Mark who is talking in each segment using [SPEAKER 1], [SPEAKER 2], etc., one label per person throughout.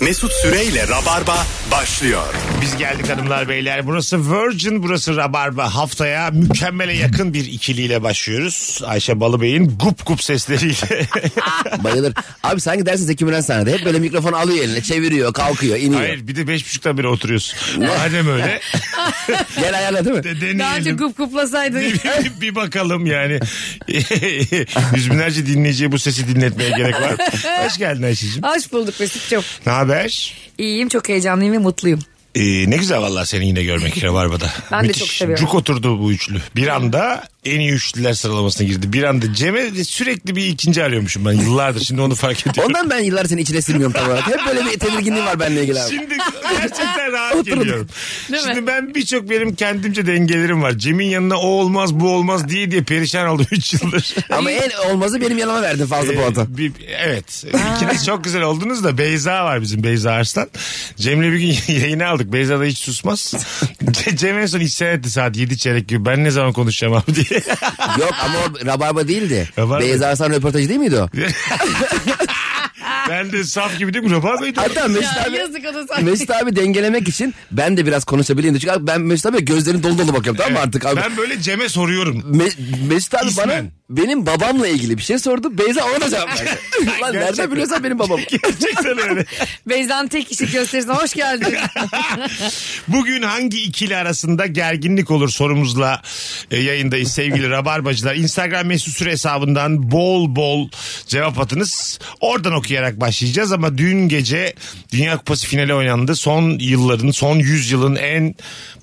[SPEAKER 1] Mesut Süreyle Rabarba başlıyor.
[SPEAKER 2] Biz geldik hanımlar beyler. Burası Virgin, burası Rabarba. Haftaya mükemmele yakın bir ikiliyle başlıyoruz. Ayşe Balıbey'in gup gup sesleriyle.
[SPEAKER 3] Bayılır. Abi sanki dersin Zeki Müren sahnede. Hep böyle mikrofonu alıyor eline çeviriyor kalkıyor iniyor.
[SPEAKER 2] Hayır bir de beş buçuktan beri oturuyorsun. Madem öyle
[SPEAKER 3] Gel ayarla değil mi?
[SPEAKER 2] de
[SPEAKER 4] Daha önce
[SPEAKER 2] deneyelim.
[SPEAKER 4] gup guplasaydın.
[SPEAKER 2] bir, bir bakalım yani. Yüz binlerce dinleyiciye bu sesi dinletmeye gerek var. mı? Hoş geldin Ayşe'cim.
[SPEAKER 4] Hoş bulduk Mesut çok.
[SPEAKER 2] Ne haber?
[SPEAKER 4] İyiyim çok heyecanlıyım ve mutluyum.
[SPEAKER 2] Ee, ne güzel vallahi seni yine görmek Rabarba'da.
[SPEAKER 4] Ben de çok seviyorum.
[SPEAKER 2] Cuk oturdu bu üçlü. Bir anda en iyi üçlüler sıralamasına girdi. Bir anda Cem'e sürekli bir ikinci arıyormuşum ben yıllardır. Şimdi onu fark ediyorum.
[SPEAKER 3] Ondan ben yıllar seni içine silmiyorum tam olarak. Hep böyle bir tedirginliğim var benimle ilgili abi.
[SPEAKER 2] Şimdi gerçekten rahat geliyorum.
[SPEAKER 4] Değil mi?
[SPEAKER 2] Şimdi ben birçok benim kendimce dengelerim var. Cem'in yanına o olmaz bu olmaz diye diye perişan oldum 3 yıldır.
[SPEAKER 3] Ama en olmazı benim yanıma verdin fazla
[SPEAKER 2] Ee,
[SPEAKER 3] puanı.
[SPEAKER 2] bir- evet. İkiniz çok güzel oldunuz da Beyza var bizim Beyza Arslan. Cem'le bir gün yayını aldık. Beyza da hiç susmaz. Ce- Cem en son isyan etti saat 7 çeyrek gibi. Ben ne zaman konuşacağım abi diye.
[SPEAKER 3] Yok ama o rabarba değildi.
[SPEAKER 2] Rabarba.
[SPEAKER 3] Beyza Arslan röportajı değil miydi o?
[SPEAKER 2] ben de saf gibi değil mi? Rabar Bey de-
[SPEAKER 3] Hatta Mesut
[SPEAKER 4] Ya,
[SPEAKER 3] abi...
[SPEAKER 4] yazık ona sanki.
[SPEAKER 3] Mesut abi dengelemek için ben de biraz konuşabileyim de. Çünkü abi ben Mesut abi gözlerim dolu dolu bakıyorum tamam mı artık abi.
[SPEAKER 2] Ee, Ben böyle Cem'e soruyorum.
[SPEAKER 3] Me- Mesut abi
[SPEAKER 2] İsmen.
[SPEAKER 3] bana benim babamla ilgili bir şey sordu. Beyza ona da cevap verdi. Lan
[SPEAKER 2] Gerçekten.
[SPEAKER 3] nereden biliyorsan benim babam.
[SPEAKER 2] Gerçekten öyle.
[SPEAKER 4] Beyza'nın tek işi gösterisine hoş geldin.
[SPEAKER 2] Bugün hangi ikili arasında gerginlik olur sorumuzla e, yayındayız sevgili Rabarbacılar. Instagram mesut süre hesabından bol bol cevap atınız. Oradan okuyarak başlayacağız ama dün gece Dünya Kupası finali oynandı. Son yılların, son yüzyılın en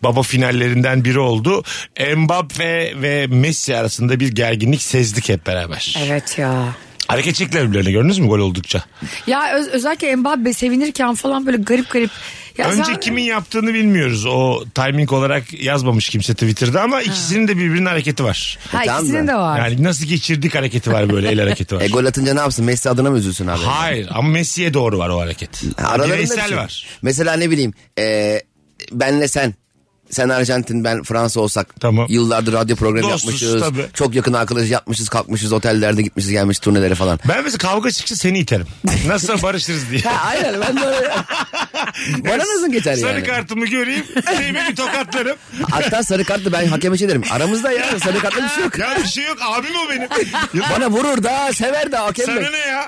[SPEAKER 2] baba finallerinden biri oldu. Mbappe ve Messi arasında bir gerginlik sezdik hep beraber.
[SPEAKER 4] evet ya.
[SPEAKER 2] Hareket çektiler birbirlerine gördünüz mü gol oldukça?
[SPEAKER 4] Ya öz- özellikle Mbappe sevinirken falan böyle garip garip. Ya
[SPEAKER 2] Önce
[SPEAKER 4] sen-
[SPEAKER 2] kimin yaptığını bilmiyoruz. O timing olarak yazmamış kimse Twitter'da ama ikisinin de birbirinin hareketi var.
[SPEAKER 4] Ha,
[SPEAKER 3] Tamam
[SPEAKER 4] ikisinin
[SPEAKER 3] da.
[SPEAKER 4] de var.
[SPEAKER 2] Yani nasıl geçirdik hareketi var böyle el hareketi var.
[SPEAKER 3] E gol atınca ne yapsın? Messi adına mı üzülsün abi?
[SPEAKER 2] Hayır ama Messi'ye doğru var o hareket.
[SPEAKER 3] Ha, Aralarında bir
[SPEAKER 2] Bireysel
[SPEAKER 3] şey.
[SPEAKER 2] var.
[SPEAKER 3] Mesela ne bileyim e, benle sen. Sen Arjantin ben Fransa olsak
[SPEAKER 2] Tamam.
[SPEAKER 3] yıllardır radyo programı
[SPEAKER 2] Dostuz,
[SPEAKER 3] yapmışız.
[SPEAKER 2] tabii.
[SPEAKER 3] Çok yakın arkadaş yapmışız kalkmışız otellerde gitmişiz gelmiş turnelere falan.
[SPEAKER 2] Ben mesela kavga çıksa seni iterim. Nasıl barışırız diye.
[SPEAKER 3] Aynen ben de öyle. Bana nasıl geçer
[SPEAKER 2] Sarı
[SPEAKER 3] yani?
[SPEAKER 2] kartımı göreyim. Seni bir tokatlarım.
[SPEAKER 3] Hatta sarı kartla ben hakeme şey derim. Aramızda ya sarı kartla bir şey yok.
[SPEAKER 2] Ya bir şey yok abim o benim.
[SPEAKER 3] Bana vurur da sever de hakem de.
[SPEAKER 2] Sana ne ya?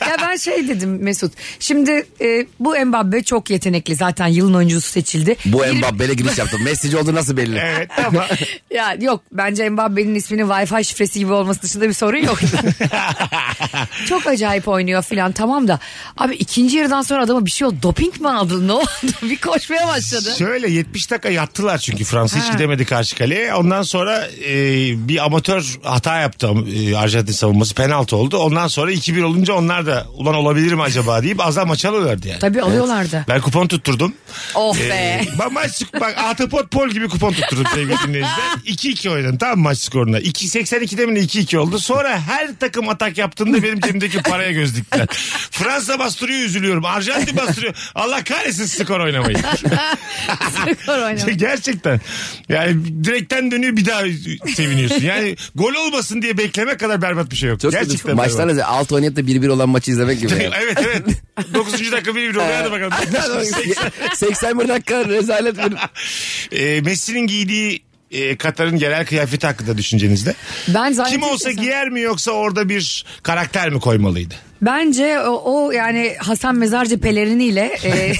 [SPEAKER 4] Ya ben şey dedim Mesut. Şimdi e, bu Mbappe çok yetenekli zaten yılın oyuncusu seçildi.
[SPEAKER 3] Bu
[SPEAKER 4] Yirmi-
[SPEAKER 3] Mbappe'le giriş yaptım. Messi'ci oldu nasıl belli?
[SPEAKER 2] Evet ama
[SPEAKER 4] Ya yok bence Mbappe'nin isminin Wi-Fi şifresi gibi olması dışında bir sorun yok. Çok acayip oynuyor filan tamam da. Abi ikinci yarıdan sonra adama bir şey oldu. Doping mi aldı ne oldu? bir koşmaya başladı.
[SPEAKER 2] Şöyle 70 dakika yattılar çünkü Fransa hiç
[SPEAKER 4] Ha.
[SPEAKER 2] gidemedi karşı kaleye. Ondan sonra e, bir amatör hata yaptı e, Arjantin savunması penaltı oldu. Ondan sonra 2-1 olunca onlar da ulan olabilir mi acaba deyip az daha maç alıyorlardı yani.
[SPEAKER 4] Tabii alıyorlardı.
[SPEAKER 2] Ben kupon tutturdum.
[SPEAKER 4] Oh
[SPEAKER 2] Ee,
[SPEAKER 4] be.
[SPEAKER 2] ben maç sk- bak Atapot Pol gibi kupon tutturdum sevgili dinleyiciler. 2-2 oynadım tamam mı maç skoruna. 2 82'de mi ne 2-2 oldu. Sonra her takım atak yaptığında benim cebimdeki paraya göz diktiler. Fransa bastırıyor üzülüyorum. Arjantin bastırıyor. Allah kahretsin skor oynamayı. Ee,
[SPEAKER 4] Skor oynadı.
[SPEAKER 2] Gerçekten. Yani direkten dönüyor bir daha seviniyorsun. Yani gol olmasın diye bekleme kadar berbat bir şey yok.
[SPEAKER 3] Çok
[SPEAKER 2] Gerçekten
[SPEAKER 3] kötü. Maçlar
[SPEAKER 2] berbat.
[SPEAKER 3] da 6 oynayıp da 1-1 olan maçı izlemek gibi. yani.
[SPEAKER 2] Evet evet. 9. dakika bir bir oluyor. Hadi bakalım.
[SPEAKER 3] 81 dakika rezalet bir...
[SPEAKER 2] Ee, Messi'nin giydiği e, Katar'ın genel kıyafeti hakkında düşüncenizde.
[SPEAKER 4] Ben zaten
[SPEAKER 2] Kim olsa giyer mi yoksa orada bir karakter mi koymalıydı?
[SPEAKER 4] Bence o, o yani Hasan Mezarcı peleriniyle e,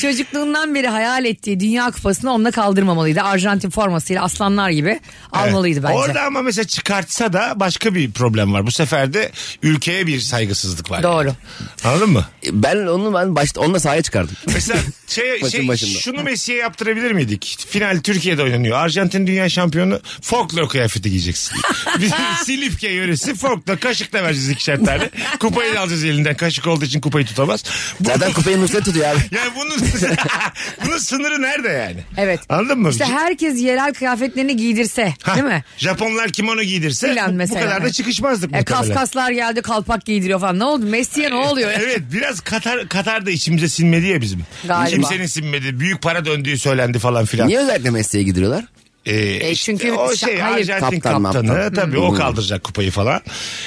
[SPEAKER 4] çocukluğundan beri hayal ettiği Dünya Kupası'nı onunla kaldırmamalıydı. Arjantin formasıyla aslanlar gibi almalıydı
[SPEAKER 2] Evet.
[SPEAKER 4] bence.
[SPEAKER 2] Orada ama mesela çıkartsa da başka bir problem var. Bu sefer de ülkeye bir saygısızlık var.
[SPEAKER 4] Doğru.
[SPEAKER 2] yani. Anladın mı?
[SPEAKER 3] Ben onu ben başta onunla sahaya çıkardım.
[SPEAKER 2] Mesela şey,
[SPEAKER 3] Maçın
[SPEAKER 2] şey,
[SPEAKER 3] başında.
[SPEAKER 2] şunu Messi'ye yaptırabilir miydik? Final Türkiye'de oynanıyor. Arjantin dünya şampiyonu folklor kıyafeti giyeceksin. Bizim Silifke yöresi folklor kaşıkla vereceğiz ikişer birer tane. Kupayı da alacağız elinden. Kaşık olduğu için kupayı tutamaz. Bu-
[SPEAKER 3] Zaten kupayı Nusret tutuyor abi.
[SPEAKER 2] Yani bunun, bunun sınırı nerede yani?
[SPEAKER 4] Evet.
[SPEAKER 2] Anladın mı?
[SPEAKER 4] İşte herkes yerel kıyafetlerini giydirse
[SPEAKER 2] Hah,
[SPEAKER 4] değil mi?
[SPEAKER 2] Japonlar kimono giydirse
[SPEAKER 4] Filan
[SPEAKER 2] bu- bu,
[SPEAKER 4] mesela.
[SPEAKER 2] kadar da çıkışmazdık
[SPEAKER 4] E,
[SPEAKER 2] muhtemelen.
[SPEAKER 4] Kafkaslar geldi kalpak giydiriyor falan. Ne oldu? Messi'ye ne oluyor? ya?
[SPEAKER 2] Evet biraz Katar Katar da içimize sinmedi ya bizim.
[SPEAKER 4] Galiba.
[SPEAKER 2] Kimsenin sinmedi. Büyük para döndüğü söylendi falan filan.
[SPEAKER 3] Niye özellikle mesleğe gidiyorlar?
[SPEAKER 2] Ee,
[SPEAKER 4] E,
[SPEAKER 2] işte
[SPEAKER 4] çünkü
[SPEAKER 2] o
[SPEAKER 4] şa-
[SPEAKER 2] şey
[SPEAKER 4] hayır.
[SPEAKER 2] Arjantin
[SPEAKER 3] Kaptan, Hmm.
[SPEAKER 2] kaptanı
[SPEAKER 3] maptan.
[SPEAKER 2] tabii o kaldıracak kupayı falan.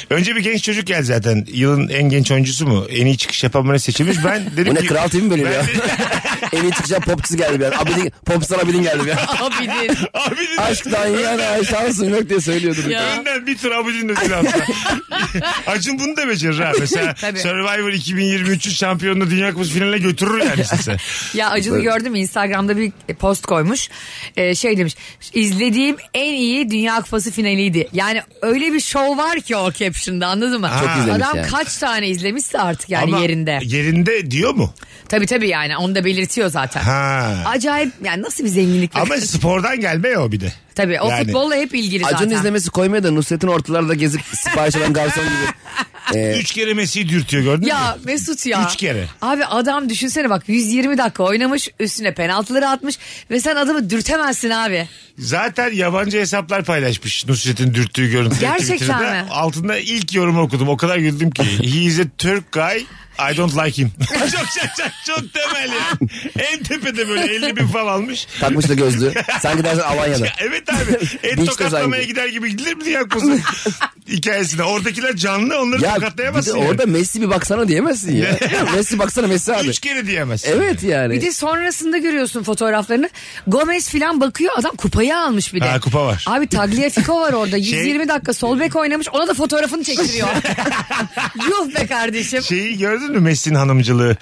[SPEAKER 2] Önce bir genç çocuk geldi zaten. Yılın en genç oyuncusu mu? En iyi çıkış yapan bana seçilmiş. Ben dedim
[SPEAKER 3] Bu ne
[SPEAKER 2] ki-
[SPEAKER 3] kral TV mi böyle
[SPEAKER 2] Ben
[SPEAKER 3] ya?
[SPEAKER 2] dedim-
[SPEAKER 3] en iyi çıkacak popçusu geldi bir an. Abidin, popstar Abidin geldi bir an.
[SPEAKER 4] Abidin.
[SPEAKER 2] Abi dedim,
[SPEAKER 3] Aşktan yana şansın yok diye söylüyordu. bir tane.
[SPEAKER 2] Önden bir tur abicin ödülü alsa. Acun bunu da becerir ha. Mesela
[SPEAKER 4] Tabii.
[SPEAKER 2] Survivor 2023'ün şampiyonunu Dünya Kupası finaline götürür yani size.
[SPEAKER 4] Ya Acun'u gördüm Instagram'da bir post koymuş. Ee, şey demiş. İzlediğim en iyi Dünya Kupası finaliydi. Yani öyle bir şov var ki o caption'da anladın mı?
[SPEAKER 2] Çok
[SPEAKER 3] izlemiş
[SPEAKER 4] Adam
[SPEAKER 3] yani.
[SPEAKER 4] kaç tane izlemişse artık yani
[SPEAKER 2] Ama
[SPEAKER 4] yerinde.
[SPEAKER 2] Yerinde diyor mu?
[SPEAKER 4] Tabii tabii yani onu da belirtiyor zaten.
[SPEAKER 2] Ha.
[SPEAKER 4] Acayip yani nasıl bir zenginlik.
[SPEAKER 2] Ama spordan gelme ya o bir de.
[SPEAKER 4] tabii o
[SPEAKER 2] Yani-
[SPEAKER 4] futbolla hep ilgili zaten.
[SPEAKER 3] Acun'un izlemesi koymaya da Nusret'in ortalarda gezip sipariş alan garson gibi.
[SPEAKER 2] Üç kere Messi'yi dürtüyor gördün
[SPEAKER 4] Ya
[SPEAKER 2] mü?
[SPEAKER 4] Mesut ya.
[SPEAKER 2] Üç kere.
[SPEAKER 4] Abi adam düşünsene bak 120 dakika oynamış üstüne penaltıları atmış ve sen adamı dürtemezsin abi.
[SPEAKER 2] Zaten yabancı hesaplar paylaşmış Nusret'in dürttüğü görüntüleri
[SPEAKER 4] Gerçekten
[SPEAKER 2] Twitter'da.
[SPEAKER 4] mi?
[SPEAKER 2] Altında ilk yorumu okudum. O kadar güldüm ki. He is a Turk guy. I don't like him. çok çok çok, çok temel ya. En tepede böyle 50 bin falan almış.
[SPEAKER 3] Takmış da gözlüğü. Sanki dersen Alanya'da.
[SPEAKER 2] Ya evet abi. Et
[SPEAKER 3] Beach
[SPEAKER 2] tokatlamaya
[SPEAKER 3] sanki.
[SPEAKER 2] gider gibi gidilir mi Dünya Kupası hikayesine? Oradakiler canlı onları
[SPEAKER 3] bir de
[SPEAKER 2] tokatlayamazsın.
[SPEAKER 3] orada Messi bir baksana diyemezsin ya. Messi baksana Messi
[SPEAKER 2] yani.
[SPEAKER 3] abi.
[SPEAKER 2] Üç kere diyemezsin.
[SPEAKER 3] Evet yani.
[SPEAKER 4] Bir de sonrasında görüyorsun fotoğraflarını. Gomez filan bakıyor adam kupayı almış bir de.
[SPEAKER 2] Ha, kupa var. Şey-
[SPEAKER 4] Abi Tagliafico var orada 120 dakika sol bek oynamış ona da fotoğrafını çektiriyor. Yuh be kardeşim.
[SPEAKER 2] Şeyi gördün mü Messi'nin hanımcılığı?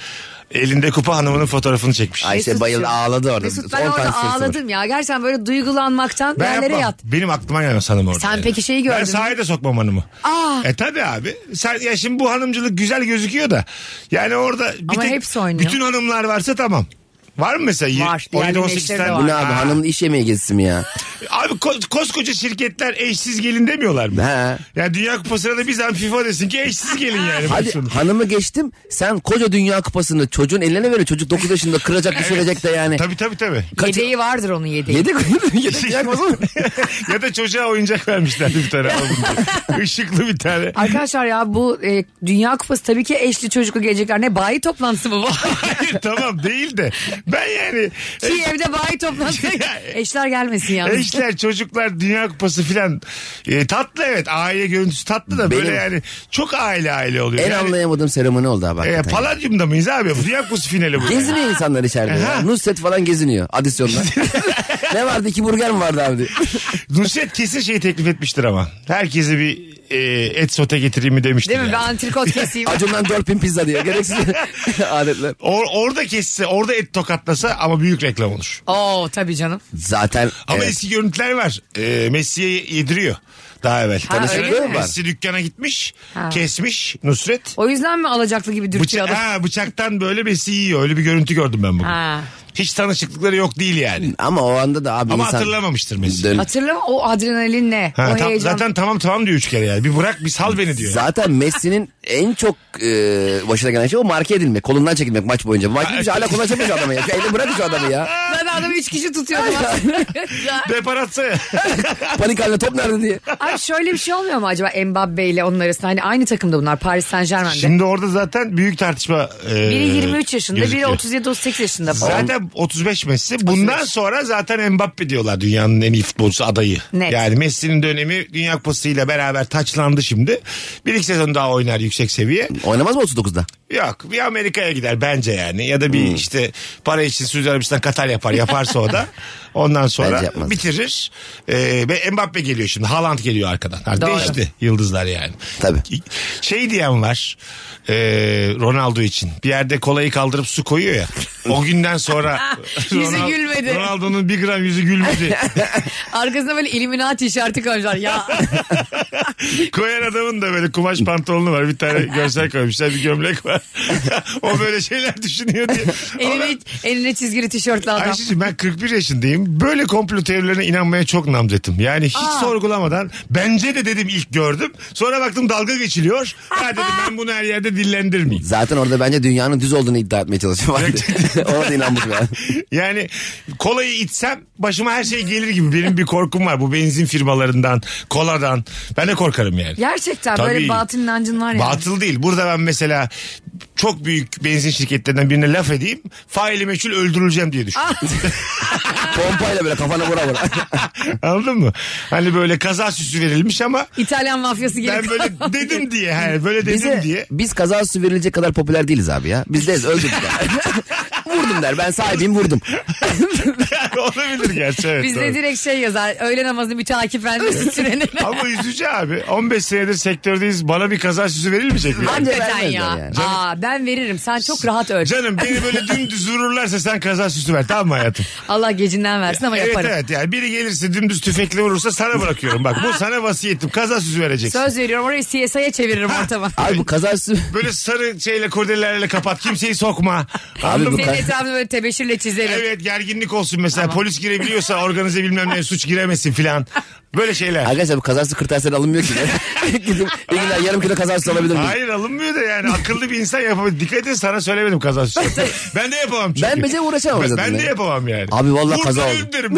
[SPEAKER 2] Elinde kupa hanımının fotoğrafını çekmiş.
[SPEAKER 3] Ayşe
[SPEAKER 4] Mesut
[SPEAKER 3] bayıldı
[SPEAKER 4] ya.
[SPEAKER 3] ağladı orada.
[SPEAKER 4] Mesut
[SPEAKER 3] On
[SPEAKER 4] ben
[SPEAKER 3] tane
[SPEAKER 4] orada
[SPEAKER 3] sırası var.
[SPEAKER 4] ağladım ya. Gerçekten böyle duygulanmaktan
[SPEAKER 2] Ben
[SPEAKER 4] yerlere
[SPEAKER 2] yapmam.
[SPEAKER 4] yat.
[SPEAKER 2] Benim aklıma gelmez hanım orada.
[SPEAKER 4] Sen peki şeyi gördün
[SPEAKER 2] Ben
[SPEAKER 4] mü?
[SPEAKER 2] sahaya da sokmam hanımı.
[SPEAKER 4] Aa.
[SPEAKER 2] E tabi abi. Sen, ya şimdi bu hanımcılık güzel gözüküyor da. Yani orada bir
[SPEAKER 4] Ama
[SPEAKER 2] tek-
[SPEAKER 4] hepsi oynuyor.
[SPEAKER 2] bütün hanımlar varsa tamam. Var mı mesela?
[SPEAKER 4] Var.
[SPEAKER 2] Oyunda
[SPEAKER 4] Diğer
[SPEAKER 2] 18
[SPEAKER 4] güneşleri
[SPEAKER 2] tane-
[SPEAKER 4] de var.
[SPEAKER 3] Bu ne abi
[SPEAKER 2] Ha.
[SPEAKER 3] hanımın iş yemeği gezisi mi ya?
[SPEAKER 2] Abi ko- koskoca şirketler eşsiz gelin demiyorlar mı?
[SPEAKER 3] He.
[SPEAKER 2] Ya Dünya Kupası'na da biz hem FIFA desin ki eşsiz gelin yani.
[SPEAKER 3] Hadi
[SPEAKER 2] Baksana.
[SPEAKER 3] hanımı geçtim sen koca dünya kupasını çocuğun eline veriyor. Çocuk 9 yaşında kıracak düşürecek de yani.
[SPEAKER 2] Tabii şey tabii tabii.
[SPEAKER 4] Yedeği vardır onun yedeği.
[SPEAKER 3] Yedek yedek dünya kupası mı?
[SPEAKER 2] ya da çocuğa oyuncak vermişler bir tane. alın diye. Işıklı bir tane.
[SPEAKER 4] Arkadaşlar ya bu e, Dünya Kupası tabii ki eşli çocuklu gelecekler. Ne bayi toplantısı mı bu?
[SPEAKER 2] Hayır tamam değil de. Ben yani
[SPEAKER 4] Ki evde bayi toplantısı. Eşler gelmesin yalnız.
[SPEAKER 2] eşler çocuklar Dünya Kupası filan e, tatlı evet. Aile görüntüsü tatlı da böyle
[SPEAKER 3] Benim-
[SPEAKER 2] yani çok aile aile oluyor.
[SPEAKER 3] En
[SPEAKER 2] yani,
[SPEAKER 3] anlayamadığım seremoni oldu
[SPEAKER 2] e,
[SPEAKER 3] abi hakikaten.
[SPEAKER 2] paladyumda mıyız abi? Bu Dünya Kupası finali bu.
[SPEAKER 3] Geziniyor insanlar içeride. ya. Nusret falan geziniyor adisyonlar. ne vardı iki burger mi vardı abi?
[SPEAKER 2] Nusret kesin şeyi teklif etmiştir ama. Herkese bir e, et sote getireyim mi demiştir.
[SPEAKER 4] Değil mi?
[SPEAKER 2] yani.
[SPEAKER 4] Ben antrikot keseyim.
[SPEAKER 3] Acun'dan 4000 pizza diye gereksiz adetler.
[SPEAKER 2] Or, orada kesse, orada et tokatlasa ama büyük reklam olur.
[SPEAKER 4] Oo tabii canım.
[SPEAKER 3] Zaten
[SPEAKER 2] Ama
[SPEAKER 3] evet,
[SPEAKER 2] eski görüntüler var. Ee, Messi'ye yediriyor daha evvel.
[SPEAKER 4] Ha,
[SPEAKER 3] öyle
[SPEAKER 2] Tanışıklığı
[SPEAKER 3] mi?
[SPEAKER 2] Messi dükkana gitmiş,
[SPEAKER 4] Ha.
[SPEAKER 2] kesmiş Nusret.
[SPEAKER 4] O yüzden mi alacaklı gibi dürtüyor
[SPEAKER 2] Bıça-
[SPEAKER 4] adam?
[SPEAKER 2] ha, bıçaktan böyle Messi yiyor. Öyle bir görüntü gördüm ben bugün.
[SPEAKER 4] Ha.
[SPEAKER 2] Hiç tanışıklıkları yok değil yani.
[SPEAKER 3] ama o anda da abi
[SPEAKER 2] Ama
[SPEAKER 3] insan...
[SPEAKER 2] hatırlamamıştır Messi.
[SPEAKER 3] Dön-
[SPEAKER 4] Hatırlama o adrenalin ne?
[SPEAKER 2] Ha,
[SPEAKER 4] o
[SPEAKER 2] tam-
[SPEAKER 4] heyecan.
[SPEAKER 2] zaten tamam tamam diyor üç kere yani. Bir bırak bir sal beni diyor.
[SPEAKER 3] Zaten Messi'nin en çok e, başına gelen şey o marke edilmek. Kolundan çekilmek maç boyunca. Maç boyunca hala koluna çekmiyor adamı ya. Şu elini bırakın şu adamı ya.
[SPEAKER 4] Ben adamı üç kişi tutuyordum aslında. Ya.
[SPEAKER 2] Depar atsa ya.
[SPEAKER 3] Panik halinde top nerede diye.
[SPEAKER 4] Abi şöyle bir şey olmuyor mu acaba Mbappe ile onun arasında? Hani aynı takımda bunlar Paris Saint Germain'de.
[SPEAKER 2] Şimdi orada zaten büyük tartışma e,
[SPEAKER 4] Biri 23 yaşında, biri
[SPEAKER 2] gözüküyor.
[SPEAKER 4] 37-38 yaşında falan.
[SPEAKER 2] Zaten 35 Messi. Bundan sonra zaten Mbappe diyorlar dünyanın en iyi futbolcusu adayı.
[SPEAKER 4] Net.
[SPEAKER 2] Yani Messi'nin dönemi Dünya Kupası ile beraber taçlandı şimdi. Bir iki sezon daha oynar yüksek seviye.
[SPEAKER 3] Oynamaz mı 39'da?
[SPEAKER 2] Yok bir Amerika'ya gider bence yani. Ya da bir
[SPEAKER 3] Hmm.
[SPEAKER 2] işte para için Suudi Arabistan Katar yapar. Yaparsa o da. Ondan sonra
[SPEAKER 3] Bence yapmaz.
[SPEAKER 2] bitirir. Ee, ve Mbappe geliyor şimdi. Haaland geliyor arkadan. Ha,
[SPEAKER 4] Doğru.
[SPEAKER 2] değişti yıldızlar yani.
[SPEAKER 3] Tabii.
[SPEAKER 2] Şey diyen var. e, Ronaldo için. Bir yerde kolayı kaldırıp su koyuyor ya. O günden sonra
[SPEAKER 4] Yüzü
[SPEAKER 2] Ronald-
[SPEAKER 4] gülmedi.
[SPEAKER 2] Ronaldo'nun bir gram yüzü gülmedi.
[SPEAKER 4] Arkasına böyle Illuminati işareti koymuşlar. Ya
[SPEAKER 2] Koyan adamın da böyle kumaş pantolonu var. Bir tane görsel koymuşlar. Bir gömlek var. o böyle şeyler düşünüyor diye. Ama-
[SPEAKER 4] Eline, eline çizgili tişörtlü adam.
[SPEAKER 2] Ayşe'cim ben 41 yaşındayım. Böyle komplo teorilerine inanmaya çok namzetim. Yani hiç
[SPEAKER 4] Aa.
[SPEAKER 2] sorgulamadan bence de dedim ilk gördüm. Sonra baktım dalga geçiliyor. Ha dedim ben bunu her yerde dillendirmeyeyim.
[SPEAKER 3] Zaten orada bence dünyanın düz olduğunu iddia etmeye çalışıyorum. Ona da inanmış ben.
[SPEAKER 2] Yani kolayı içsem başıma her şey gelir gibi. Benim bir korkum var bu benzin firmalarından, koladan. Ben de korkarım yani.
[SPEAKER 4] Gerçekten
[SPEAKER 2] Tabii.
[SPEAKER 4] böyle batıl inancın var ya.
[SPEAKER 2] Batıl değil. Burada ben mesela çok büyük benzin şirketlerinden birine laf edeyim. Faili meçhul öldürüleceğim diye düşünüyorum.
[SPEAKER 4] Ah.
[SPEAKER 3] Pompayla böyle kafana vura vura.
[SPEAKER 2] Anladın mı? Hani böyle kaza süsü verilmiş ama
[SPEAKER 4] İtalyan mafyası gibi.
[SPEAKER 2] ben böyle dedim diye. he, böyle dedim
[SPEAKER 3] Bize,
[SPEAKER 2] diye.
[SPEAKER 3] biz kaza su verilecek kadar popüler değiliz abi ya. Biz deyiz öldüm der. vurdum der ben sahibim vurdum.
[SPEAKER 2] Olabilir gerçi evet. doğru.
[SPEAKER 4] Bizde direkt şey yazar. Öğle namazını müteakifen sürenene.
[SPEAKER 2] Ama üzücü abi. 15 senedir sektördeyiz. Bana bir kaza süsü verilmeyecek mi?
[SPEAKER 4] Hakikaten
[SPEAKER 3] vermezler
[SPEAKER 4] ya.
[SPEAKER 3] yani.
[SPEAKER 4] Aa, ben veririm. Sen çok rahat öl.
[SPEAKER 2] Canım beni böyle dümdüz vururlarsa sen kaza süsü ver tamam mı hayatım?
[SPEAKER 4] Allah gecinden versin ama
[SPEAKER 2] evet
[SPEAKER 4] yaparım.
[SPEAKER 2] evet yani biri gelirse dümdüz tüfekle vurursa sana bırakıyorum bak bu sana vasiyetim kaza süsü vereceksin.
[SPEAKER 4] Söz veriyorum orayı CSI'ye çeviririm ortama.
[SPEAKER 3] Abi bu kaza su...
[SPEAKER 2] Böyle sarı şeyle kordelilerle kapat kimseyi sokma. Anladın
[SPEAKER 3] bu
[SPEAKER 2] mı?
[SPEAKER 4] Senin
[SPEAKER 3] kar-
[SPEAKER 4] etrafını böyle tebeşirle çizerim.
[SPEAKER 2] Evet gerginlik olsun mesela polis girebiliyorsa organize bilmem ne suç giremesin filan. Böyle şeyler.
[SPEAKER 3] Arkadaşlar bu kaza su kırtasiyeden alınmıyor ki. Gidip bir günler yarım kilo kaza su alabilir miyim?
[SPEAKER 2] Hayır alınmıyor da yani akıllı bir insan yapamaz. Dikkat et sana söylemedim kaza süsü. ben de yapamam çünkü.
[SPEAKER 3] Ben bence uğraşamam
[SPEAKER 2] Ben,
[SPEAKER 3] zaten
[SPEAKER 2] ben
[SPEAKER 3] ya.
[SPEAKER 2] de yapamam yani.
[SPEAKER 3] Abi vallahi
[SPEAKER 2] Vur
[SPEAKER 3] kaza
[SPEAKER 2] ben
[SPEAKER 3] oldu.
[SPEAKER 2] öldürürüm.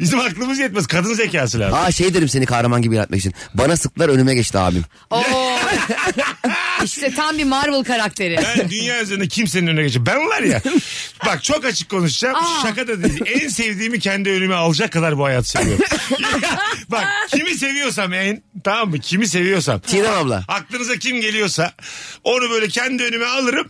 [SPEAKER 2] Bizim aklımız yetmez. Kadın zekası lazım.
[SPEAKER 3] Aa şey derim seni kahraman gibi yaratmak için. Bana sıktılar önüme geçti abim.
[SPEAKER 4] Oo. işte tam bir Marvel karakteri.
[SPEAKER 2] Ben dünya üzerinde kimsenin önüne geçeceğim. Ben var ya bak çok açık konuşacağım.
[SPEAKER 4] Aa.
[SPEAKER 2] Şaka da değil. En sevdiğimi kendi önüme alacak kadar bu hayatı seviyorum. Ya, bak kimi seviyorsam en tamam mı? Kimi seviyorsam.
[SPEAKER 3] Çiğdem abla.
[SPEAKER 2] Aklınıza kim geliyorsa onu böyle kendi önüme alırım.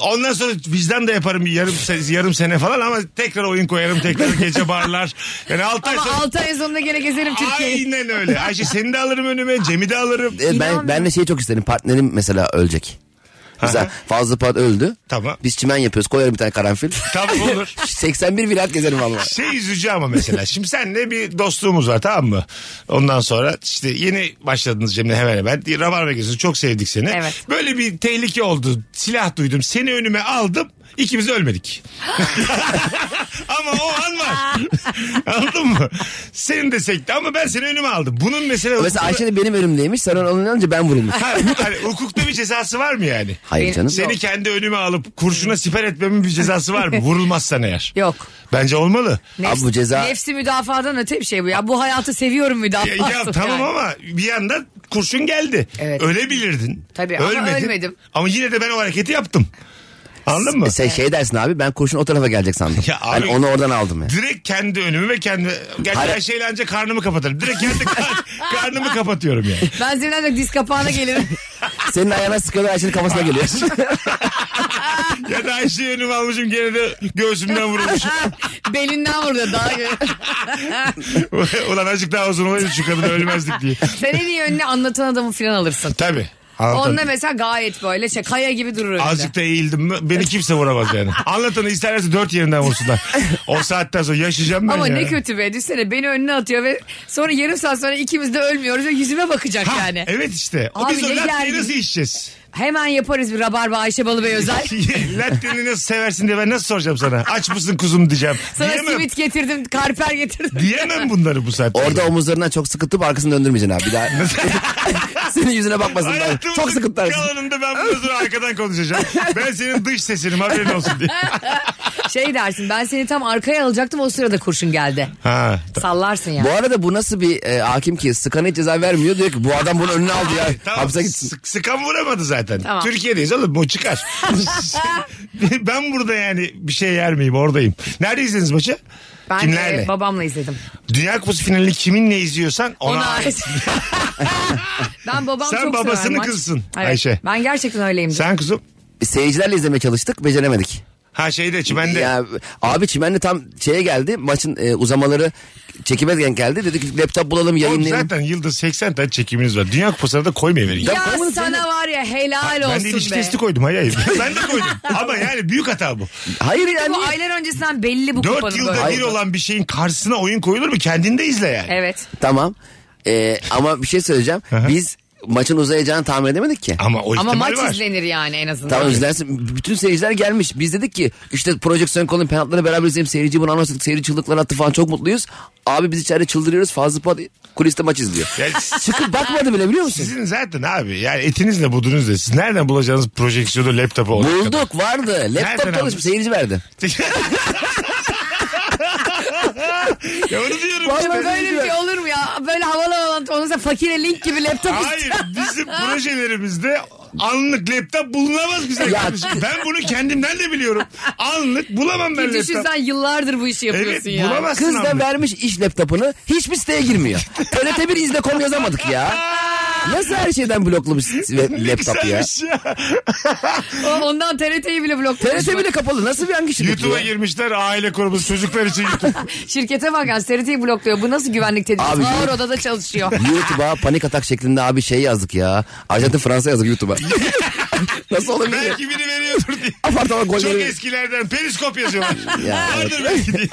[SPEAKER 2] Ondan sonra vicdan da yaparım bir yarım se- yarım sene falan ama tekrar oyun koyarım tekrar gece barlar. Yani 6 ay
[SPEAKER 4] Ama
[SPEAKER 2] sonra
[SPEAKER 4] 6 ay sonunda gene gezerim Türkiye'yi.
[SPEAKER 2] Aynen öyle. Ayşe seni de alırım önüme, Cem'i de alırım.
[SPEAKER 3] E, ben,
[SPEAKER 4] İnanmıyorum.
[SPEAKER 3] ben de şeyi çok isterim. Partnerim mesela ölecek. Mesela fazla Polat öldü.
[SPEAKER 2] Tamam.
[SPEAKER 3] Biz çimen yapıyoruz. Koyarım bir tane karanfil.
[SPEAKER 2] Tamam olur.
[SPEAKER 3] 81 vilayet gezerim valla.
[SPEAKER 2] Şey üzücü ama mesela. Şimdi senle bir dostluğumuz var tamam mı? Ondan sonra işte yeni başladınız Cem'le hemen hemen. Rabarba gözünü çok sevdik seni.
[SPEAKER 4] Evet.
[SPEAKER 2] Böyle bir tehlike oldu. Silah duydum. Seni önüme aldım. İkimiz de ölmedik. ama o an var. Anladın mı? Seni de sekti ama ben seni önüme aldım. Bunun mesela...
[SPEAKER 3] Mesela Ayşe de benim önümdeymiş. Sen onu alınca ben vurulmuş.
[SPEAKER 2] Ha, hani hukukta bir cezası var mı yani?
[SPEAKER 3] Hayır
[SPEAKER 4] Benim- şey-
[SPEAKER 3] canım.
[SPEAKER 2] Seni kendi önüme alıp kurşuna siper etmemin bir cezası var mı? Vurulmazsan eğer.
[SPEAKER 4] Yok.
[SPEAKER 2] Bence olmalı.
[SPEAKER 3] Abi bu ceza-
[SPEAKER 4] Nefsi müdafadan öte bir şey bu ya. Bu hayatı seviyorum
[SPEAKER 2] Ya,
[SPEAKER 4] müdafası.
[SPEAKER 2] ya tamam
[SPEAKER 4] yani.
[SPEAKER 2] ama bir yandan kurşun geldi.
[SPEAKER 4] Evet.
[SPEAKER 2] Ölebilirdin.
[SPEAKER 4] Tabii ama ölmedim.
[SPEAKER 2] Ama yine de ben o hareketi yaptım. Anladın mı?
[SPEAKER 3] Sen şey dersin abi ben kurşun o tarafa gelecek sandım.
[SPEAKER 2] Ya
[SPEAKER 3] Ben
[SPEAKER 2] abi-
[SPEAKER 3] onu oradan aldım ya.
[SPEAKER 2] Direkt kendi önümü ve kendi... Gerçi
[SPEAKER 3] Hayır.
[SPEAKER 2] her şeyle ancak karnımı kapatırım. Direkt kendi kar- karnımı kapatıyorum yani.
[SPEAKER 4] Ben senin ancak diz kapağına gelirim.
[SPEAKER 3] Senin ayağına sıkıyorlar Ayşe'nin kafasına geliyor.
[SPEAKER 2] Ya da her şeyi önüme almışım gene de göğsümden vurulmuşum.
[SPEAKER 4] Belinden vuruyor daha
[SPEAKER 2] Ulan azıcık daha uzun olaydı şu kadın ölmezdik diye.
[SPEAKER 4] Sen en iyi önüne anlatan adamı filan alırsın.
[SPEAKER 2] Tabii.
[SPEAKER 4] Onunla
[SPEAKER 2] Anlatan-
[SPEAKER 4] mesela gayet böyle şey kaya gibi durur önünde.
[SPEAKER 2] Azıcık da eğildim mi beni kimse vuramaz yani. Anlatanı isterlerse dört yerinden vursunlar. O saatten sonra yaşayacağım ben
[SPEAKER 4] Ama
[SPEAKER 2] ya.
[SPEAKER 4] ne kötü be düşünsene beni önüne atıyor ve sonra yarım saat sonra ikimiz de ölmüyoruz ve yüzüme bakacak
[SPEAKER 2] Ha,
[SPEAKER 4] yani.
[SPEAKER 2] Evet işte. O
[SPEAKER 4] Abi
[SPEAKER 2] Biz
[SPEAKER 4] ne
[SPEAKER 2] o latteyi
[SPEAKER 4] gergin.
[SPEAKER 2] nasıl içeceğiz?
[SPEAKER 4] Hemen yaparız bir rabarba Ayşe Balıbey özel.
[SPEAKER 2] Latte'ni nasıl seversin diye ben nasıl soracağım sana? Aç mısın kuzum diyeceğim.
[SPEAKER 4] Sana
[SPEAKER 2] Diyemem.
[SPEAKER 4] simit getirdim, karper getirdim.
[SPEAKER 2] Diyemem bunları bu saatte.
[SPEAKER 3] Orada omuzlarından çok sıkıntıp arkasını döndürmeyeceksin abi. Bir daha senin yüzüne bakmasınlar.
[SPEAKER 2] Hayatımın
[SPEAKER 3] Çok sıkıntılar.
[SPEAKER 2] kalanında ben bunu sonra arkadan konuşacağım. Ben senin dış sesinim haberin olsun diye.
[SPEAKER 4] Şey dersin ben seni tam arkaya alacaktım o sırada kurşun geldi.
[SPEAKER 2] Ha.
[SPEAKER 4] Sallarsın ya.
[SPEAKER 3] Bu arada bu nasıl bir e, hakim ki sıkana hiç ceza vermiyor diyor ki bu adam bunu önüne aldı ya.
[SPEAKER 2] Tamam.
[SPEAKER 3] Hapse gitsin.
[SPEAKER 2] Sık- sıkan vuramadı zaten.
[SPEAKER 4] Tamam.
[SPEAKER 2] Türkiye'deyiz oğlum bu çıkar. ben burada yani bir şey yer miyim oradayım. Nerede izlediniz maçı?
[SPEAKER 4] ben
[SPEAKER 2] Kimlerle?
[SPEAKER 4] e, babamla izledim.
[SPEAKER 2] Dünya Kupası finalini kiminle izliyorsan ona,
[SPEAKER 4] Ona
[SPEAKER 2] ait.
[SPEAKER 4] ben babam
[SPEAKER 2] Sen
[SPEAKER 4] çok sever
[SPEAKER 2] babasının
[SPEAKER 4] maç.
[SPEAKER 2] kızsın
[SPEAKER 4] Evet,
[SPEAKER 2] Ayşe.
[SPEAKER 4] Ben gerçekten öyleyimdir.
[SPEAKER 2] Sen kuzum.
[SPEAKER 3] Seyircilerle izlemeye çalıştık beceremedik.
[SPEAKER 2] Ha şeyde çimende.
[SPEAKER 3] Ya, abi Çimenli tam şeye geldi maçın e, uzamaları çekime denk geldi. Dedik ki, laptop bulalım
[SPEAKER 2] Oğlum
[SPEAKER 3] yayınlayalım.
[SPEAKER 2] zaten yılda 80 tane çekiminiz var. Dünya Kupası'na da koymayı verin.
[SPEAKER 4] Ya
[SPEAKER 3] babamın
[SPEAKER 4] sana var ya helal olsun
[SPEAKER 2] ben de ilişki
[SPEAKER 4] be.
[SPEAKER 2] testi koydum hayır hayır. ben de koydum. Ama yani büyük hata bu.
[SPEAKER 3] Hayır yani.
[SPEAKER 4] Bu aylar öncesinden belli bu
[SPEAKER 2] 4
[SPEAKER 4] kupanın
[SPEAKER 2] yılda
[SPEAKER 4] böyle.
[SPEAKER 2] bir olan bir şeyin karşısına oyun koyulur mu? Kendin de izle yani.
[SPEAKER 4] Evet.
[SPEAKER 3] Tamam. E, ama bir şey söyleyeceğim. Biz maçın uzayacağını tahmin edemedik ki.
[SPEAKER 2] Ama o
[SPEAKER 4] Ama
[SPEAKER 2] ihtimal
[SPEAKER 4] maç
[SPEAKER 2] var.
[SPEAKER 4] izlenir yani en azından.
[SPEAKER 3] Tamam izlersin. Bütün seyirciler gelmiş. Biz dedik ki işte projeksiyon konunun penaltıları beraber izleyelim. Seyirci bunu anons ettik. Seyirci çığlıklar attı falan çok mutluyuz. Abi biz içeride çıldırıyoruz. Fazla Polat kuliste maç izliyor.
[SPEAKER 2] Ya
[SPEAKER 3] Çıkıp bakmadı bile biliyor musun?
[SPEAKER 2] sizin zaten abi yani etinizle budunuzla siz nereden bulacağınız projeksiyonu laptopu olarak?
[SPEAKER 3] Bulduk vardı.
[SPEAKER 2] Nereden
[SPEAKER 3] Laptop
[SPEAKER 2] aldın?
[SPEAKER 3] çalışmış seyirci verdi.
[SPEAKER 2] ya onu diyorum
[SPEAKER 3] Vallahi
[SPEAKER 2] işte.
[SPEAKER 4] Böyle bir şey olur mu ya? Böyle havalı olan ondan sonra fakire link gibi laptop
[SPEAKER 2] Hayır bizim projelerimizde anlık laptop bulunamaz güzel
[SPEAKER 3] Ya-
[SPEAKER 2] kardeşim. Ben bunu kendimden de biliyorum. Anlık bulamam ben laptop.
[SPEAKER 4] Düşünsen yıllardır bu işi
[SPEAKER 2] Evet
[SPEAKER 4] yapıyorsun ya.
[SPEAKER 2] bulamazsın
[SPEAKER 3] Kız da
[SPEAKER 2] anlık.
[SPEAKER 3] vermiş iş laptopunu. Hiçbir siteye girmiyor. TRT1 izle.com yazamadık ya. Nasıl her şeyden bloklu bir web- laptop ya?
[SPEAKER 2] Güzelmiş ya.
[SPEAKER 4] O- Ondan TRT'yi bile bloklamış.
[SPEAKER 3] TRT bile kapalı. Nasıl bir hangi şirket
[SPEAKER 2] YouTube'a
[SPEAKER 3] ya?
[SPEAKER 2] girmişler aile grubumuz çocuklar için YouTube.
[SPEAKER 4] Şirkete bak ya TRT'yi blokluyor. Bu nasıl güvenlik tedbiri?
[SPEAKER 3] Abi-
[SPEAKER 4] Ağır odada çalışıyor.
[SPEAKER 3] YouTube'a panik atak şeklinde abi şey yazdık ya. Arjantin Fransa yazdık YouTube'a. Nasıl olabilir?
[SPEAKER 2] belki biri veriyordur diye.
[SPEAKER 3] Apartman
[SPEAKER 2] Çok
[SPEAKER 3] golleri
[SPEAKER 2] eskilerden periskop yazıyorlar.
[SPEAKER 3] Ya,
[SPEAKER 2] Vardır belki diye.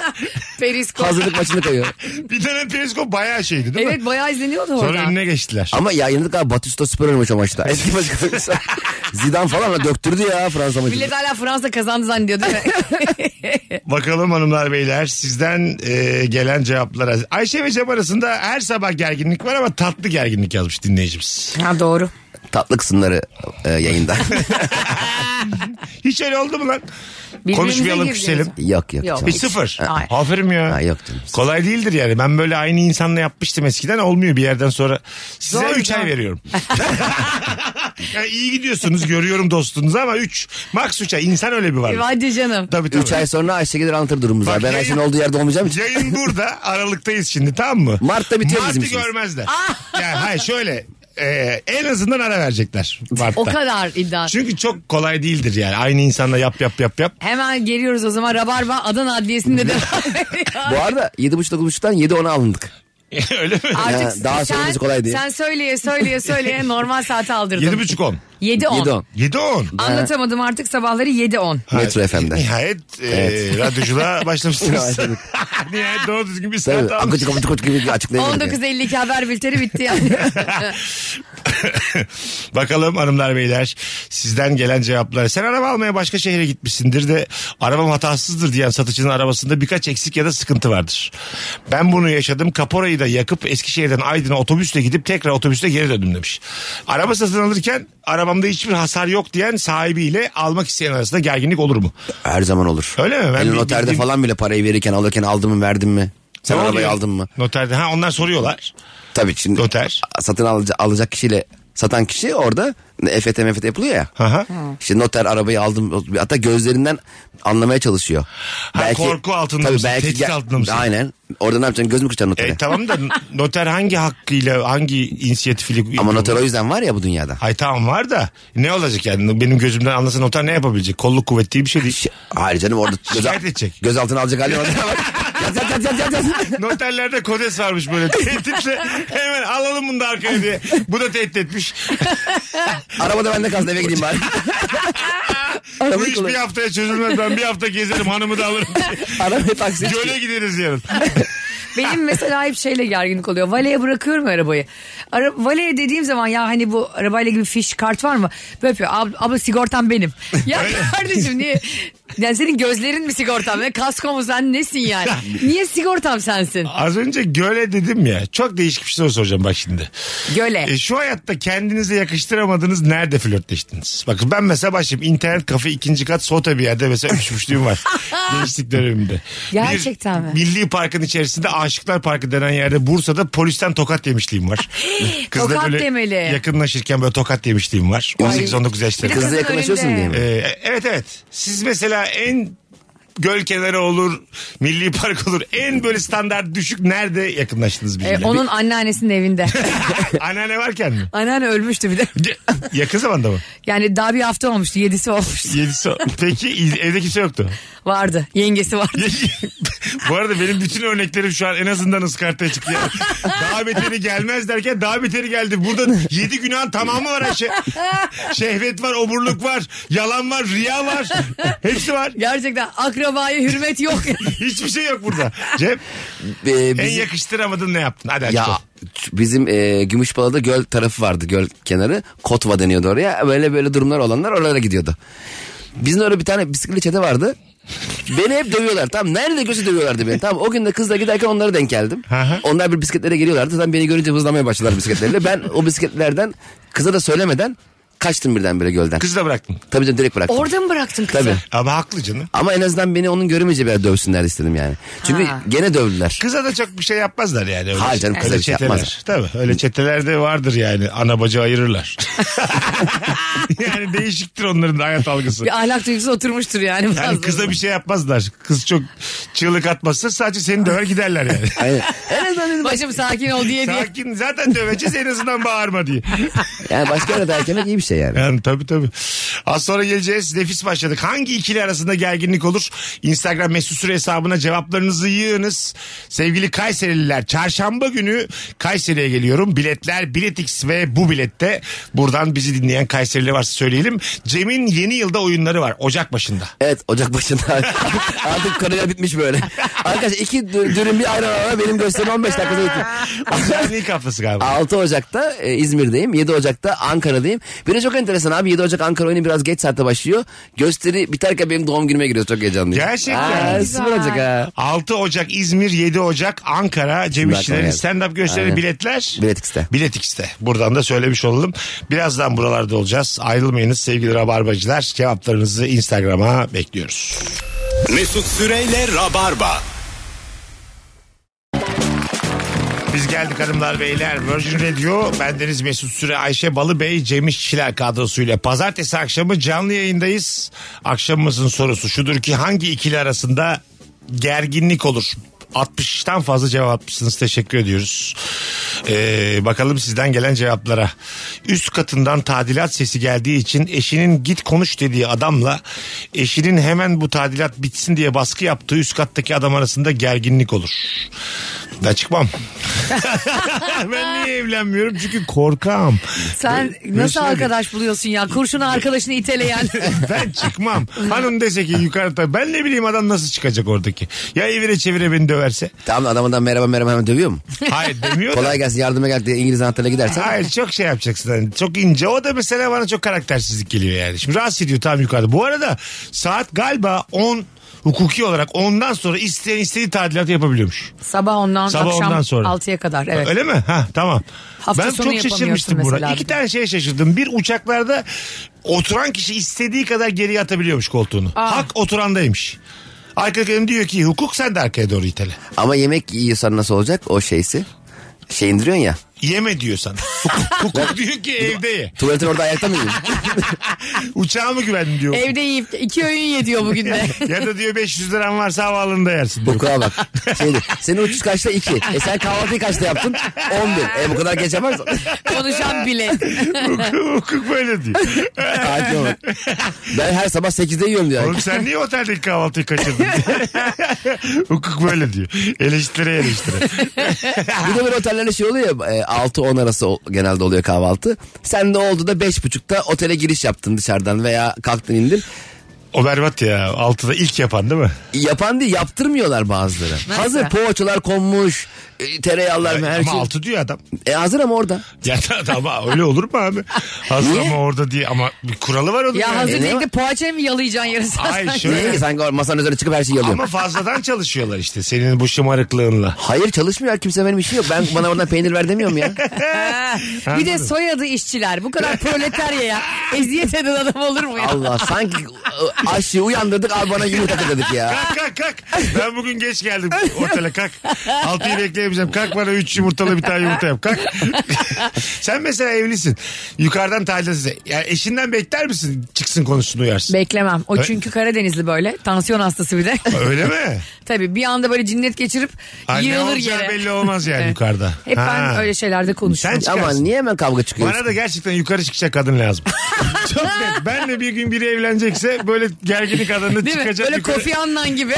[SPEAKER 4] Periskop.
[SPEAKER 3] hazırlık maçını koyuyor.
[SPEAKER 2] Bir dönem periskop bayağı şeydi değil mi?
[SPEAKER 4] Evet bayağı izleniyordu
[SPEAKER 2] Sonra
[SPEAKER 4] orada.
[SPEAKER 2] önüne geçtiler.
[SPEAKER 3] Ama yayınladık abi Batista süper oynamış o maçta. Eski maç kazanmışlar. Zidane falan da döktürdü ya Fransa maçını.
[SPEAKER 4] Millet hala Fransa kazandı zannediyor değil mi?
[SPEAKER 2] Bakalım hanımlar beyler sizden e, gelen cevaplara. Ayşe ve Cem arasında her sabah gerginlik var ama tatlı gerginlik yazmış dinleyicimiz.
[SPEAKER 4] ha doğru.
[SPEAKER 3] Tatlı kısımları e, yayında.
[SPEAKER 2] Hiç öyle oldu mu lan?
[SPEAKER 4] Birbirimize
[SPEAKER 2] Konuşmayalım
[SPEAKER 4] gireceğiz.
[SPEAKER 2] küselim.
[SPEAKER 3] yok yok.
[SPEAKER 4] Yok.
[SPEAKER 3] canım.
[SPEAKER 2] Bir sıfır.
[SPEAKER 4] Hayır.
[SPEAKER 2] Aferin ya.
[SPEAKER 3] Ha, yok canım.
[SPEAKER 2] Kolay değildir yani. Ben böyle aynı insanla yapmıştım eskiden. Olmuyor bir yerden sonra. Size
[SPEAKER 4] Zor,
[SPEAKER 2] 3 ay
[SPEAKER 4] zor.
[SPEAKER 2] veriyorum. yani iyi gidiyorsunuz. Görüyorum dostunuzu ama 3. Max 3 ay. İnsan öyle bir var.
[SPEAKER 4] E, Hadi canım.
[SPEAKER 2] Tabii tabii.
[SPEAKER 3] Üç ay sonra Ayşe gelir anlatır durumumuzu.
[SPEAKER 2] Bak,
[SPEAKER 3] Ben
[SPEAKER 2] yayın-
[SPEAKER 3] Ayşe'nin olduğu yerde olmayacağım için.
[SPEAKER 2] Yayın burada. Aralıktayız şimdi tamam mı?
[SPEAKER 3] Mart'ta bitiyor
[SPEAKER 2] Mart'ı
[SPEAKER 3] bizim işimiz.
[SPEAKER 2] görmezler.
[SPEAKER 4] Ah.
[SPEAKER 2] yani hayır şöyle. e, en azından ara verecekler Mart'ta.
[SPEAKER 4] O kadar iddia.
[SPEAKER 2] Çünkü çok kolay değildir yani. Aynı insanla yap yap yap yap.
[SPEAKER 4] Hemen geliyoruz o zaman Rabarba Adana Adliyesi'nde de.
[SPEAKER 3] Bu arada 7.30-9.30'dan 7.10'a alındık.
[SPEAKER 2] Öyle mi?
[SPEAKER 4] Artık
[SPEAKER 3] Ya, daha
[SPEAKER 4] sen-
[SPEAKER 3] söylemesi kolay değil.
[SPEAKER 4] Sen söyleye söyleye söyleye normal saate aldırdın.
[SPEAKER 2] 7.30-10.
[SPEAKER 4] 7.10.
[SPEAKER 3] 7.10.
[SPEAKER 2] 7.10.
[SPEAKER 4] Anlatamadım artık sabahları 7.10.
[SPEAKER 3] Metro
[SPEAKER 2] efendim.
[SPEAKER 3] FM'de.
[SPEAKER 2] Nihayet e, radyoculuğa başlamışsınız.
[SPEAKER 3] Başladık.
[SPEAKER 2] Nihayet doğru düzgün bir saat
[SPEAKER 3] Tabii.
[SPEAKER 2] almış.
[SPEAKER 3] Akıcı kapıcı kapıcı gibi açıklayamadık.
[SPEAKER 4] 19.52 haber bülteni bitti yani.
[SPEAKER 2] Bakalım hanımlar beyler sizden gelen cevaplar. Sen araba almaya başka şehre gitmişsindir de arabam hatasızdır diyen satıcının arabasında birkaç eksik ya da sıkıntı vardır. Ben bunu yaşadım kaporayı da yakıp Eskişehir'den Aydın'a otobüsle gidip tekrar otobüsle geri döndüm demiş. Araba satın alırken arabamda hiçbir hasar yok diyen sahibiyle almak isteyen arasında gerginlik olur mu?
[SPEAKER 3] Her zaman olur.
[SPEAKER 2] Öyle mi? Ben
[SPEAKER 3] Ben
[SPEAKER 2] bir-
[SPEAKER 3] noterde
[SPEAKER 2] bildiğim-
[SPEAKER 3] falan bile parayı verirken alırken aldım mı verdim mi? Sen
[SPEAKER 2] Ne
[SPEAKER 3] arabayı
[SPEAKER 2] oluyor?
[SPEAKER 3] aldın mı?
[SPEAKER 2] Noterde. Ha onlar soruyorlar.
[SPEAKER 3] Tabii şimdi
[SPEAKER 2] Noter.
[SPEAKER 3] satın alıcı, alacak kişiyle satan kişi orada EFT mefet yapılıyor ya.
[SPEAKER 2] Aha.
[SPEAKER 3] İşte noter arabayı aldım hatta gözlerinden anlamaya çalışıyor.
[SPEAKER 2] korku altında mısın? Tehdit altında mısın?
[SPEAKER 3] Aynen. Orada ne yapacaksın? Göz mü kıracaksın notere?
[SPEAKER 2] E, tamam da noter hangi hakkıyla hangi inisiyatifiyle...
[SPEAKER 3] Ama noter o yüzden var ya bu dünyada.
[SPEAKER 2] Hay tamam var da ne olacak yani benim gözümden anlasa noter ne yapabilecek? Kolluk kuvveti diye bir şey değil.
[SPEAKER 3] Ş- Hayır canım orada göz,
[SPEAKER 2] Şikayet edecek.
[SPEAKER 3] gözaltına alacak hali yok. Yat, yat, yat, yat, yat, yat.
[SPEAKER 2] Noterlerde kodes varmış böyle tehditle hemen alalım bunu da arkaya diye. Bu da tehdit etmiş.
[SPEAKER 3] Araba da bende kalsın eve gideyim bari.
[SPEAKER 2] Bu
[SPEAKER 3] arabayı
[SPEAKER 2] iş bir
[SPEAKER 3] kullan.
[SPEAKER 2] haftaya çözülmez ben bir hafta gezerim hanımı da alırım.
[SPEAKER 3] Arabayı taksiye
[SPEAKER 2] Göle gideriz yarın.
[SPEAKER 4] Benim mesela hep şeyle gerginlik oluyor. Valeye bırakıyorum arabayı. Ara, valeye dediğim zaman ya hani bu arabayla gibi fiş kart var mı? Böyle yapıyor. Abla, abla sigortam benim. ya kardeşim niye? Yani senin gözlerin mi sigortam? Ne kasko mu sen nesin yani? Niye sigortam sensin?
[SPEAKER 2] Az önce göle dedim ya çok değişik bir soru soracağım bak şimdi.
[SPEAKER 4] Göle.
[SPEAKER 2] E, şu hayatta kendinize yakıştıramadığınız nerede flörtleştiniz? Bakın ben mesela başlayayım internet kafe ikinci kat sota bir yerde mesela öpüşmüşlüğüm var. Gençlik dönemimde.
[SPEAKER 4] Gerçekten
[SPEAKER 2] bir,
[SPEAKER 4] mi?
[SPEAKER 2] Milli Park'ın içerisinde Aşıklar Parkı denen yerde Bursa'da polisten tokat yemişliğim var. Kızla
[SPEAKER 4] Tokat
[SPEAKER 2] böyle
[SPEAKER 4] demeli.
[SPEAKER 2] yakınlaşırken böyle tokat yemişliğim var. 18-19 yaşlarında.
[SPEAKER 4] Bir de
[SPEAKER 3] Hızlı yakınlaşıyorsun
[SPEAKER 4] önünde.
[SPEAKER 3] diye mi?
[SPEAKER 2] Ee, evet evet. Siz mesela en göl kenarı olur, milli park olur. En böyle standart düşük nerede yakınlaştınız
[SPEAKER 4] E,
[SPEAKER 2] birbirine?
[SPEAKER 4] onun anneannesinin evinde.
[SPEAKER 2] Anneanne varken mi?
[SPEAKER 4] Anneanne ölmüştü bir de.
[SPEAKER 2] Yakın zamanda mı?
[SPEAKER 4] Yani daha bir hafta olmuştu. Yedisi olmuştu.
[SPEAKER 2] Yedisi. Peki iz- evde kimse yoktu.
[SPEAKER 4] Vardı. Yengesi vardı.
[SPEAKER 2] Bu arada benim bütün örneklerim şu an en azından ıskartaya çıktı. Yani. Daha beteri gelmez derken daha beteri geldi. Burada yedi günahın tamamı var Ayşe. Şehvet var, oburluk var, yalan var, riya var. Hepsi var.
[SPEAKER 4] Gerçekten akrabaya hürmet yok.
[SPEAKER 2] Hiçbir şey yok burada. Cem
[SPEAKER 3] Ee,
[SPEAKER 2] en
[SPEAKER 3] bizim-
[SPEAKER 2] yakıştıramadın ne yaptın? Hadi aç
[SPEAKER 3] Ya
[SPEAKER 2] ol.
[SPEAKER 3] t- bizim e, Gümüşbala'da göl tarafı vardı göl kenarı. Kotva deniyordu oraya. Böyle böyle durumlar olanlar oralara gidiyordu. Bizim orada bir tane bisiklet çete vardı. Beni hep dövüyorlar tamam nerede görse dövüyorlardı beni tamam o gün de kızla giderken onlara denk geldim.
[SPEAKER 2] hı.
[SPEAKER 3] Onlar bir bisikletlere geliyorlardı zaten beni görünce hızlamaya başladılar bisikletleriyle. Ben o bisikletlerden kıza da söylemeden kaçtım birdenbire gölden.
[SPEAKER 2] Kızı da bıraktın.
[SPEAKER 3] Tabii canım direkt bıraktım.
[SPEAKER 4] Orada mı bıraktın kızı?
[SPEAKER 3] Tabii.
[SPEAKER 2] Ama haklı canım.
[SPEAKER 3] Ama en azından beni onun göremeyeceği bir yerde dövsünler istedim yani. Çünkü
[SPEAKER 4] Ha.
[SPEAKER 3] gene dövdüler.
[SPEAKER 2] Kıza da çok bir şey yapmazlar yani. Öyle
[SPEAKER 3] Hayır canım,
[SPEAKER 2] öyle
[SPEAKER 3] kıza bir şey
[SPEAKER 2] çeteler.
[SPEAKER 3] yapmazlar.
[SPEAKER 2] Tabii öyle çetelerde vardır yani. Ana bacı ayırırlar. yani değişiktir onların da hayat algısı.
[SPEAKER 4] Bir ahlak duygusu oturmuştur yani.
[SPEAKER 2] Yani
[SPEAKER 4] bazılarında.
[SPEAKER 2] kıza bir şey yapmazlar. Kız çok çığlık atmazsa sadece seni döver giderler yani.
[SPEAKER 3] Aynen. En azından dedim,
[SPEAKER 4] Başım sakin ol diye diye.
[SPEAKER 2] Sakin zaten döveceğiz en azından bağırma diye.
[SPEAKER 3] yani başka yere derken iyi bir şey yani.
[SPEAKER 2] Yani tabii tabii. Az sonra geleceğiz. Nefis başladık. Hangi ikili arasında gerginlik olur? Instagram mesut süre hesabına cevaplarınızı yığınız. Sevgili Kayserililer çarşamba günü Kayseri'ye geliyorum. Biletler Biletix ve bu bilette. Buradan bizi dinleyen Kayserili varsa söyleyelim. Cem'in yeni yılda oyunları var. Ocak başında.
[SPEAKER 3] Evet Ocak başında artık konuya bitmiş böyle. Arkadaşlar iki dü- dürüm bir ayran ama benim gösterim 15 dakikada bitti.
[SPEAKER 2] Güzelliği kafası galiba.
[SPEAKER 3] 6 Ocak'ta e, İzmir'deyim. 7 Ocak'ta Ankara'dayım. Bir de çok enteresan abi 7 Ocak Ankara oyunu biraz geç saatte başlıyor. Gösteri biterken benim doğum günüme giriyor. Çok heyecanlıyım.
[SPEAKER 2] Gerçekten.
[SPEAKER 3] Aa, Süper olacak ha.
[SPEAKER 2] 6 Ocak İzmir, 7 Ocak Ankara Cem
[SPEAKER 3] Şimdi
[SPEAKER 2] İşçilerin
[SPEAKER 3] aklıma geldi.
[SPEAKER 2] stand-up gösterileri
[SPEAKER 3] Aynen.
[SPEAKER 2] biletler.
[SPEAKER 3] Biletix'te.
[SPEAKER 2] Biletix'te. Buradan da söylemiş olalım. Birazdan buralarda olacağız. Ayrılmayınız sevgili rabarbacılar. Cevaplarınızı Instagram'a bekliyoruz.
[SPEAKER 1] Mesut Süreyle Rabarba.
[SPEAKER 2] Biz geldik hanımlar beyler. Virgin Radio, bendeniz Mesut Süre, Ayşe Balıbey, Cem İşçiler kadrosuyla. Pazartesi akşamı canlı yayındayız. Akşamımızın sorusu şudur ki hangi ikili arasında gerginlik olur? 60'tan fazla cevap atmışsınız. Teşekkür ediyoruz. Ee, bakalım sizden gelen cevaplara. Üst katından tadilat sesi geldiği için eşinin git konuş dediği adamla eşinin hemen bu tadilat bitsin diye baskı yaptığı üst kattaki adam arasında gerginlik olur. Ben çıkmam. ben niye evlenmiyorum? Çünkü korkam.
[SPEAKER 4] Sen
[SPEAKER 2] Ben-
[SPEAKER 4] nasıl
[SPEAKER 2] ben söyleyeyim.
[SPEAKER 4] arkadaş buluyorsun ya? Kurşunu arkadaşını iteleyen.
[SPEAKER 2] ben çıkmam. Hanım dese ki yukarıda ben ne bileyim adam nasıl çıkacak oradaki. Ya evire çevire beni döverse.
[SPEAKER 3] Tamam da adamından merhaba merhaba hemen dövüyor mu?
[SPEAKER 2] Hayır demiyor da.
[SPEAKER 3] Kolay gelsin yardıma gel diye İngiliz anahtarına gidersen.
[SPEAKER 2] Hayır çok şey yapacaksın. Hani çok ince. O da mesela bana çok karaktersizlik geliyor yani. Şimdi rahatsız ediyor tam yukarıda. Bu arada saat galiba 10 hukuki olarak ondan sonra isteyen istediği tadilatı yapabiliyormuş.
[SPEAKER 4] Sabah ondan
[SPEAKER 2] Sabah
[SPEAKER 4] akşam
[SPEAKER 2] ondan sonra.
[SPEAKER 4] 6'ya kadar. Evet.
[SPEAKER 2] Öyle mi? Ha tamam.
[SPEAKER 4] Hafta
[SPEAKER 2] ben
[SPEAKER 4] sonu
[SPEAKER 2] çok
[SPEAKER 4] yapamıyorsun
[SPEAKER 2] şaşırmıştım
[SPEAKER 4] mesela
[SPEAKER 2] buna.
[SPEAKER 4] bir
[SPEAKER 2] İki
[SPEAKER 4] de.
[SPEAKER 2] tane şeye şaşırdım. Bir uçaklarda oturan kişi istediği kadar geriye atabiliyormuş koltuğunu.
[SPEAKER 4] Aa.
[SPEAKER 2] Hak oturandaymış. Arkadaki adam diyor ki hukuk sen de arkaya doğru itele.
[SPEAKER 3] Ama yemek yiyorsan nasıl olacak o şeysi? Şey indiriyorsun ya.
[SPEAKER 2] Yeme diyor sana. Hukuk, hukuk diyor ki evde ye.
[SPEAKER 3] Tuvaletin orada ayakta mı yiyorsun?
[SPEAKER 2] Uçağa mı güvendin diyor.
[SPEAKER 4] Evde yiyip iki öğün yediyor bugün de.
[SPEAKER 2] ya da diyor 500 liran varsa havaalanında yersin diyor.
[SPEAKER 3] Hukuka bak. Şeydi, senin uçuş kaçta? 2. E sen kahvaltıyı kaçta yaptın? 11. E bu kadar geç yaparsan.
[SPEAKER 4] Konuşan bile.
[SPEAKER 2] hukuk, hukuk böyle diyor.
[SPEAKER 3] Sakin bak. Ben her sabah 8'de yiyorum diyor.
[SPEAKER 2] Oğlum sen niye oteldeki kahvaltıyı kaçırdın? hukuk böyle diyor. Eleştire eleştire.
[SPEAKER 3] Bir de böyle otellerde şey oluyor ya 6-10 arası o- genelde oluyor kahvaltı. Sen de oldu da 5.30'da otele giriş yaptın dışarıdan veya kalktın indin. E,
[SPEAKER 2] O berbat ya. Altıda ilk yapan değil mi?
[SPEAKER 3] Yapan değil yaptırmıyorlar bazıları. Hazır poğaçalar konmuş, e, tereyağlar mı her
[SPEAKER 2] Ama
[SPEAKER 3] şey.
[SPEAKER 2] altı diyor adam.
[SPEAKER 3] E hazır ama orada.
[SPEAKER 2] Ya da- da ama öyle olur mu abi? Hazır
[SPEAKER 3] Niye?
[SPEAKER 2] ama orada diye ama bir kuralı var onun.
[SPEAKER 4] Ya
[SPEAKER 2] yani.
[SPEAKER 4] hazır
[SPEAKER 3] E, ne
[SPEAKER 4] değil
[SPEAKER 3] var?
[SPEAKER 4] de poğaçayı mı yalayacaksın yarısı?
[SPEAKER 2] Ay, şöyle-
[SPEAKER 3] Niye ki sanki o masanın üzerine çıkıp her şeyi
[SPEAKER 2] Ama
[SPEAKER 3] yalıyorum.
[SPEAKER 2] fazladan çalışıyorlar işte senin bu şımarıklığınla.
[SPEAKER 3] Hayır çalışmıyor kimse benim işim yok. Ben bana oradan peynir ver demiyorum ya.
[SPEAKER 4] bir de soyadı işçiler. Bu kadar proletarya ya. Eziyet eden adam olur mu ya?
[SPEAKER 3] Allah sanki ıı, aşçıyı uyandırdık abi bana yumurta dedik ya.
[SPEAKER 2] Kalk kalk kalk. Ben bugün geç geldim otele kalk. Altıyı bekleyemeyeceğim. Kalk bana üç yumurtalı bir tane yumurta yap. Kalk. Sen mesela evlisin. Yukarıdan talihle size. Ya eşinden bekler misin? Çıksın konusunu uyarsın.
[SPEAKER 4] Beklemem. O
[SPEAKER 2] Ö-
[SPEAKER 4] çünkü Karadenizli böyle. Tansiyon hastası bir de.
[SPEAKER 2] Öyle mi?
[SPEAKER 4] Tabii bir anda böyle cinnet geçirip
[SPEAKER 2] Ay, ne
[SPEAKER 4] yığılır
[SPEAKER 2] olacağı
[SPEAKER 4] yere.
[SPEAKER 2] belli olmaz yani
[SPEAKER 4] Evet.
[SPEAKER 2] yukarıda.
[SPEAKER 4] Hep
[SPEAKER 2] Ha.
[SPEAKER 4] ben öyle şeylerde konuşurum.
[SPEAKER 2] Sen-
[SPEAKER 3] Ama niye hemen kavga çıkıyor?
[SPEAKER 2] Bana da gerçekten yukarı çıkacak kadın lazım. Çok net. Benle bir gün biri evlenecekse böyle gerginlik adını
[SPEAKER 4] Değil mi?
[SPEAKER 2] çıkacak
[SPEAKER 4] Böyle
[SPEAKER 2] yukarı-
[SPEAKER 4] Kofi Annan gibi.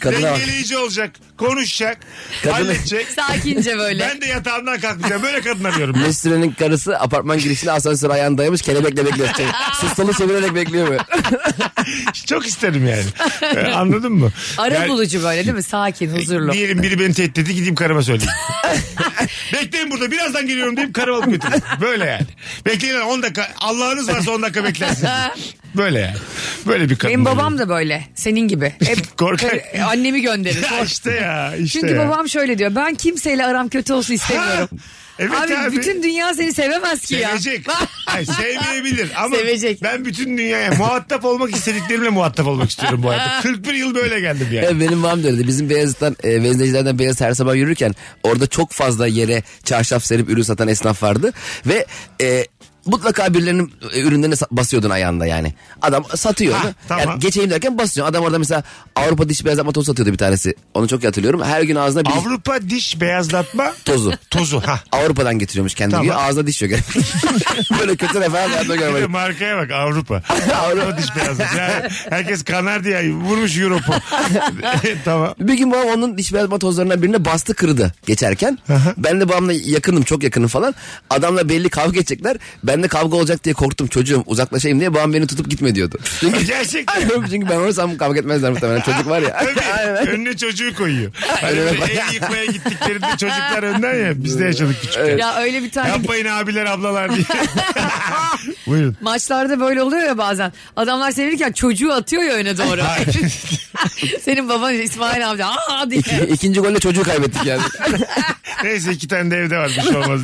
[SPEAKER 3] Kadına bak.
[SPEAKER 2] Dengeleyici olacak. Konuşacak.
[SPEAKER 3] Kadına-
[SPEAKER 2] Halledecek.
[SPEAKER 4] Sakince böyle.
[SPEAKER 2] Ben de yatağımdan kalkmayacağım. Böyle kadın arıyorum.
[SPEAKER 3] Mesut Süren'in karısı apartman girişine asansör ayağını dayamış kelebekle bekliyor. Şey, sustalı çevirerek bekliyor böyle.
[SPEAKER 2] Çok isterim yani. Ee, Anladın mı?
[SPEAKER 4] Ara
[SPEAKER 2] Yani-
[SPEAKER 4] bulucu böyle değil mi? Sakin, huzurlu.
[SPEAKER 2] Diyelim biri beni tehdit etti gideyim karıma söyleyeyim. Bekleyin burada birazdan geliyorum deyip karıma alıp götürün. Böyle yani. Bekleyin 10 dakika Allah'ınız varsa 10 dakika beklersin. Böyle yani. Böyle bir kadın.
[SPEAKER 4] Benim babam da böyle. Senin gibi. Hep
[SPEAKER 2] Korkak.
[SPEAKER 4] böyle annemi gönderir.
[SPEAKER 2] Ya işte ya işte
[SPEAKER 4] Çünkü
[SPEAKER 2] ya.
[SPEAKER 4] babam şöyle diyor. Ben kimseyle aram kötü olsun istemiyorum.
[SPEAKER 2] Ha, evet
[SPEAKER 4] abi,
[SPEAKER 2] abi.
[SPEAKER 4] bütün dünya seni sevemez ki ya.
[SPEAKER 2] Sevecek. Ay, sevmeyebilir ama
[SPEAKER 4] Sevecek.
[SPEAKER 2] ben bütün dünyaya muhatap olmak istediklerimle muhatap olmak istiyorum bu hayatta. 41 yıl böyle geldim yani.
[SPEAKER 3] Ya E, benim babam da öyleydi. Bizim Beyazıt'tan, e, Vezneciler'den Beyaz her sabah yürürken orada çok fazla yere çarşaf serip ürün satan esnaf vardı. Ve e, mutlaka birilerinin e, ürünlerini sa- basıyordun ayağında yani. Adam satıyor.
[SPEAKER 2] Ha,
[SPEAKER 3] onu.
[SPEAKER 2] tamam.
[SPEAKER 3] Yani geçeyim derken basıyor. Adam orada mesela Avrupa diş beyazlatma tozu satıyordu bir tanesi. Onu çok iyi hatırlıyorum. Her gün ağzına bir
[SPEAKER 2] Avrupa diş beyazlatma
[SPEAKER 3] tozu.
[SPEAKER 2] tozu. Ha.
[SPEAKER 3] Avrupa'dan getiriyormuş kendi
[SPEAKER 2] Tamam.
[SPEAKER 3] gibi. Ağzına diş yok. Böyle kötü referans hayatımda
[SPEAKER 2] Bir de
[SPEAKER 3] görmedim.
[SPEAKER 2] markaya bak Avrupa. Avrupa diş beyazlatma. Yani herkes kanar diye vurmuş Europu. tamam.
[SPEAKER 3] Bir gün babam onun diş beyazlatma tozlarından birine bastı kırdı geçerken. ben de babamla yakınım çok yakınım falan. Adamla belli kavga edecekler. Ben de kavga olacak diye korktum çocuğum uzaklaşayım diye babam beni tutup gitme diyordu. Çünkü,
[SPEAKER 2] Gerçekten.
[SPEAKER 3] çünkü ben olursam kavga etmezler muhtemelen çocuk var ya.
[SPEAKER 2] Tabii.
[SPEAKER 3] Aynen.
[SPEAKER 2] Önüne çocuğu koyuyor. Hani
[SPEAKER 3] Önüne
[SPEAKER 2] böyle
[SPEAKER 3] koy-
[SPEAKER 2] el yıkmaya gittiklerinde çocuklar önden ya. Biz de yaşadık küçükken.
[SPEAKER 4] Ya öyle bir tane
[SPEAKER 2] Yapmayın abiler ablalar diye. Buyurun.
[SPEAKER 4] maçlarda böyle oluyor ya bazen. Adamlar sevinirken çocuğu atıyor ya öne doğru. Senin baban İsmail amca aa diye.
[SPEAKER 3] İki- İkinci golle çocuğu kaybettik yani.
[SPEAKER 2] Neyse iki tane de evde var bir şey olmaz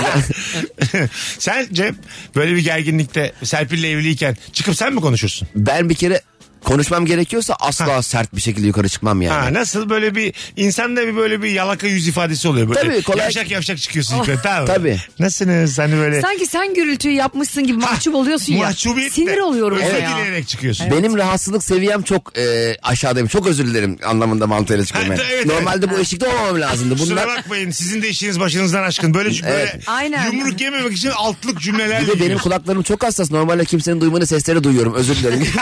[SPEAKER 2] diye. sen Cem böyle bir gerginlikte Serpil'le evliyken çıkıp sen mi konuşursun?
[SPEAKER 3] ben bir kere konuşmam gerekiyorsa asla sert bir şekilde yukarı çıkmam yani.
[SPEAKER 2] Ha, nasıl böyle bir insanda bir böyle bir yalaka yüz ifadesi oluyor. Böyle
[SPEAKER 3] Tabii, kolay- Ah,
[SPEAKER 2] Yavşak yavşak çıkıyorsun yukarı tamam mı?
[SPEAKER 3] Tabii.
[SPEAKER 2] Nasılsınız hani böyle.
[SPEAKER 4] Sanki sen gürültüyü yapmışsın gibi mahcup oluyorsun ya.
[SPEAKER 2] Mahcubiyetle,
[SPEAKER 4] Sinir oluyorum
[SPEAKER 2] özür
[SPEAKER 4] ona ya.
[SPEAKER 2] dileyerek çıkıyorsun.
[SPEAKER 3] Benim rahatsızlık seviyem çok e, aşağıdayım. Çok özür dilerim anlamında mantığıyla çıkıyorum.
[SPEAKER 2] Evet,
[SPEAKER 3] yani.
[SPEAKER 2] evet,
[SPEAKER 3] Normalde bu eşikte olmamam lazımdı.
[SPEAKER 2] Kusura
[SPEAKER 3] Bunlar
[SPEAKER 2] bakmayın sizin de işiniz başınızdan aşkın. Böyle, böyle
[SPEAKER 4] Aynen.
[SPEAKER 2] yumruk yememek için altlık cümleler.
[SPEAKER 3] bir de benim
[SPEAKER 2] yiyor.
[SPEAKER 3] kulaklarım çok hassas. Normalde kimsenin duymadığı sesleri duyuyorum. Özür dilerim.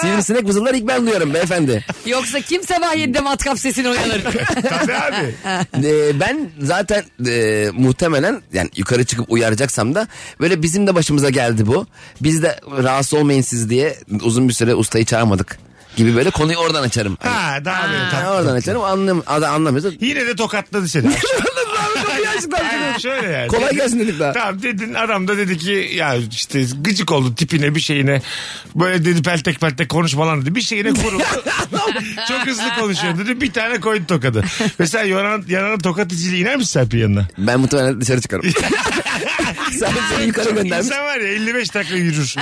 [SPEAKER 3] Sivrisinek vızıldar ilk ben duyarım beyefendi.
[SPEAKER 4] Yoksa kim sabah yedide matkap sesini uyanır?
[SPEAKER 2] Tabii abi.
[SPEAKER 3] Ee, ben zaten e, muhtemelen yani yukarı çıkıp uyaracaksam da böyle bizim de başımıza geldi bu. Biz de rahatsız olmayın siz diye uzun bir süre ustayı çağırmadık gibi böyle konuyu oradan açarım. Hani,
[SPEAKER 2] Ha daha böyle tatlı.
[SPEAKER 3] ha, oradan açarım anlam anlamıyorsa
[SPEAKER 2] Yine de tokatladı seni.
[SPEAKER 3] yaşlıdan
[SPEAKER 2] Yani şöyle yani.
[SPEAKER 3] Kolay gelsin dedik daha.
[SPEAKER 2] Tamam dedin adam da dedi ki ya işte gıcık oldu tipine bir şeyine. Böyle dedi peltek peltek konuşmalar dedi. Bir şeyine kuruldu. Çok hızlı konuşuyor dedi. Bir tane koydu tokadı. Mesela yanan, yanan tokat içiyle iner misin Serpil yanına?
[SPEAKER 3] Ben muhtemelen dışarı çıkarım. Sen seni yukarı göndermiş.
[SPEAKER 2] İnsan var ya 55 dakika yürür.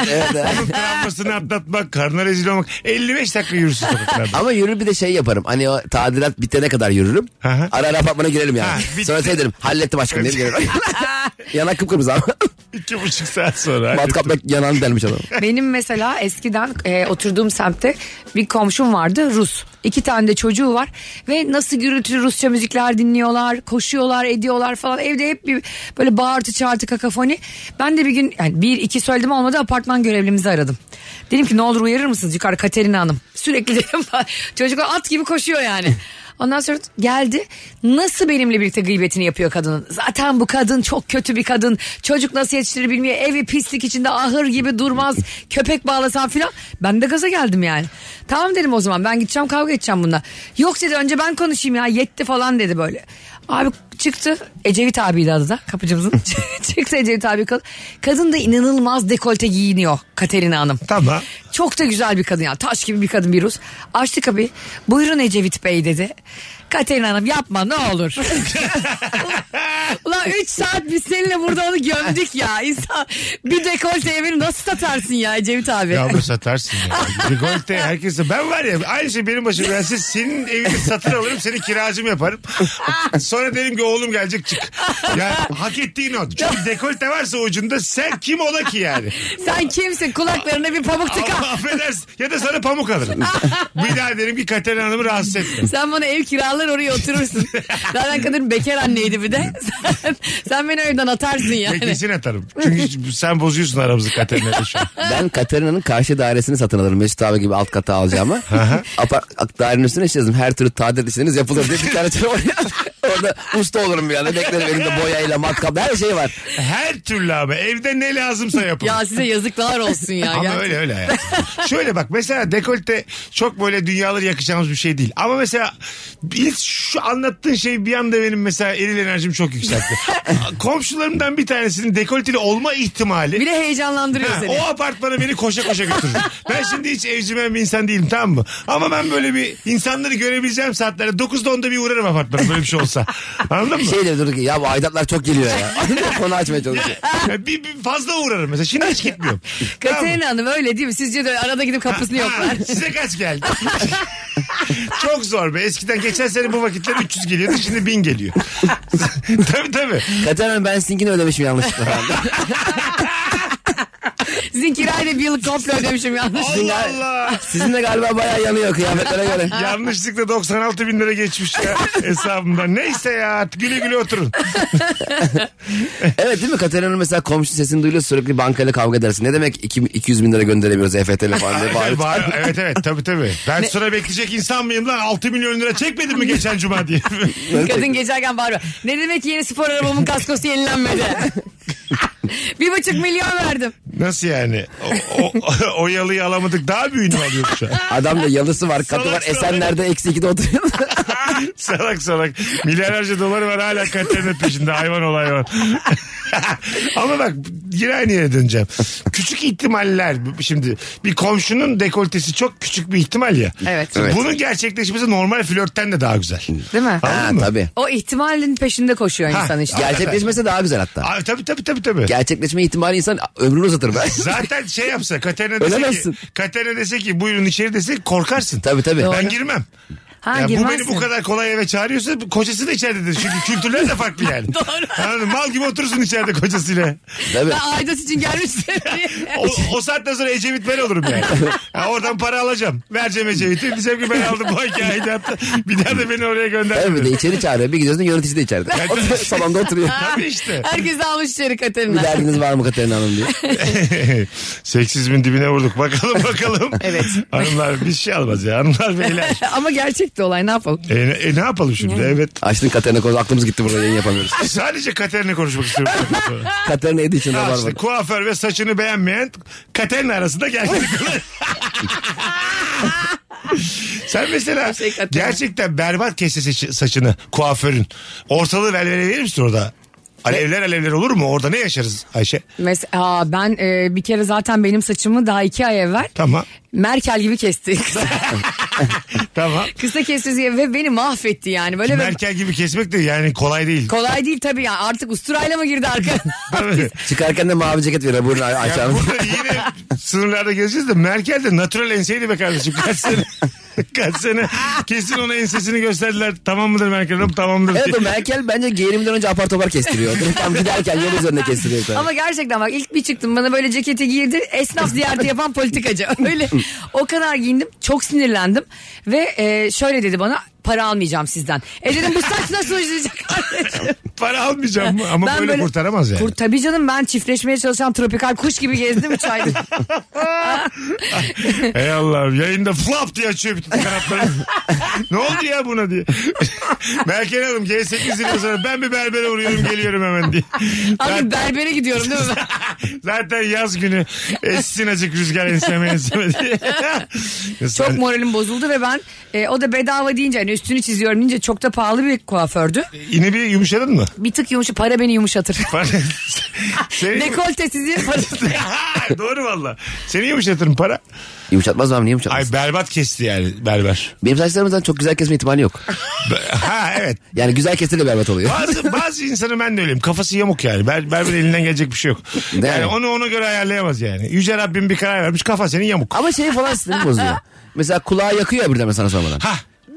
[SPEAKER 2] Onun travmasını atlatmak, karnına rezil olmak. 55 dakika yürürsün sokaklarda.
[SPEAKER 3] Ama yürür bir de şey yaparım. Hani o tadilat bitene kadar yürürüm.
[SPEAKER 2] Hı hı.
[SPEAKER 3] Ara ara apartmana girelim yani.
[SPEAKER 2] Ha, bitti.
[SPEAKER 3] Sonra şey derim. Hallettim aşkım diye gelirim. Yanak kıpkırmızı ama.
[SPEAKER 2] İki buçuk saat sonra.
[SPEAKER 3] Matkapla yanan delmiş adam.
[SPEAKER 4] Benim mesela eskiden e, oturduğum semtte bir komşum vardı Rus. İki tane de çocuğu var ve nasıl gürültülü Rusça müzikler dinliyorlar, koşuyorlar, ediyorlar falan. Evde hep bir böyle bağırtı çağırtı kakafoni. Ben de bir gün yani bir iki söyledim olmadı apartman görevlimizi aradım. Dedim ki ne olur uyarır mısınız yukarı Katerina Hanım. Sürekli dedim çocuklar at gibi koşuyor yani. Ondan sonra geldi. Nasıl benimle birlikte gıybetini yapıyor kadının? Zaten bu kadın çok kötü bir kadın. Çocuk nasıl yetiştirir bilmiyor. Evi pislik içinde ahır gibi durmaz. Köpek bağlasan filan. Ben de gaza geldim yani. Tamam dedim o zaman ben gideceğim kavga edeceğim bununla. Yok dedi önce ben konuşayım ya yetti falan dedi böyle. Abi çıktı Ecevit abiydi adı da kapıcımızın. çıktı Ecevit abi. kad- Kadın da inanılmaz dekolte giyiniyor Katerina Hanım.
[SPEAKER 2] Tamam.
[SPEAKER 4] Çok da güzel bir kadın ya. Taş gibi bir kadın bir Rus. Açtı kapıyı. Buyurun Ecevit Bey dedi. Katerina Hanım yapma ne olur. Ulan 3 saat biz seninle burada onu gömdük ya. İnsan bir dekolteye beni nasıl satarsın ya Ecevit abi?
[SPEAKER 2] Yavru satarsın ya. Rigolte herkese. Ben var ya aynı şey benim başıma gelse senin evini satın alırım seni kiracım yaparım. Sonra derim ki oğlum gelecek çık. Ya hak ettiğin o. Çünkü dekolte varsa ucunda sen kim ola ki yani?
[SPEAKER 4] Sen kimsin kulaklarına bir pamuk tıka.
[SPEAKER 2] affedersin ya da sana pamuk alırım. bir daha derim ki Katerina Hanım'ı rahatsız etme.
[SPEAKER 4] Sen bana ev kiralar oraya oturursun. Zaten kadın bekar anneydi bir de. Sen, sen beni evden atarsın yani.
[SPEAKER 2] Ve kesin atarım. Çünkü sen bozuyorsun aramızı Katerina'yla şu an.
[SPEAKER 3] Ben Katerina'nın karşı dairesini satın alırım. Mesut abi gibi alt kata alacağımı. Apar, dairenin üstüne işte yazdım. Her türlü tadilat işiniz yapılır diye bir tane çare oraya. Orada usta olurum bir anda. Beklerim elimde boyayla, matkapla her şey var.
[SPEAKER 2] Her türlü abi evde ne lazımsa yapın.
[SPEAKER 4] Ya size yazıklar olsun ya.
[SPEAKER 2] Ama
[SPEAKER 4] gerçekten.
[SPEAKER 2] öyle öyle hayatım. Şöyle bak mesela dekolte çok böyle dünyaları yakışacağımız bir şey değil. Ama mesela bir- şu anlattığın şey bir anda benim mesela eril enerjimi çok yükseltti. Komşularımdan bir tanesinin dekolteli olma ihtimali.
[SPEAKER 4] Bir de heyecanlandırıyor
[SPEAKER 2] Ha,
[SPEAKER 4] seni.
[SPEAKER 2] o apartmana beni koşa koşa götürür. ben şimdi hiç evcimen bir insan değilim tamam mı? Ama ben böyle bir insanları görebileceğim saatlerde 9'da 10'da bir uğrarım apartmana böyle bir şey olsa. Anladın mı?
[SPEAKER 3] Şey diyor durduk ki ya bu aidatlar çok geliyor ya. Konu açmaya çalışıyor.
[SPEAKER 2] Ya bir, bir fazla uğrarım mesela. Şimdi hiç gitmiyorum. Tamam mı?
[SPEAKER 4] Katerina Hanım öyle değil mi? Sizce de arada gidip kapısını yoklar.
[SPEAKER 2] Ha, Size kaç geldi? Çok zor be. Eskiden geçen sene bu vakitler 300 geliyordu. Şimdi 1000 geliyor. tabii tabii.
[SPEAKER 3] Katerina ben sizinkini ödemişim yanlışlıkla.
[SPEAKER 4] Sizin kirayla bir yıllık komple ödemişim yanlış.
[SPEAKER 2] Allah Allah.
[SPEAKER 3] Sizin de galiba bayağı yanıyor kıyafetlere göre.
[SPEAKER 2] Yanlışlıkla 96 bin lira geçmiş ya hesabımdan. Neyse ya artık güle güle oturun.
[SPEAKER 3] Evet değil mi? Katerina'nın mesela komşu sesini duyuluyor sürekli bankayla kavga edersin. Ne demek iki- 200 bin lira gönderemiyoruz EFT'le falan diye bağırıyor.
[SPEAKER 2] Bağır- evet evet tabii tabii. Ben sıra bekleyecek insan mıyım lan? 6 milyon lira çekmedin mi geçen cuma diye.
[SPEAKER 4] Kadın geçerken bağırıyor. Ne demek yeni spor arabamın kaskosu yenilenmedi. bir buçuk milyon verdim.
[SPEAKER 2] Nasıl yani? O, o, o yalıyı alamadık. Daha büyüğünü alıyoruz şu an.
[SPEAKER 3] Adam da yalısı var, katı var.
[SPEAKER 2] Salak salak.
[SPEAKER 3] Esenler'de eksi ikide oturuyor.
[SPEAKER 2] salak salak. Milyarlarca doları var hala Katerina peşinde. Hayvan olay var. Ama bak yine aynı yere döneceğim. Küçük ihtimaller. Şimdi bir komşunun dekoltesi çok küçük bir ihtimal ya.
[SPEAKER 4] Evet.
[SPEAKER 3] Evet.
[SPEAKER 2] Bunun gerçekleşmesi normal flörtten de daha güzel.
[SPEAKER 4] Değil mi?
[SPEAKER 3] ha tabii.
[SPEAKER 4] O ihtimalin peşinde koşuyor insan işte.
[SPEAKER 3] Gerçekleşmese daha güzel hatta.
[SPEAKER 2] Abi tabii tabii tabii tabii.
[SPEAKER 3] Gerçekleşme ihtimali insan ömrünü uzatır ben.
[SPEAKER 2] Zaten şey yapsa Katerina dese ki,
[SPEAKER 3] Ölemezsin.
[SPEAKER 2] Katerina dese ki buyurun içeri dese korkarsın.
[SPEAKER 3] Tabii tabii.
[SPEAKER 2] Ben girmem.
[SPEAKER 4] Ha,
[SPEAKER 2] Ya bu
[SPEAKER 4] girmezsin.
[SPEAKER 2] beni bu kadar kolay eve çağırıyorsa kocası da içeridedir. Çünkü kültürler de farklı yani.
[SPEAKER 4] Doğru.
[SPEAKER 2] Anladın mı? Mal gibi oturursun içeride kocasıyla.
[SPEAKER 3] Tabii.
[SPEAKER 4] Ben aidat için gelmiştim diye.
[SPEAKER 2] O, o saatten sonra Ecevit ben olurum yani. Ha, oradan para alacağım. Vereceğim Ecevit'i. Diyeceğim ki ben aldım bu ayki aidatı. Bir daha da beni oraya gönder.
[SPEAKER 3] Tabii bir de içeri çağırıyor. Bir gidiyorsun yönetici de içeride. O da salonda oturuyor.
[SPEAKER 2] Tabii işte.
[SPEAKER 4] Herkes almış içeri
[SPEAKER 3] bir
[SPEAKER 4] Katerina.
[SPEAKER 3] derdiniz var mı Katerina Hanım diye.
[SPEAKER 2] Seksizmin dibine vurduk. Bakalım bakalım.
[SPEAKER 4] Evet.
[SPEAKER 2] Hanımlar bir şey almaz ya. Hanımlar beyler.
[SPEAKER 4] Ama gerçekti olay ne yapalım?
[SPEAKER 2] E, ne- e, ne yapalım şimdi? Evet.
[SPEAKER 3] Açtın Katerina konusu. Aklımız gitti burada yayın yapamıyoruz.
[SPEAKER 2] Sadece Katerina konuşmak istiyorum.
[SPEAKER 3] Katerina yedi için
[SPEAKER 2] Ha,
[SPEAKER 3] var
[SPEAKER 2] işte
[SPEAKER 3] var.
[SPEAKER 2] kuaför ve saçını beğenmeyen Katerina arasında gerginlik olur. Sen mesela
[SPEAKER 4] Şey Katerina.
[SPEAKER 2] gerçekten berbat kesse saçı- saçını kuaförün. Ortalığı velvele verir misin orada? Alevler alevler olur mu? Orada ne yaşarız Ayşe?
[SPEAKER 4] Mesela aa, ben e, bir kere zaten benim saçımı daha iki ay evvel
[SPEAKER 2] Tamam.
[SPEAKER 4] Merkel gibi kesti.
[SPEAKER 2] Tamam.
[SPEAKER 4] Kısa kesti diye ve beni mahvetti yani. Böyle ve-
[SPEAKER 2] Merkel gibi kesmek de yani kolay değil.
[SPEAKER 4] kolay değil tabii ya. Artık usturayla mı girdi arka?
[SPEAKER 2] Tabii.
[SPEAKER 3] Çıkarken de mavi ceket veriyor. Burnunu
[SPEAKER 2] Ya
[SPEAKER 3] aşağı.
[SPEAKER 2] burada yine sınırlarda gezeceğiz de Merkel de natural enseydi be kardeşim. Kaç sene, kaç sene kesin ona ensesini gösterdiler. Tamam mıdır Merkel Hanım tamam mıdır
[SPEAKER 3] Evet
[SPEAKER 2] diye.
[SPEAKER 3] o Merkel bence geğirimden önce apar topar kestiriyor. Tam giderken yol üzerinde kestiriyor. tabii.
[SPEAKER 4] Ama gerçekten bak ilk bir çıktım bana böyle ceketi giydi. Esnaf ziyareti yapan politikacı. Öyle o kadar giyindim. Çok sinirlendim. Ve e, şöyle dedi bana para almayacağım sizden. E dedim bu saç nasıl ucuzlayacak kardeşim?
[SPEAKER 2] Para almayacağım ama
[SPEAKER 4] Ben
[SPEAKER 2] böyle, kurtaramaz yani.
[SPEAKER 4] Kur- tabii canım ben çiftleşmeye çalışan tropikal kuş gibi gezdim 3 aydır.
[SPEAKER 2] Ey Allah'ım yayında flap diye açıyor bütün kanatları. ne oldu ya buna diye. Merkel Hanım G8 yıl sonra ben bir berbere uğruyorum geliyorum hemen diye.
[SPEAKER 4] Abi
[SPEAKER 2] Zaten,
[SPEAKER 4] berbere gidiyorum değil mi? ben?
[SPEAKER 2] zaten yaz günü essin acık rüzgar enseme enseme diye.
[SPEAKER 4] Çok
[SPEAKER 2] Sen-
[SPEAKER 4] moralim bozuldu ve ben e, o da bedava deyince hani üstünü çiziyorum deyince çok da pahalı bir kuafördü.
[SPEAKER 2] Yine bir yumuşadın mı?
[SPEAKER 4] Bir tık yumuşa para beni yumuşatır.
[SPEAKER 2] Seni...
[SPEAKER 4] Dekoltesiz diye parası.
[SPEAKER 2] Doğru valla. Seni yumuşatırım para.
[SPEAKER 3] Yumuşatmaz mı? abi, Niye
[SPEAKER 2] Ay
[SPEAKER 3] yumuşatmaz?
[SPEAKER 2] berbat kesti yani berber.
[SPEAKER 3] Benim saçlarımın zaten çok güzel kesme ihtimali yok.
[SPEAKER 2] Be- ha evet.
[SPEAKER 3] Yani güzel kesti de berbat oluyor.
[SPEAKER 2] Bazı, bazı insanı ben de öyleyim. Kafası yamuk yani. Ber, berber elinden gelecek bir şey yok.
[SPEAKER 3] Değil
[SPEAKER 2] yani
[SPEAKER 3] mi?
[SPEAKER 2] onu ona göre ayarlayamaz yani. Yüce Rabbim bir karar vermiş. Kafa senin yamuk.
[SPEAKER 3] Ama şey falan sinirimi bozuyor. Mesela kulağa yakıyor ya birden sana sormadan.
[SPEAKER 2] Ha.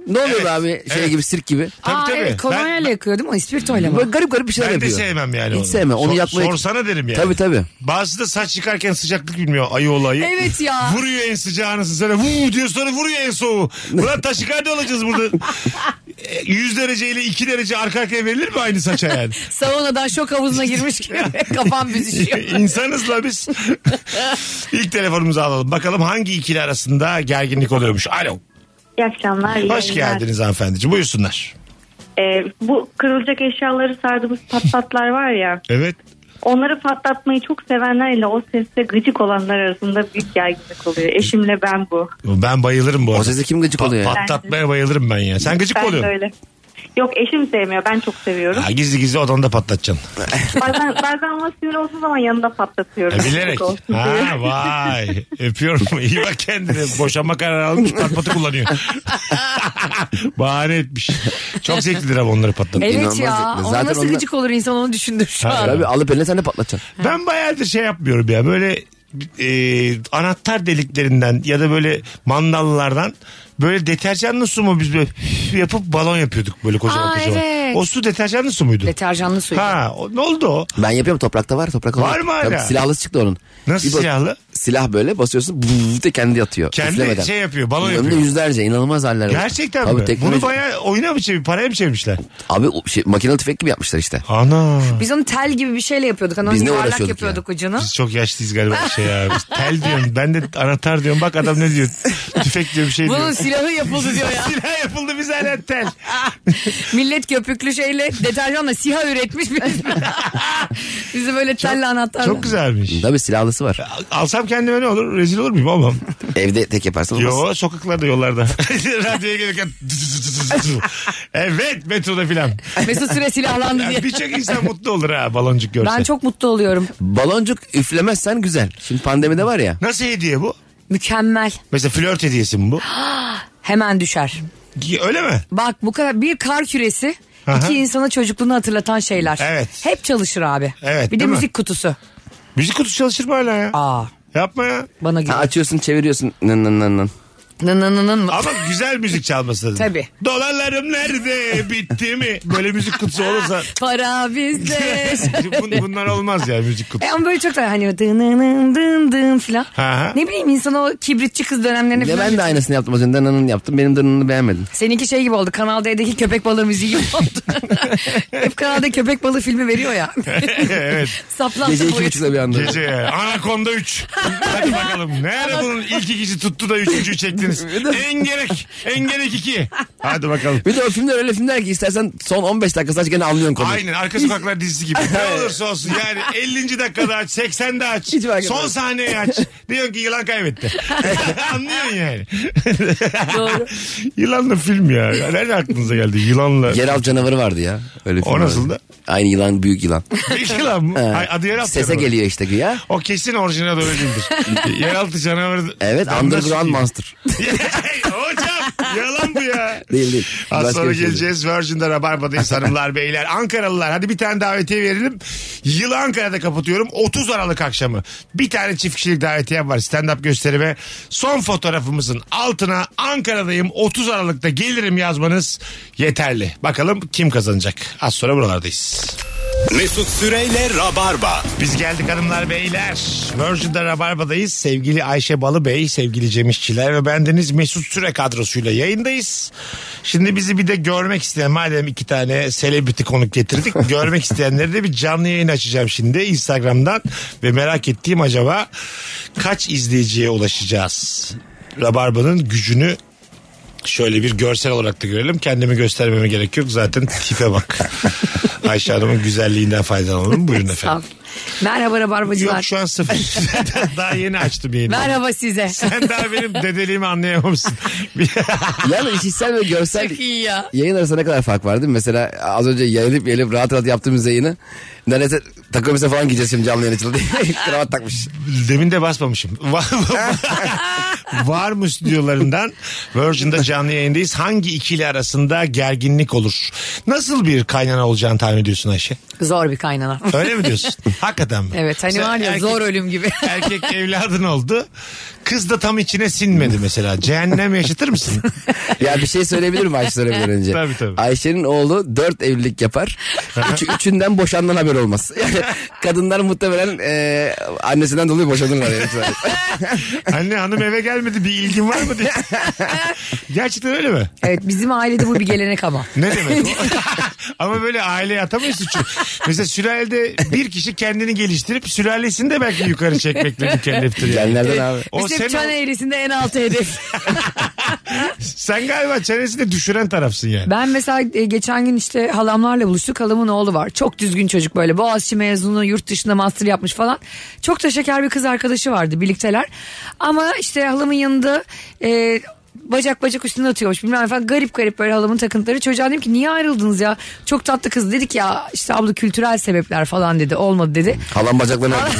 [SPEAKER 3] Ne oluyor
[SPEAKER 2] Evet,
[SPEAKER 3] be abi şey
[SPEAKER 2] evet.
[SPEAKER 3] gibi sirk gibi.
[SPEAKER 2] Tabii,
[SPEAKER 4] Aa
[SPEAKER 2] tabii.
[SPEAKER 4] evet kolonyayla yakıyor değil mi? İspirtoyla mı?
[SPEAKER 3] Böyle garip garip bir şeyler
[SPEAKER 2] Ben de
[SPEAKER 3] yapıyor.
[SPEAKER 2] sevmem yani
[SPEAKER 3] Hiç
[SPEAKER 2] onu.
[SPEAKER 3] sevme. Onu
[SPEAKER 2] Sor-
[SPEAKER 3] yapmayı...
[SPEAKER 2] Sorsana derim yani.
[SPEAKER 3] Tabii tabii.
[SPEAKER 2] Bazısı da saç yıkarken sıcaklık bilmiyor ayı olayı.
[SPEAKER 4] Evet ya.
[SPEAKER 2] Vuruyor en sıcağını sana. Vuu diyor sonra vuruyor en soğuğu. Ulan taşikardi olacağız burada. 100 derece ile 2 derece arka arkaya verilir mi aynı saça yani?
[SPEAKER 4] Saunadan şok havuzuna girmiş gibi kafam büzüşüyor.
[SPEAKER 2] İnsanız la biz. İlk telefonumuzu alalım. Bakalım hangi ikili arasında gerginlik oluyormuş. Alo.
[SPEAKER 5] İyi akşamlar. iyi
[SPEAKER 2] Hoş
[SPEAKER 5] yayınlar.
[SPEAKER 2] geldiniz hanımefendiciğim. Buyursunlar.
[SPEAKER 5] Ee, bu kırılacak eşyaları sardığımız patlatlar var ya.
[SPEAKER 2] Evet.
[SPEAKER 5] Onları patlatmayı çok sevenlerle o sesle gıcık olanlar arasında büyük gerginlik oluyor. Eşimle ben bu.
[SPEAKER 2] Ben bayılırım bu arada.
[SPEAKER 3] O sese kim gıcık
[SPEAKER 2] Pa-
[SPEAKER 3] oluyor? ya?
[SPEAKER 2] patlatmaya bayılırım ben ya. Sen gıcık mı
[SPEAKER 5] Ben de
[SPEAKER 2] oluyorsun.
[SPEAKER 5] öyle. Yok eşim sevmiyor. Ben çok seviyorum.
[SPEAKER 2] Ha, gizli gizli odanda patlatacaksın.
[SPEAKER 5] bazen bazen ona sinir olduğu zaman yanında patlatıyorum.
[SPEAKER 2] E, bilerek.
[SPEAKER 5] Gıcık olsun diye.
[SPEAKER 2] Ha vay. Öpüyorum. İyi bak kendine. Boşanma kararı almış patlatı kullanıyor. Bahane etmiş. Çok zevklidir ama onları patlatmak.
[SPEAKER 4] Evet
[SPEAKER 3] İnanılmaz
[SPEAKER 4] ya.
[SPEAKER 3] zevkli.
[SPEAKER 4] Ona
[SPEAKER 3] Zaten
[SPEAKER 4] nasıl
[SPEAKER 3] onda-
[SPEAKER 4] gıcık olur insan onu düşündüm şu
[SPEAKER 2] Ha,
[SPEAKER 4] an.
[SPEAKER 3] Abi alıp eline sen de patlatacaksın.
[SPEAKER 2] Ben bayağıdır şey yapmıyorum ya böyle e, anahtar deliklerinden ya da böyle mandallardan böyle deterjanlı su mu biz böyle üf yapıp balon yapıyorduk böyle kocaman
[SPEAKER 4] Aa,
[SPEAKER 2] kocaman.
[SPEAKER 4] evet.
[SPEAKER 2] O su deterjanlı su muydu?
[SPEAKER 4] Deterjanlı suyu.
[SPEAKER 2] ha o- ne oldu o?
[SPEAKER 3] Ben yapıyorum toprakta var toprak
[SPEAKER 2] Var
[SPEAKER 3] olan-
[SPEAKER 2] mı hala?
[SPEAKER 3] Tabii silahlısı çıktı onun.
[SPEAKER 2] Nasıl
[SPEAKER 3] Bir bas-
[SPEAKER 2] silahlı?
[SPEAKER 3] Silah böyle basıyorsun buf de kendi atıyor.
[SPEAKER 2] Kendi
[SPEAKER 3] üflemeden.
[SPEAKER 2] şey yapıyor, balon
[SPEAKER 3] Önümde
[SPEAKER 2] yapıyor.
[SPEAKER 3] yüzlerce inanılmaz haller var.
[SPEAKER 2] Gerçekten
[SPEAKER 3] Tabii
[SPEAKER 2] mi?
[SPEAKER 3] teknoloji-
[SPEAKER 2] Bunu bayağı oyuna mı çevir, paraya mı çevirmişler?
[SPEAKER 3] Abi o şey, makinalı tüfek gibi yapmışlar işte.
[SPEAKER 2] Ana.
[SPEAKER 4] Biz onu tel gibi bir şeyle yapıyorduk. Hani
[SPEAKER 3] Biz
[SPEAKER 4] onu
[SPEAKER 3] ne
[SPEAKER 4] yuvarlak
[SPEAKER 3] uğraşıyorduk
[SPEAKER 4] yapıyorduk ucunu.
[SPEAKER 2] Biz çok yaşlıyız galiba bir şey ya. Biz tel diyorum. Ben de anahtar diyorum. Bak adam ne diyor? Tüfek diyor bir şey
[SPEAKER 4] Bunun
[SPEAKER 2] diyor.
[SPEAKER 4] silahı yapıldı diyor ya.
[SPEAKER 2] Silah yapıldı biz hala tel.
[SPEAKER 4] Millet köpüklü şeyle deterjanla siha üretmiş. biz. Bizi böyle telle anahtarla.
[SPEAKER 2] Çok güzelmiş.
[SPEAKER 3] Tabii silahlısı var.
[SPEAKER 2] Alsam kendime ne olur? Rezil olur muyum? Olmam.
[SPEAKER 3] Evde tek yaparsan olmaz.
[SPEAKER 2] Yo sokaklarda yollarda. Radyoya gelirken. evet metroda filan.
[SPEAKER 4] Mesut Süre silahlandı
[SPEAKER 2] Ya
[SPEAKER 4] diye.
[SPEAKER 2] Birçok insan mutlu olur ha baloncuk görse.
[SPEAKER 4] Hani- Ben çok mutlu oluyorum.
[SPEAKER 3] Baloncuk üflemezsen güzel. Şimdi pandemide var ya.
[SPEAKER 2] Nasıl hediye bu?
[SPEAKER 4] Mükemmel.
[SPEAKER 2] Mesela flört hediyesi mi bu?
[SPEAKER 4] Hemen düşer.
[SPEAKER 2] Öyle mi?
[SPEAKER 4] Bak bu kadar bir kar küresi.
[SPEAKER 2] Aha.
[SPEAKER 4] iki insana çocukluğunu hatırlatan şeyler.
[SPEAKER 2] Evet.
[SPEAKER 4] Hep çalışır abi.
[SPEAKER 2] Evet,
[SPEAKER 4] Bir de
[SPEAKER 2] değil mi?
[SPEAKER 4] müzik kutusu.
[SPEAKER 2] Müzik kutusu çalışır mı hala ya?
[SPEAKER 4] Aa
[SPEAKER 2] Yapma ya.
[SPEAKER 4] bana gül.
[SPEAKER 3] Ha, açıyorsun çeviriyorsun. Nın nın nın nın.
[SPEAKER 4] Nın nın nın nın mı?
[SPEAKER 2] Ama güzel müzik çalması lazım.
[SPEAKER 4] Tabii.
[SPEAKER 2] Dolarlarım nerede? Bitti mi? Böyle müzik kutusu olursa.
[SPEAKER 4] Para bizde.
[SPEAKER 2] Bun- Bunlar olmaz ya müzik kutusu.
[SPEAKER 4] E ama böyle çok da hani dın dın dın dın filan.
[SPEAKER 2] Aha.
[SPEAKER 4] Ne bileyim insan o kibritçi kız dönemlerine
[SPEAKER 3] Ve
[SPEAKER 4] filan.
[SPEAKER 3] ben de aynısını yaptım az önce. Nın nın yaptım. Benim dınını beğenmedin.
[SPEAKER 4] Seninki şey gibi oldu. Kanal D'deki köpek balığı müziği gibi oldu. Hep Kanal D köpek balığı filmi veriyor ya.
[SPEAKER 2] evet.
[SPEAKER 3] Gece
[SPEAKER 4] Saplantı
[SPEAKER 3] iki
[SPEAKER 4] boyutu.
[SPEAKER 3] buçukta bir anda.
[SPEAKER 2] Gece ya. Anakonda 3. Hadi bakalım. Nerede bunun ilk ikisi tuttu da üçüncüyü çektiniz. en gerek. En gerek 2. Hadi bakalım.
[SPEAKER 3] Bir de o filmler öyle filmler ki istersen son 15 dakikası aç gene anlıyorsun konuyu.
[SPEAKER 2] Aynen arka sokaklar dizisi gibi. Ne olursa olsun yani 50. dakikada aç, 80'de aç,
[SPEAKER 3] Hiç fark
[SPEAKER 2] son
[SPEAKER 3] etmez.
[SPEAKER 2] sahneyi aç. Diyorsun ki yılan kaybetti. Anlıyorsun yani.
[SPEAKER 4] Doğru.
[SPEAKER 2] Yılanla film ya. Nerede aklınıza geldi yılanla?
[SPEAKER 3] Yeraltı canavarı vardı ya. Öyle
[SPEAKER 2] O
[SPEAKER 3] film
[SPEAKER 2] nasıl
[SPEAKER 3] vardı.
[SPEAKER 2] da?
[SPEAKER 3] Aynı yılan büyük yılan.
[SPEAKER 2] Bir yılan mı?
[SPEAKER 3] Ha.
[SPEAKER 2] Ay, adı yer altı
[SPEAKER 3] Sese
[SPEAKER 2] canavarı.
[SPEAKER 3] geliyor işte güya.
[SPEAKER 2] O kesin orijinal öyle değildir. Yeraltı canavarı.
[SPEAKER 3] Evet
[SPEAKER 2] Ben
[SPEAKER 3] Underground
[SPEAKER 2] nasıl-
[SPEAKER 3] Monster.
[SPEAKER 2] Hocam yalan bu ya.
[SPEAKER 3] Değil, değil.
[SPEAKER 2] Az
[SPEAKER 3] Başka
[SPEAKER 2] sonra
[SPEAKER 3] bir şey
[SPEAKER 2] geleceğiz. Virgin'de Rabarba'dayız hanımlar beyler. Ankaralılar hadi bir tane davetiye verelim. Yılı Ankara'da kapatıyorum. 30 Aralık akşamı. Bir tane çift kişilik davetiye var stand-up gösterime. Son fotoğrafımızın altına Ankara'dayım 30 Aralık'ta gelirim yazmanız yeterli. Bakalım kim kazanacak. Az sonra buralardayız.
[SPEAKER 1] Mesut Süreyle Rabarba.
[SPEAKER 2] Biz geldik hanımlar beyler. Virgin'de Rabarba'dayız. Sevgili Ayşe Balıbey, sevgili Cem İşçiler ve bendeniz Mesut Süre kadrosuyla yayındayız. Şimdi bizi bir de görmek isteyen madem iki tane selebriti konuk getirdik. görmek isteyenleri de bir canlı yayın açacağım şimdi Instagram'dan. Ve merak ettiğim acaba kaç izleyiciye ulaşacağız? Rabarba'nın gücünü Şöyle bir görsel olarak da görelim. Kendimi göstermeme gerek yok. Zaten tipe bak. Ayşe Hanım'ın güzelliğinden faydalanalım. Buyurun
[SPEAKER 4] Sağ ol.
[SPEAKER 2] efendim.
[SPEAKER 4] Merhaba rabarbacılar.
[SPEAKER 2] Yok şu an sıfır. daha yeni açtım yayını.
[SPEAKER 4] Merhaba size.
[SPEAKER 2] Sen daha benim dedeliğimi anlayamamışsın. Bir-
[SPEAKER 3] Yani işitsel ve görsel
[SPEAKER 4] Çok iyi ya.
[SPEAKER 3] yayın arasında ne kadar fark var değil mi? Mesela az önce yayılıp yayılıp rahat rahat yaptığımız yayını neredeyse takım elbise falan giyeceğiz şimdi canlı yayın açıldı diye. Kravat takmış.
[SPEAKER 2] Demin de basmamışım. Va- va- var mı stüdyolarından Virgin'de canlı yayındayız. Hangi ikili arasında gerginlik olur? Nasıl bir kaynana olacağını tahmin ediyorsun Ayşe?
[SPEAKER 4] Zor bir kaynana.
[SPEAKER 2] Öyle mi diyorsun? Hakikaten mi?
[SPEAKER 4] Evet hani
[SPEAKER 2] Mesela
[SPEAKER 4] var ya
[SPEAKER 2] erkek-
[SPEAKER 4] zor ölüm gibi.
[SPEAKER 2] Erkek evladın oldu. Kız da tam içine sinmedi mesela. Cehennem yaşatır mısın?
[SPEAKER 3] Ya bir şey söyleyebilir miyim Ayşe söylemeden önce?
[SPEAKER 2] Tabii, tabii.
[SPEAKER 3] Ayşe'nin oğlu dört evlilik yapar. Üç, üçünden boşandan haber olmaz. Yani kadınlar muhtemelen e, annesinden dolayı boşanırlar. Yani.
[SPEAKER 2] Anne hanım eve gelmedi bir ilgin var mı diye. Gerçekten öyle mi?
[SPEAKER 4] Evet bizim ailede bu bir gelenek ama.
[SPEAKER 2] Ne demek o? Ama böyle aileye atamayız suçu. Mesela sülalede bir kişi kendini geliştirip sülalesini de belki yukarı çekmekle mükelleftir. yani.
[SPEAKER 3] Genlerden abi.
[SPEAKER 2] O
[SPEAKER 4] Biz
[SPEAKER 2] sen,
[SPEAKER 4] hep çan eğrisinde en altı hedef.
[SPEAKER 2] sen galiba çenesini düşüren tarafsın yani.
[SPEAKER 4] Ben mesela e, geçen gün işte halamlarla buluştuk. Halamın oğlu var. Çok düzgün çocuk böyle. Boğaziçi mezunu, yurt dışında master yapmış falan. Çok da şeker bir kız arkadaşı vardı. Birlikteler. Ama işte halamın yanında e, bacak bacak üstüne atıyormuş. Bilmem efendim garip garip böyle halamın takıntıları. Çocuğa dedim ki niye ayrıldınız ya? Çok tatlı kız dedik ya işte abla kültürel sebepler falan dedi. Olmadı dedi.
[SPEAKER 3] Halam bacaklarını aldı.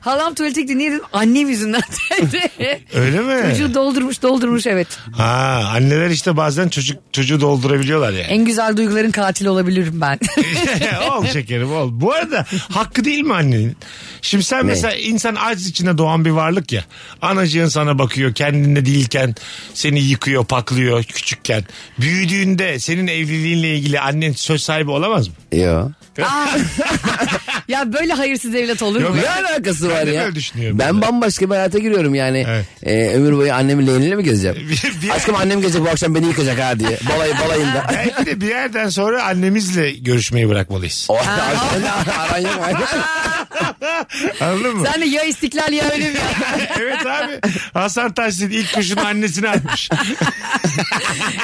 [SPEAKER 4] Halam tuvalete gitti. Niye dedim? Annem yüzünden dedi.
[SPEAKER 2] Öyle mi?
[SPEAKER 4] Çocuğu doldurmuş doldurmuş evet.
[SPEAKER 2] Ha, anneler işte bazen çocuk çocuğu doldurabiliyorlar yani.
[SPEAKER 4] En güzel duyguların katili olabilirim ben.
[SPEAKER 2] ol şekerim ol. Bu arada hakkı değil mi annenin? Şimdi sen mesela insan aciz içinde doğan bir varlık ya. Anacığın sana bakıyor kendinde değilken seni yıkıyor paklıyor küçükken. Büyüdüğünde senin evliliğinle ilgili annen söz sahibi olamaz mı?
[SPEAKER 3] Yo.
[SPEAKER 4] Aa. ya böyle hayırsız evlat olur
[SPEAKER 2] Yok
[SPEAKER 4] mu?
[SPEAKER 3] Ne alakası var
[SPEAKER 2] de
[SPEAKER 3] ya?
[SPEAKER 2] böyle düşünüyorum.
[SPEAKER 3] Ben bambaşka bir hayata giriyorum yani.
[SPEAKER 2] Evet.
[SPEAKER 3] E, ömür boyu annemin leğeniyle mi gezeceğim?
[SPEAKER 2] Bir- bir-
[SPEAKER 3] Aşkım annem gelecek bu akşam beni yıkacak ha diye. Balayı balayında.
[SPEAKER 2] Belki de bir yerden sonra annemizle görüşmeyi bırakmalıyız.
[SPEAKER 3] O aran yok.
[SPEAKER 2] Anladın mı?
[SPEAKER 4] Sen de ya istiklal ya ölüm ya.
[SPEAKER 2] evet abi. Hasan Tahsin ilk kuşunu annesine atmış.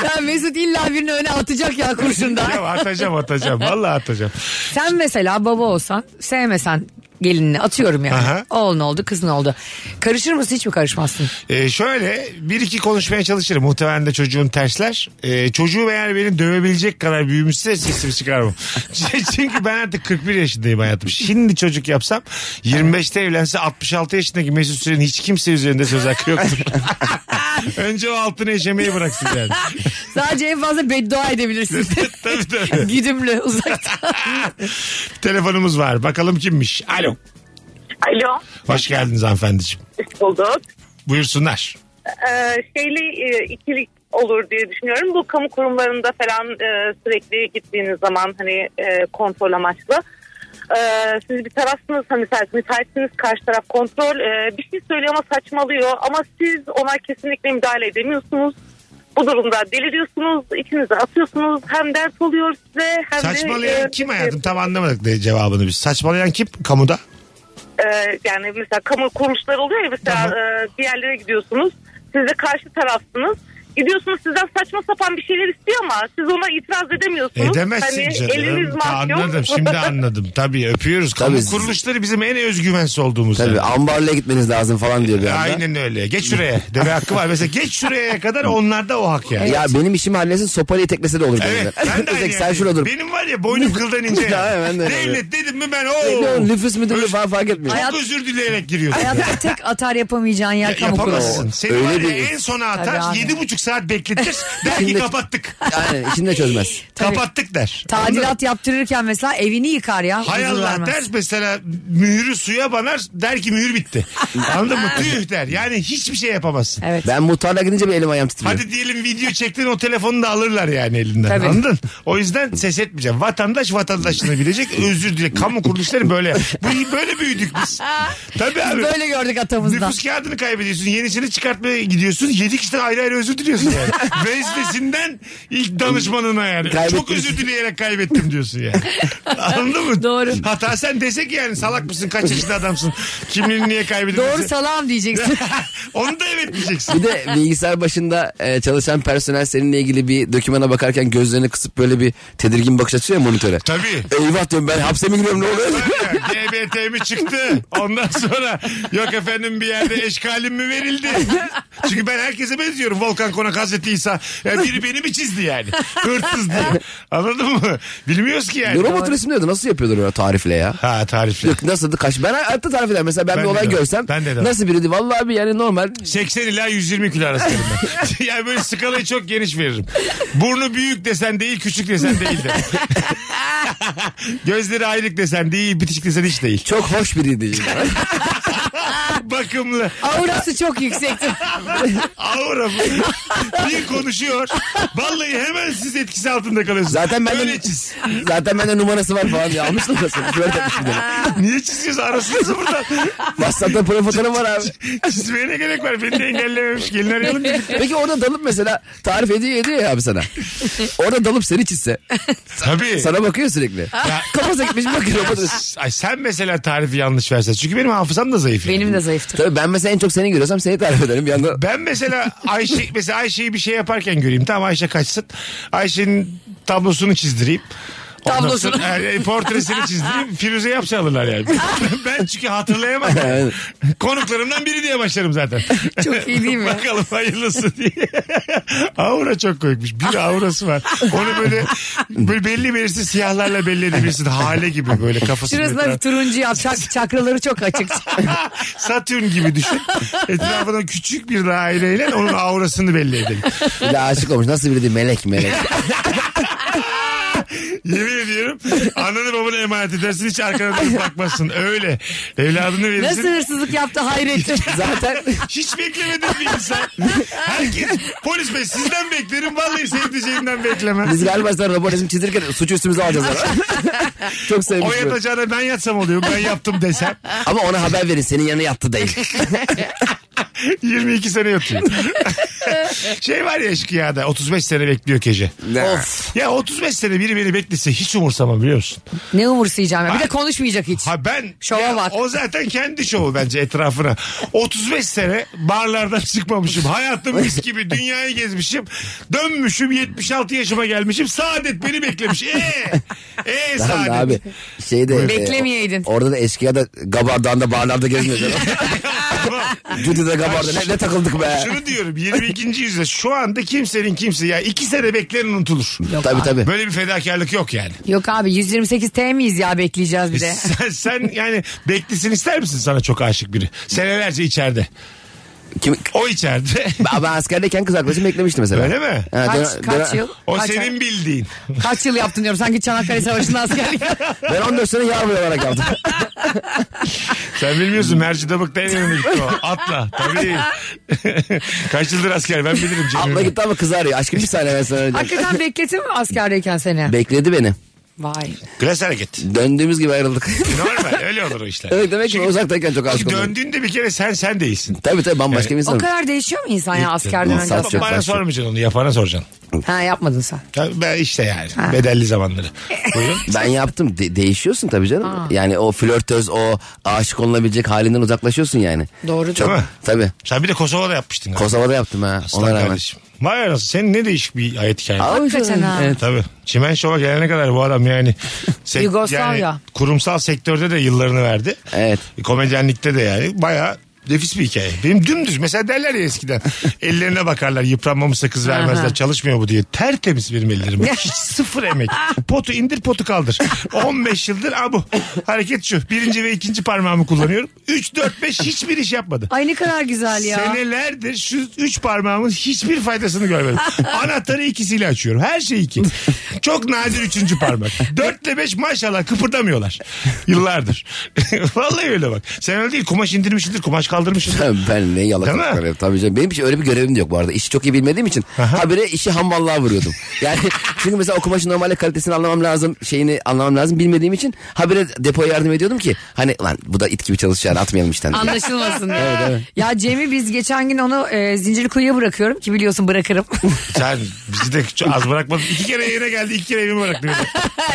[SPEAKER 4] ya Mesut illa birini öne atacak ya
[SPEAKER 2] ya
[SPEAKER 4] kurşunda.
[SPEAKER 2] atacağım atacağım. Vallahi atacağım.
[SPEAKER 4] Sen mesela baba olsan sevmesen gelinini atıyorum yani.
[SPEAKER 2] Aha.
[SPEAKER 4] Oğlun oldu kızın oldu. Karışır mısın hiç mi karışmazsın?
[SPEAKER 2] Ee, şöyle bir iki konuşmaya çalışırım. Muhtemelen de çocuğun tersler. Ee, çocuğu eğer beni dövebilecek kadar büyümüşse sesimi çıkarmam. Şey, Çünkü ben artık 41 yaşındayım hayatım. Şimdi çocuk yapsam 25'te evlense 66 yaşındaki Mesut Süren'in hiç kimse üzerinde söz hakkı yoktur. Önce o altını eşemeyi bıraksın yani.
[SPEAKER 4] Sadece en fazla beddua edebilirsin.
[SPEAKER 2] tabii tabii.
[SPEAKER 4] Güdümlü uzaktan.
[SPEAKER 2] Telefonumuz var. Bakalım kimmiş? Alo.
[SPEAKER 6] Alo.
[SPEAKER 2] Hoş geldiniz hanımefendiciğim.
[SPEAKER 6] hoş Bulduk.
[SPEAKER 2] Buyursunlar.
[SPEAKER 6] Ee, şeyli e, ikilik olur diye düşünüyorum. Bu kamu kurumlarında falan e, sürekli gittiğiniz zaman hani e, kontrol amaçlı. Ee, siz bir tarafsınız hani müsait, müsaitsiniz karşı taraf kontrol e, bir şey söylüyor ama saçmalıyor ama siz ona kesinlikle müdahale edemiyorsunuz. Bu durumda deliriyorsunuz, içinize atıyorsunuz. Hem dert oluyor size hem de...
[SPEAKER 2] Saçmalayan
[SPEAKER 6] e,
[SPEAKER 2] kim hayatım? Tam anlamadık de cevabını biz. Saçmalayan kim kamuda?
[SPEAKER 6] Ee, yani mesela kamu kuruluşları oluyor ya mesela
[SPEAKER 2] Tamam.
[SPEAKER 6] e, bir yerlere gidiyorsunuz. Siz de karşı tarafsınız. Gidiyorsunuz sizden saçma sapan bir şeyler istiyor ama siz ona itiraz edemiyorsunuz.
[SPEAKER 2] Edemezsin
[SPEAKER 6] hani
[SPEAKER 2] E, canım.
[SPEAKER 6] Eliniz
[SPEAKER 2] Ta-
[SPEAKER 6] mahkum.
[SPEAKER 2] Anladım şimdi anladım. Tabii öpüyoruz. Kamu
[SPEAKER 3] Tabii.
[SPEAKER 2] kuruluşları bizim en özgüvensiz olduğumuz.
[SPEAKER 3] Tabii
[SPEAKER 2] yer.
[SPEAKER 3] ambarlığa gitmeniz lazım falan diyor bir anda.
[SPEAKER 2] Aynen öyle. Geç şuraya. Deme hakkı var. Mesela geç şuraya kadar onlarda o hak yani.
[SPEAKER 3] Ya benim işimi halletsin sopayla iteklese de olur.
[SPEAKER 2] Evet.
[SPEAKER 3] dediler.
[SPEAKER 2] Ben de aynı
[SPEAKER 3] Diyecek, Sen
[SPEAKER 2] yerdeyim.
[SPEAKER 3] şurada dur.
[SPEAKER 2] Benim var ya boynum kıldan ince.
[SPEAKER 3] Ya, ben de öyle.
[SPEAKER 2] Devlet dedim mi ben
[SPEAKER 3] Ne o,
[SPEAKER 2] o.
[SPEAKER 3] Nüfus müdürlüğü falan fark etmiyor.
[SPEAKER 4] Hayat-
[SPEAKER 2] Çok özür dileyerek giriyorsun.
[SPEAKER 4] Hayatta tek atar yapamayacağın yer kamu kurulu.
[SPEAKER 2] Yapamazsın. Seni
[SPEAKER 3] Öyle
[SPEAKER 2] var ya
[SPEAKER 3] bir-
[SPEAKER 2] en sona
[SPEAKER 4] Tabii
[SPEAKER 2] atar.
[SPEAKER 4] abi.
[SPEAKER 2] Yedi buçuk saat bekletir. Der ki
[SPEAKER 3] Şimdi-
[SPEAKER 2] kapattık.
[SPEAKER 3] Aynen işini de çözmez.
[SPEAKER 4] Tabii.
[SPEAKER 2] Kapattık der.
[SPEAKER 4] Tadilat yaptırırken mesela evini yıkar ya.
[SPEAKER 2] Hay
[SPEAKER 4] huzur
[SPEAKER 2] Allah
[SPEAKER 4] vermez.
[SPEAKER 2] der mesela mühürü suya banar der ki mühür bitti. Anladın mı? Tüh der. Yani hiçbir şey yapamazsın.
[SPEAKER 4] Evet.
[SPEAKER 3] Ben muhtarla gidince bir elim ayağım titriyor.
[SPEAKER 2] Hadi diyelim video çektin o telefonu da alırlar yani elinden.
[SPEAKER 4] Tabii.
[SPEAKER 2] Anladın? O yüzden ses etmeyeceğim. Vatandaş vatandaşını bilecek. Özür dile. Kamu kuruluşları böyle. Bu böyle büyüdük biz. Tabii abi.
[SPEAKER 4] Böyle gördük atamızdan.
[SPEAKER 2] Nüfus kağıdını kaybediyorsun. Yenisini çıkartmaya gidiyorsun. Yedi kişiden ayrı ayrı özür diliyorsun yani. Vezlesinden ilk danışmanına yani.
[SPEAKER 3] Kaybettim.
[SPEAKER 2] Çok özür dileyerek kaybettim diyorsun yani. Anladın mı?
[SPEAKER 4] Doğru.
[SPEAKER 2] Hata sen desek yani salak mısın? Kaç yaşında adamsın? Kimliğini niye kaybediyorsun?
[SPEAKER 4] Doğru salam diyeceksin.
[SPEAKER 2] Onu da evet diyeceksin.
[SPEAKER 3] Bir de bilgisayar başında e, çalışan personel seninle ilgili bir dokümana bakarken gözlerini kısıp böyle bir tedirgin bakış açıyor ya monitöre.
[SPEAKER 2] Tabii.
[SPEAKER 3] Eyvah diyorum ben hapse mi giriyorum ne oluyor?
[SPEAKER 2] GBT mi çıktı? Ondan sonra yok efendim bir yerde eşkalim mi verildi? Çünkü ben herkese benziyorum. Volkan Konak Hazreti İsa. Yani biri beni mi çizdi yani? Hırsız diye. Anladın mı? Bilmiyoruz ki yani.
[SPEAKER 3] Robot resimliyordu nasıl yapıyordur öyle tarifle ya?
[SPEAKER 2] Ha tarifli.
[SPEAKER 3] Yok nasıldı kaç? Ben hatta tarif eder mesela ben,
[SPEAKER 2] Ben
[SPEAKER 3] bir
[SPEAKER 2] de
[SPEAKER 3] olay
[SPEAKER 2] de var.
[SPEAKER 3] görsem
[SPEAKER 2] Ben de de var.
[SPEAKER 3] nasıl biriydi? Vallahi abi yani normal
[SPEAKER 2] 80 ila 120 kilo arasındayım ben. yani böyle skalayı çok geniş veririm. Burnu büyük desen değil, küçük desen değil de. Gözleri ayrık desen değil, bitişik desen hiç değil.
[SPEAKER 3] çok hoş biriydi. Şimdi.
[SPEAKER 2] Bakımlı.
[SPEAKER 4] Aurası çok yüksekti.
[SPEAKER 2] Aura bu. Bir konuşuyor. Vallahi hemen siz etkisi altında kalıyorsunuz.
[SPEAKER 3] Zaten bende
[SPEAKER 2] Öyle çiz.
[SPEAKER 3] zaten bende numarası var falan diye almış numarasını. Flört etmiş bir de.
[SPEAKER 2] Niye çiziyorsun arasınızı burada?
[SPEAKER 3] WhatsApp'ta pro fotoğrafı var abi.
[SPEAKER 2] Çizmeye ne gerek var? Beni de engellememiş. Gelin arayalım dedik.
[SPEAKER 3] Peki orada dalıp mesela tarif ediyor ediyor ya abi sana. Orada dalıp seni çizse.
[SPEAKER 2] Tabii.
[SPEAKER 3] Sana bakıyor sürekli. Kafası gitmiş bakıyor robot resim.
[SPEAKER 2] Ay sen mesela tarifi yanlış versen. Çünkü benim hafızam da zayıf. yani.
[SPEAKER 4] Benim de zayıftır.
[SPEAKER 3] Tabii ben mesela en çok seni görüyorsam seni tarif ederim. Bir anda
[SPEAKER 2] Ben mesela Ayşe mesela Ayşe'yi bir şey yaparken göreyim. Tamam Ayşe kaçsın. Ayşe'nin tablosunu çizdireyim. Ondan
[SPEAKER 4] Tablosunu.
[SPEAKER 2] sonra- Yani e, portresini çizdireyim. Firuze yapsa alırlar yani. ben çünkü hatırlayamam.
[SPEAKER 3] Evet.
[SPEAKER 2] Konuklarımdan biri diye başlarım zaten.
[SPEAKER 4] Çok iyi değil mi?
[SPEAKER 2] Bakalım hayırlısı diye. Aura çok koymuş. Bir aurası var. Onu böyle, böyle belli belirsiz siyahlarla belli edebilirsin. Hale gibi böyle kafasını.
[SPEAKER 4] Şurasına bir
[SPEAKER 2] etraf-
[SPEAKER 4] turuncu yap. Çak, çakraları çok açık.
[SPEAKER 2] Satürn gibi düşün. Etrafına küçük bir daireyle onun aurasını belli edelim.
[SPEAKER 3] bir de aşık olmuş. Nasıl biri değil melek melek.
[SPEAKER 2] Yemin ediyorum ananı babanı emanet edersin hiç arkana dönüp bakmazsın. Öyle. Evladını verirsin.
[SPEAKER 4] Nasıl hırsızlık yaptı hayret.
[SPEAKER 3] Zaten
[SPEAKER 2] Hiç beklemedim bir insan. Herkes polis bey sizden beklerim vallahi sevdiceğimden bekleme.
[SPEAKER 3] biz galiba sana robot resim çizdirirken suçu üstümüze alacağız. çok
[SPEAKER 2] O
[SPEAKER 3] sevmiş. böyle.
[SPEAKER 2] yatacağına ben yatsam oluyor ben yaptım desem
[SPEAKER 3] Ama ona haber verin senin yanına yattı değil.
[SPEAKER 2] 22 sene yatıyor. şey var ya eşkıyada 35 sene bekliyor gece.
[SPEAKER 3] of.
[SPEAKER 2] Ya 35 sene biri beni beklese hiç umursamam biliyor musun?
[SPEAKER 4] ne umursayacağım ya. Bir de konuşmayacak hiç.
[SPEAKER 2] Ha ben
[SPEAKER 4] Şova
[SPEAKER 2] ya
[SPEAKER 4] bak.
[SPEAKER 2] o zaten kendi şovu bence etrafına. 35 sene barlardan çıkmamışım. Hayatım mis gibi dünyayı gezmişim. Dönmüşüm 76 yaşıma gelmişim. Saadet beni beklemiş. Eee ee
[SPEAKER 3] Tamam
[SPEAKER 2] saadet.
[SPEAKER 3] da abi şeyde e,
[SPEAKER 4] Beklemeyeydin.
[SPEAKER 3] o- orada da eşkıya da gabardağında barlarda gezmiyor.
[SPEAKER 2] Tamam.
[SPEAKER 3] Cüdü'de gabarda ne, ne takıldık be.
[SPEAKER 2] Şunu diyorum 22. yüzyılda şu anda kimsenin kimse ya 2 sene bekleyen unutulur.
[SPEAKER 3] Tabii tabii.
[SPEAKER 2] Böyle bir fedakarlık yok yani.
[SPEAKER 4] Yok abi 128 T miyiz ya bekleyeceğiz bir de.
[SPEAKER 2] Sen, sen yani beklesin ister misin sana çok aşık biri? Senelerce içeride.
[SPEAKER 3] Kim,
[SPEAKER 2] O içeride.
[SPEAKER 3] ben ben askerdeyken kız arkadaşım beklemişti mesela.
[SPEAKER 2] Öyle mi?
[SPEAKER 3] Ha,
[SPEAKER 4] Kaç,
[SPEAKER 3] dönem-
[SPEAKER 4] kaç
[SPEAKER 3] dönem-
[SPEAKER 4] yıl?
[SPEAKER 2] O
[SPEAKER 4] kaç,
[SPEAKER 2] senin bildiğin.
[SPEAKER 4] kaç yıl yaptın diyorum. Sanki Çanakkale Savaşı'nda askerlik.
[SPEAKER 3] Ben 14 sene yarbay olarak yaptım.
[SPEAKER 2] Sen bilmiyorsun Mercidabık'ta en önemli gitti o. Atla tabii. Kaç yıldır asker ben bilirim. Cemil.
[SPEAKER 3] Abla gitti ama kız arıyor. Aşkım bir saniye ben sana öyle diyeyim.
[SPEAKER 4] Hakikaten bekletin mi askerdeyken seni?
[SPEAKER 3] Bekledi beni.
[SPEAKER 4] Vay.
[SPEAKER 2] Klas hareket.
[SPEAKER 3] Döndüğümüz gibi ayrıldık.
[SPEAKER 2] Normal öyle olur o işler.
[SPEAKER 3] evet demek ki
[SPEAKER 2] Çünkü-
[SPEAKER 3] uzaktayken çok aşık
[SPEAKER 2] Çünkü
[SPEAKER 3] oldum.
[SPEAKER 2] döndüğünde bir kere sen sen değilsin.
[SPEAKER 3] Tabii tabii bambaşka bir
[SPEAKER 4] O
[SPEAKER 3] insanım.
[SPEAKER 4] kadar değişiyor mu insan ya askerden önce?
[SPEAKER 3] İnsan-
[SPEAKER 2] Ama
[SPEAKER 3] çok
[SPEAKER 2] bana
[SPEAKER 3] başka.
[SPEAKER 2] sormayacaksın onu yapana soracaksın.
[SPEAKER 4] Ha yapmadın sen.
[SPEAKER 2] Ya Ben işte yani bedelli zamanları. Buyurun.
[SPEAKER 3] Ben yaptım. De- değişiyorsun tabii canım. Yani o flörtöz, o aşık olunabilecek halinden uzaklaşıyorsun yani.
[SPEAKER 4] Doğru
[SPEAKER 3] Çok,
[SPEAKER 2] Değil mi?
[SPEAKER 3] tabii.
[SPEAKER 2] Sen bir de Kosova'da yapmıştın. galiba.
[SPEAKER 3] Kosova'da yaptım ha.
[SPEAKER 2] Aslan
[SPEAKER 3] ona rağmen.
[SPEAKER 2] kardeşim. Vay anasını senin ne değişik bir hayat hikayen.
[SPEAKER 3] Ama
[SPEAKER 4] Hakikaten ha.
[SPEAKER 3] Evet.
[SPEAKER 2] Tabii. Çimen Şov'a gelene kadar bu adam yani, sek-
[SPEAKER 4] Yugoslavya.
[SPEAKER 2] yani kurumsal sektörde de yıllarını verdi.
[SPEAKER 3] Evet.
[SPEAKER 2] Komedyenlikte de yani bayağı nefis bir hikaye. Benim dümdüz mesela derler ya eskiden ellerine bakarlar yıpranmamışsa kız vermezler
[SPEAKER 4] Aha.
[SPEAKER 2] çalışmıyor bu diye. Tertemiz benim ellerim. Hiç sıfır emek. Potu indir potu kaldır. 15 yıldır abu. Hareket şu birinci ve ikinci parmağımı kullanıyorum. 3 4 5 hiçbir iş yapmadı.
[SPEAKER 4] Ay ne kadar güzel ya.
[SPEAKER 2] Senelerdir şu üç parmağımın hiçbir faydasını görmedim. Anahtarı ikisiyle açıyorum. Her şey iki. Çok nadir üçüncü parmak. Dörtle beş maşallah kıpırdamıyorlar. Yıllardır. Vallahi öyle bak. Sen öyle değil kumaş indirmişsindir, kumaş kaldırmışsındır.
[SPEAKER 3] ben ne
[SPEAKER 2] Değil
[SPEAKER 3] yalakalıklar
[SPEAKER 2] mi?
[SPEAKER 3] yaptım. Tabii canım. Benim hiç öyle bir görevim de yok bu arada. İşi çok iyi bilmediğim için habire işi hamballığa vuruyordum. Yani çünkü mesela o kumaşın normalde kalitesini anlamam lazım. Şeyini anlamam lazım bilmediğim için habire depoya yardım ediyordum ki. Hani lan bu da it gibi çalışıyor yani atmayalım işten. diye.
[SPEAKER 4] Anlaşılmasın diye. Ya Cem'i biz geçen gün onu e, Zincirlikuyu'ya bırakıyorum ki biliyorsun bırakırım.
[SPEAKER 2] Sen bizi de çok az bırakmadın. İki kere yine geldi, iki kere evime bıraktın.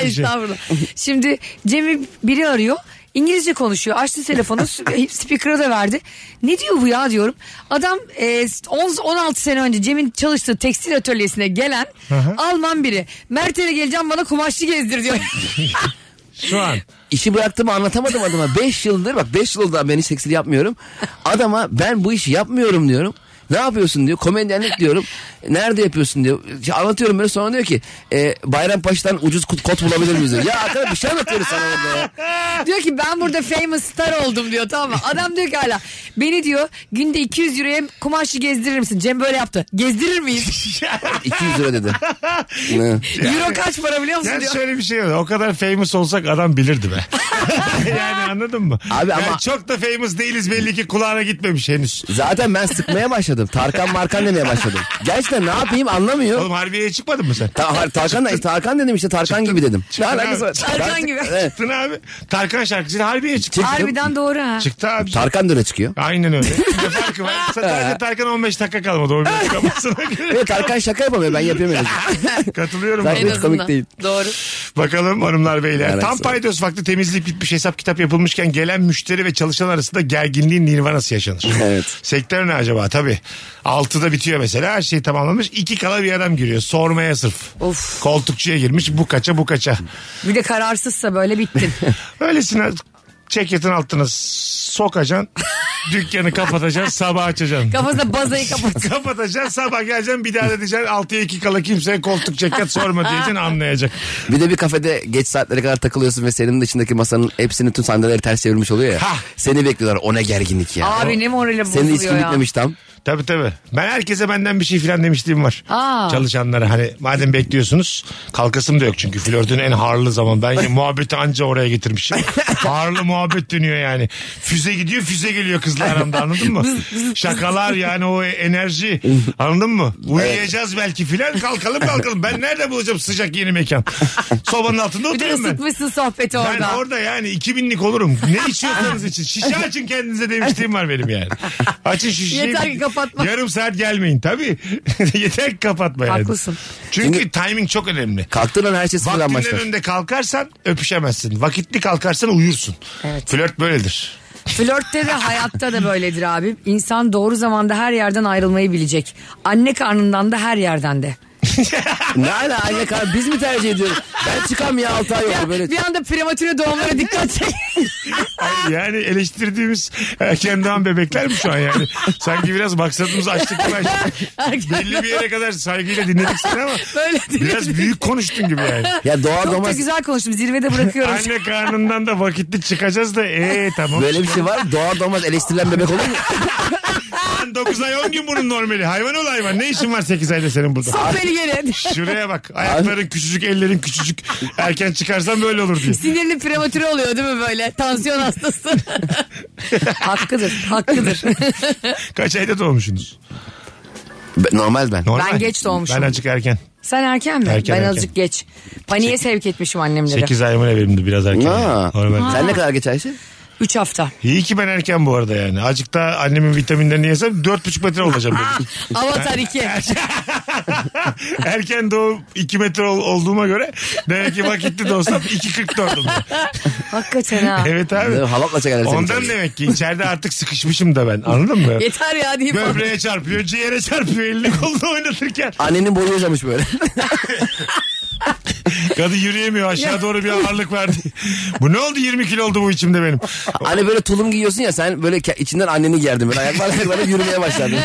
[SPEAKER 4] Estağfurullah. Şimdi Cem'i biri arıyor. İngilizce konuşuyor. Açtı telefonu. sp- Speaker'a da verdi. Ne diyor bu ya diyorum. Adam e, on- 16 sene önce Cem'in çalıştığı tekstil atölyesine gelen Alman biri. Mert'e geleceğim bana kumaşçı gezdir diyor.
[SPEAKER 2] Şu an.
[SPEAKER 3] İşi bıraktığımı anlatamadım adama. 5 yıldır bak 5 yıldan ben hiç seksili yapmıyorum. Adama ben bu işi yapmıyorum diyorum. Ne yapıyorsun diyor. Komedyenlik diyorum. Nerede yapıyorsun diyor. İşte Anlatıyorum böyle sonra diyor ki e, Bayrampaşa'dan ucuz kut- kot bulabilir miyiz diyor. Ya arkadaş bir şey anlatıyoruz sana orada ya.
[SPEAKER 4] Diyor ki ben burada famous star oldum diyor tamam mı? Adam diyor ki hala beni diyor günde 200 euroya kumaşlı gezdirir misin? Cem böyle yaptı. Gezdirir miyiz?
[SPEAKER 3] 200 lira dedi. Ne?
[SPEAKER 4] Euro kaç para biliyor musun
[SPEAKER 2] Yani
[SPEAKER 4] diyor.
[SPEAKER 2] şöyle bir şey var. O kadar famous olsak adam bilirdi be. yani anladın mı?
[SPEAKER 3] Abi
[SPEAKER 2] Yani
[SPEAKER 3] ama-
[SPEAKER 2] çok da famous değiliz belli ki kulağına gitmemiş henüz.
[SPEAKER 3] Zaten ben sıkmaya başladım. Tarkan Markan demeye başladım. Gerçekten ne yapayım anlamıyor.
[SPEAKER 2] Oğlum harbiye'ye çıkmadın mı sen?
[SPEAKER 3] Ta- har- Tarkan, da- Tarkan dedim işte Tarkan gibi dedim. Ne
[SPEAKER 2] abi.
[SPEAKER 3] alakası var?
[SPEAKER 4] Tarkan
[SPEAKER 3] Ben-
[SPEAKER 4] gibi.
[SPEAKER 3] Evet.
[SPEAKER 2] Çıktın abi. Tarkan şarkıcı harbiye'ye çıktı.
[SPEAKER 3] Çıktım.
[SPEAKER 4] Harbiden doğru ha.
[SPEAKER 2] Çıktı abi.
[SPEAKER 3] Tarkan döne çıkıyor.
[SPEAKER 2] Aynen öyle. ne farkı var? Sadece Tarkan 15 dakika kalmadı. O bir kafasına göre.
[SPEAKER 3] Evet Tarkan şaka yapamıyor ben yapıyorum. en azından.
[SPEAKER 2] Katılıyorum.
[SPEAKER 3] Tarkan-
[SPEAKER 4] En
[SPEAKER 3] hiç komik
[SPEAKER 4] azından.
[SPEAKER 3] değil.
[SPEAKER 4] Doğru.
[SPEAKER 2] Bakalım hanımlar beyler.
[SPEAKER 3] Alakası
[SPEAKER 2] Tam
[SPEAKER 3] var.
[SPEAKER 2] paydos vakti temizlik bitmiş hesap kitap yapılmışken gelen müşteri ve çalışan arasında gerginliğin nirvanası yaşanır.
[SPEAKER 3] Evet.
[SPEAKER 2] Sektör ne acaba? Tabii. Altıda bitiyor mesela her şey tamamlanmış. İki kala bir adam giriyor. Sormaya sırf.
[SPEAKER 4] Of.
[SPEAKER 2] Koltukçuya girmiş bu kaça bu kaça.
[SPEAKER 4] Bir de kararsızsa böyle bittin.
[SPEAKER 2] Öylesine ceketin altına sokacaksın. dükkanı kapatacaksın sabah açacaksın.
[SPEAKER 4] Kafasına bazayı kapat.
[SPEAKER 2] kapatacaksın sabah geleceksin bir daha da diyeceksin altıya iki kala kimseye koltuk ceket sorma diyeceksin anlayacak.
[SPEAKER 3] Bir de bir kafede geç saatlere kadar takılıyorsun ve senin dışındaki masanın hepsini tüm sandalyeleri ters çevirmiş oluyor ya.
[SPEAKER 2] Ha.
[SPEAKER 3] Seni bekliyorlar ona gerginlik ya.
[SPEAKER 4] Abi ne morali
[SPEAKER 3] Senin
[SPEAKER 4] bozuluyor
[SPEAKER 3] ilişkin
[SPEAKER 4] ya.
[SPEAKER 3] bitmemiş tam.
[SPEAKER 2] Tabii tabii. Ben herkese benden bir şey filan demişliğim var.
[SPEAKER 4] Aa.
[SPEAKER 2] Çalışanlara hani madem bekliyorsunuz kalkasım da yok çünkü flörtün en harlı zaman. Ben ya muhabbeti anca oraya getirmişim. harlı muhabbet dönüyor yani. Füze gidiyor füze geliyor kızla aramda anladın mı? Şakalar yani o enerji anladın mı? Uyuyacağız belki filan kalkalım kalkalım. Ben nerede bulacağım sıcak yeni mekan? Sobanın altında
[SPEAKER 4] Bir de
[SPEAKER 2] oturuyorum ben.
[SPEAKER 4] ısıtmışsın sohbeti
[SPEAKER 2] Ben
[SPEAKER 4] orada.
[SPEAKER 2] orada. yani 2000'lik olurum. Ne içiyorsanız için. Şişe açın kendinize demişliğim var benim yani. Açın şişeyi.
[SPEAKER 4] Yeter ki kapatma.
[SPEAKER 2] Yarım saat gelmeyin tabii. Yeter ki kapatma yani.
[SPEAKER 4] Haklısın.
[SPEAKER 2] Çünkü
[SPEAKER 3] Çünkü-
[SPEAKER 2] timing çok önemli.
[SPEAKER 3] Kalktığın an her şey sıfırdan
[SPEAKER 2] Vaktinden
[SPEAKER 3] başlar.
[SPEAKER 2] önünde kalkarsan öpüşemezsin. Vakitli kalkarsan uyursun.
[SPEAKER 4] Evet.
[SPEAKER 2] Flört böyledir.
[SPEAKER 4] Flörtte de hayatta da böyledir abi. İnsan doğru zamanda her yerden ayrılmayı bilecek. Anne karnından da her yerden de.
[SPEAKER 3] ne ala anne kar- biz mi tercih ediyoruz? Ben çıkam ya 6 ay oldu böyle.
[SPEAKER 4] Bir anda prematüre doğumlara dikkat çek. Ah!
[SPEAKER 2] Ay, Yani eleştirdiğimiz erken doğan bebekler mi şu an yani? Sanki biraz maksadımızı açtık. gibi açtık. Belli bir yere kadar saygıyla dinledik seni ama
[SPEAKER 4] Böyle
[SPEAKER 2] biraz büyük konuştun gibi yani.
[SPEAKER 3] Ya doğar
[SPEAKER 4] Çok da
[SPEAKER 3] doğmaz
[SPEAKER 4] güzel konuştum. Zirvede bırakıyorum.
[SPEAKER 2] Anne karnından da vakitli çıkacağız da ee tamam.
[SPEAKER 3] böyle bir şey var. Doğar doğmaz eleştirilen bebek olur mu?
[SPEAKER 2] Lan 9 ay 10 gün bunun normali. Hayvan ol hayvan. Ne işin var 8 ayda senin burada?
[SPEAKER 4] Sok beni geri.
[SPEAKER 2] Şuraya bak. Ayakların küçücük, ellerin küçücük. Erken çıkarsan böyle olur diyor.
[SPEAKER 4] Sinirli prematüre oluyor değil mi böyle? Tansiyon hastası. hakkıdır, hakkıdır.
[SPEAKER 2] Kaç ayda doğmuşsunuz?
[SPEAKER 3] Be- Normal ben.
[SPEAKER 4] Ben geç doğmuşum.
[SPEAKER 2] Ben azıcık erken.
[SPEAKER 4] Sen erken mi?
[SPEAKER 2] Erken,
[SPEAKER 4] ben
[SPEAKER 2] erken.
[SPEAKER 4] azıcık geç. Paniğe sevk etmişim annemleri.
[SPEAKER 2] 8 ay mı ne benimdi biraz erken.
[SPEAKER 3] Ha.
[SPEAKER 2] yani. Normal.
[SPEAKER 3] Sen ne kadar geç Ayşe?
[SPEAKER 4] 3 hafta.
[SPEAKER 2] İyi ki ben erken bu arada yani. Azıcık da annemin vitaminlerini yesem 4,5 metre olacağım. dedim.
[SPEAKER 4] Avatar 2.
[SPEAKER 2] erken doğum 2 metre ol- olduğuma göre demek ki vakitli doğsam 2,44'üm. ben.
[SPEAKER 4] Hakikaten ha.
[SPEAKER 2] Evet abi.
[SPEAKER 3] Havakla çekerler seni.
[SPEAKER 2] Ondan demek ki içeride artık sıkışmışım da ben anladın mı?
[SPEAKER 4] Yeter ya deyip.
[SPEAKER 2] Böbreğe çarpıyor, ciğere çarpıyor, elini kolunu oynatırken.
[SPEAKER 3] Annenin boyu uzamış böyle.
[SPEAKER 2] Kadın yürüyemiyor aşağı doğru bir ağırlık verdi. Bu ne oldu 20 kilo oldu bu içimde benim.
[SPEAKER 3] Hani böyle tulum giyiyorsun ya sen böyle ke- içinden anneni gerdin. Böyle ayaklar böyle yürümeye başladın.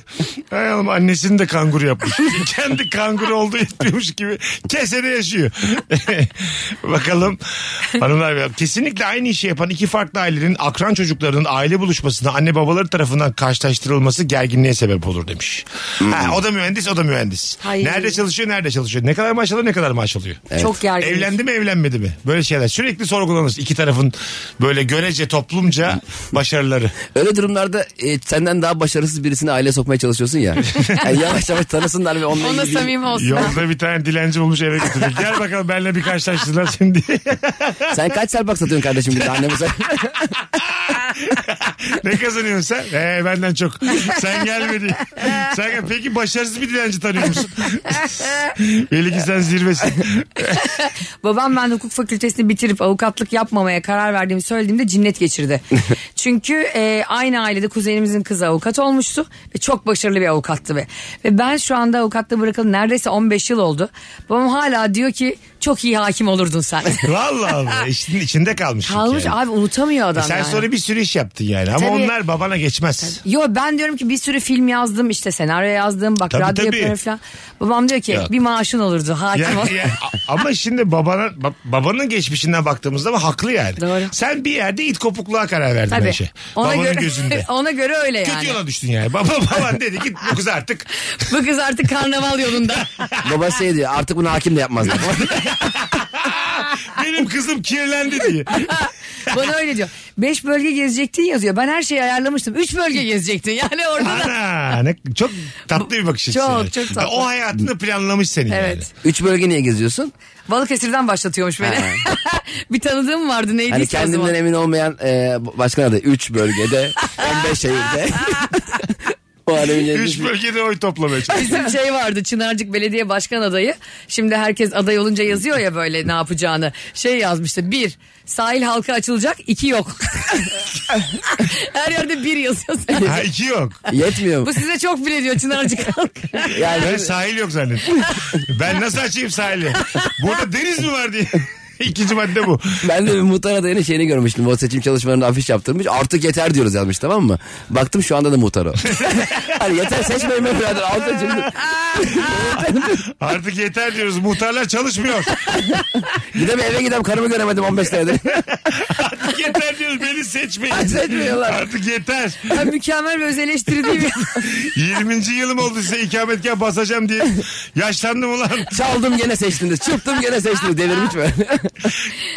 [SPEAKER 2] Hay oğlum annesini de kanguru yapmış. Kendi kanguru olduğu yetmiyormuş gibi kesede yaşıyor. Bakalım hanımlar beyler. Kesinlikle aynı işi yapan iki farklı ailenin akran çocuklarının aile buluşmasında anne babaları tarafından karşılaştırılması gerginliğe sebep olur demiş. Ha, o da mühendis o da mühendis.
[SPEAKER 4] Hayır.
[SPEAKER 2] Nerede çalışıyor nerede çalışıyor. Ne kadar maaş alıyor ne kadar maaş alıyor.
[SPEAKER 4] Çok gergin.
[SPEAKER 2] Evlendi mi evlenmedi mi? Böyle şeyler sürekli sorgulanır. İki tarafın böyle görece toplumca başarıları.
[SPEAKER 3] Öyle durumlarda e, senden daha başarısız birisini aileye sokmaya çalışıyorsun ya. Yani yavaş yavaş tanısınlar ve onunla
[SPEAKER 4] Ona
[SPEAKER 3] ilgili.
[SPEAKER 4] samimi olsun.
[SPEAKER 2] Yolda bir tane dilenci bulmuş eve götürüyor. Gel bakalım benimle bir karşılaştılar şimdi.
[SPEAKER 3] Sen kaç selpak satıyorsun kardeşim bir de anneme sen.
[SPEAKER 2] ne kazanıyorsun sen? Ee, benden çok. Sen gelmedi. Sen gel- Peki başarısız bir dilenci tanıyor musun? Belli ki sen zirvesin.
[SPEAKER 4] Babam ben hukuk fakültesini bitirip avukatlık yapmamaya karar verdiğimi söylediğimde cinnet geçirdi. Çünkü e, aynı ailede kuzenimizin kızı avukat olmuştu ve çok başarılı bir avukattı ve. Ve ben şu anda avukatlığı bırakalı neredeyse 15 yıl oldu. Babam hala diyor ki çok iyi hakim olurdun sen.
[SPEAKER 2] Vallahi be, işin içinde kalmış. çünkü
[SPEAKER 4] Kalmış
[SPEAKER 2] yani.
[SPEAKER 4] abi unutamıyor
[SPEAKER 2] E
[SPEAKER 4] adam
[SPEAKER 2] sen
[SPEAKER 4] yani.
[SPEAKER 2] sonra bir sürü iş yaptın yani ama
[SPEAKER 4] Tabii.
[SPEAKER 2] onlar babana geçmez.
[SPEAKER 4] Yo ben diyorum ki bir sürü film yazdım işte senaryo yazdım bak
[SPEAKER 2] Tabii,
[SPEAKER 4] radyo
[SPEAKER 2] tabii.
[SPEAKER 4] yapıyorum falan. Babam diyor ki
[SPEAKER 2] Yok.
[SPEAKER 4] bir maaşın olurdu hakim ol.
[SPEAKER 2] Yani, ya- ama şimdi babana, ba- babanın geçmişinden baktığımızda ama haklı yani.
[SPEAKER 4] Doğru.
[SPEAKER 2] Sen bir yerde it kopukluğa karar verdin
[SPEAKER 4] Tabii.
[SPEAKER 2] Ayşe. babanın gözünde.
[SPEAKER 4] ona göre öyle
[SPEAKER 2] Kötü
[SPEAKER 4] yani.
[SPEAKER 2] yola düştün yani. Baba, baban dedi ki bu kız artık
[SPEAKER 4] Bu kız artık karnaval yolunda.
[SPEAKER 3] Baba şey diyor artık bunu hakim de yapmaz.
[SPEAKER 2] benim kızım kirlendi diye.
[SPEAKER 4] Bana öyle diyor. Beş bölge gezecektin yazıyor. Ben her şeyi ayarlamıştım. Üç bölge gezecektin. Yani orada da.
[SPEAKER 2] Ana, ne, çok tatlı bir bakış açısı.
[SPEAKER 4] Çok,
[SPEAKER 2] yani.
[SPEAKER 4] çok tatlı.
[SPEAKER 2] O hayatını planlamış seni yani.
[SPEAKER 4] Evet.
[SPEAKER 3] Üç bölge niye geziyorsun?
[SPEAKER 4] Balıkesir'den başlatıyormuş beni. bir tanıdığım vardı neydi?
[SPEAKER 3] Hani kendimden emin olmayan e, başkan adı. Üç bölgede, 15 şehirde. o alemin
[SPEAKER 2] Üç
[SPEAKER 3] yerini-
[SPEAKER 2] bölgede oy toplamaya çalıştın.
[SPEAKER 4] Bizim şey vardı Çınarcık Belediye Başkan adayı. Şimdi herkes aday olunca yazıyor ya böyle ne yapacağını. Şey yazmıştı bir sahil halka açılacak iki yok. Her yerde bir yazıyor.
[SPEAKER 2] Ha iki yok.
[SPEAKER 3] Yetmiyor mu?
[SPEAKER 4] Bu size çok bile diyor Çınarcık halk.
[SPEAKER 3] Yani
[SPEAKER 2] Ben sahil yok zannettim. ben nasıl açayım sahili? Burada deniz mi var diye. İkinci madde bu.
[SPEAKER 3] Ben de bir muhtar adayının şeyini görmüştüm. O seçim çalışmalarında afiş yaptırmış. Artık yeter diyoruz yazmış tamam mı? Baktım şu anda da muhtar o. hani yeter seçmeyin ben birader. Al da şimdi.
[SPEAKER 2] Artık yeter diyoruz. Muhtarlar çalışmıyor.
[SPEAKER 3] Gidem eve gidem karımı göremedim 15 senedir.
[SPEAKER 2] Artık yeter diyoruz. Beni seçmeyin.
[SPEAKER 3] Seçmiyorlar.
[SPEAKER 2] Artık yeter.
[SPEAKER 4] Ben mükemmel bir öz eleştiri değil mi?
[SPEAKER 2] 20. yılım oldu size ikametgah basacağım diye. Yaşlandım ulan.
[SPEAKER 3] Çaldım gene seçtiniz. Çırptım gene seçtiniz. Devirmiş mi?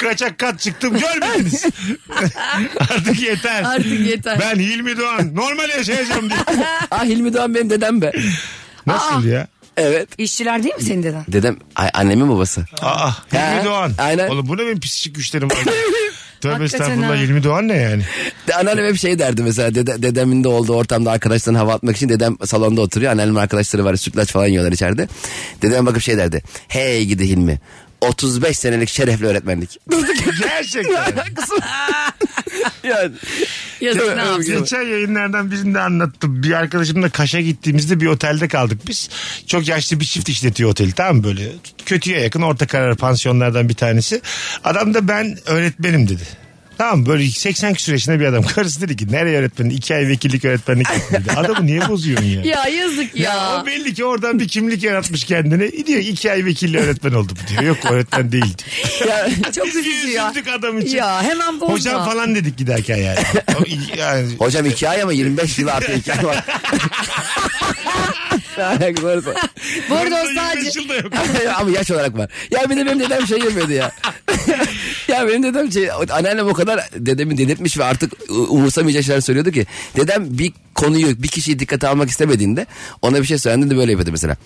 [SPEAKER 2] Kaçak kat çıktım görmediniz. Artık yeter.
[SPEAKER 4] Artık yeter.
[SPEAKER 2] Ben Hilmi Doğan. Normal yaşayacağım diye.
[SPEAKER 3] ah Hilmi Doğan benim dedem be.
[SPEAKER 2] Nasıl ya?
[SPEAKER 3] Evet.
[SPEAKER 4] İşçiler değil mi senin deden?
[SPEAKER 3] Dedem ay, annemin babası.
[SPEAKER 2] Aa, Hilmi
[SPEAKER 3] Ha,
[SPEAKER 2] Doğan.
[SPEAKER 3] aynen.
[SPEAKER 2] Oğlum bu ne benim pislik güçlerim var. Tövbe
[SPEAKER 4] Hakikaten ha.
[SPEAKER 2] estağfurullah Hilmi Doğan ne yani?
[SPEAKER 3] De, anneannem hep şey derdi mesela dede, dedemin de olduğu ortamda arkadaşlarına hava atmak için dedem salonda oturuyor. Anneannemin arkadaşları var sütlaç falan yiyorlar içeride. Dedem bakıp şey derdi. Hey gidi Hilmi 35 senelik şerefli öğretmenlik.
[SPEAKER 2] Gerçekten.
[SPEAKER 3] yani
[SPEAKER 4] Yazık ne yapsın?
[SPEAKER 2] Geçen yayınlardan birinde anlattım. Bir arkadaşımla Kaş'a gittiğimizde bir otelde kaldık biz. Çok yaşlı bir çift işletiyor oteli tamam mı böyle? Kötüye yakın orta karar pansiyonlardan bir tanesi. Adam da ben öğretmenim dedi. Tamam mı? böyle 80 küsur yaşında bir adam. Karısı dedi ki nereye öğretmenin? 2 ay vekillik öğretmenlik yaptım dedi. Adamı niye bozuyorsun ya?
[SPEAKER 4] Ya yazık ya.
[SPEAKER 2] O belli ki oradan bir kimlik yaratmış kendine. Diyor iki ay vekilli öğretmen oldu bu diyor. Yok öğretmen değil diyor.
[SPEAKER 4] Çok
[SPEAKER 2] Biz
[SPEAKER 4] üzücü ya.
[SPEAKER 2] üzüldük adam için.
[SPEAKER 4] Ya hemen bozma.
[SPEAKER 2] Hocam falan dedik giderken yani. O- yani
[SPEAKER 3] Hocam iki ay ama 25 yıl artı iki ay var. Ne alakası varsa.
[SPEAKER 4] Bu arada o
[SPEAKER 2] 25
[SPEAKER 4] sadece...
[SPEAKER 2] yıl da yok.
[SPEAKER 3] ama yaş olarak var. Ya bir de benim dedem şey yapıyordu ya. ya benim dedem şey anneannem o kadar dedemi delirtmiş ve artık umursamayacağı şeyler söylüyordu ki. Dedem bir konuyu bir kişiyi dikkate almak istemediğinde ona bir şey söylendiğinde böyle yapıyordu mesela.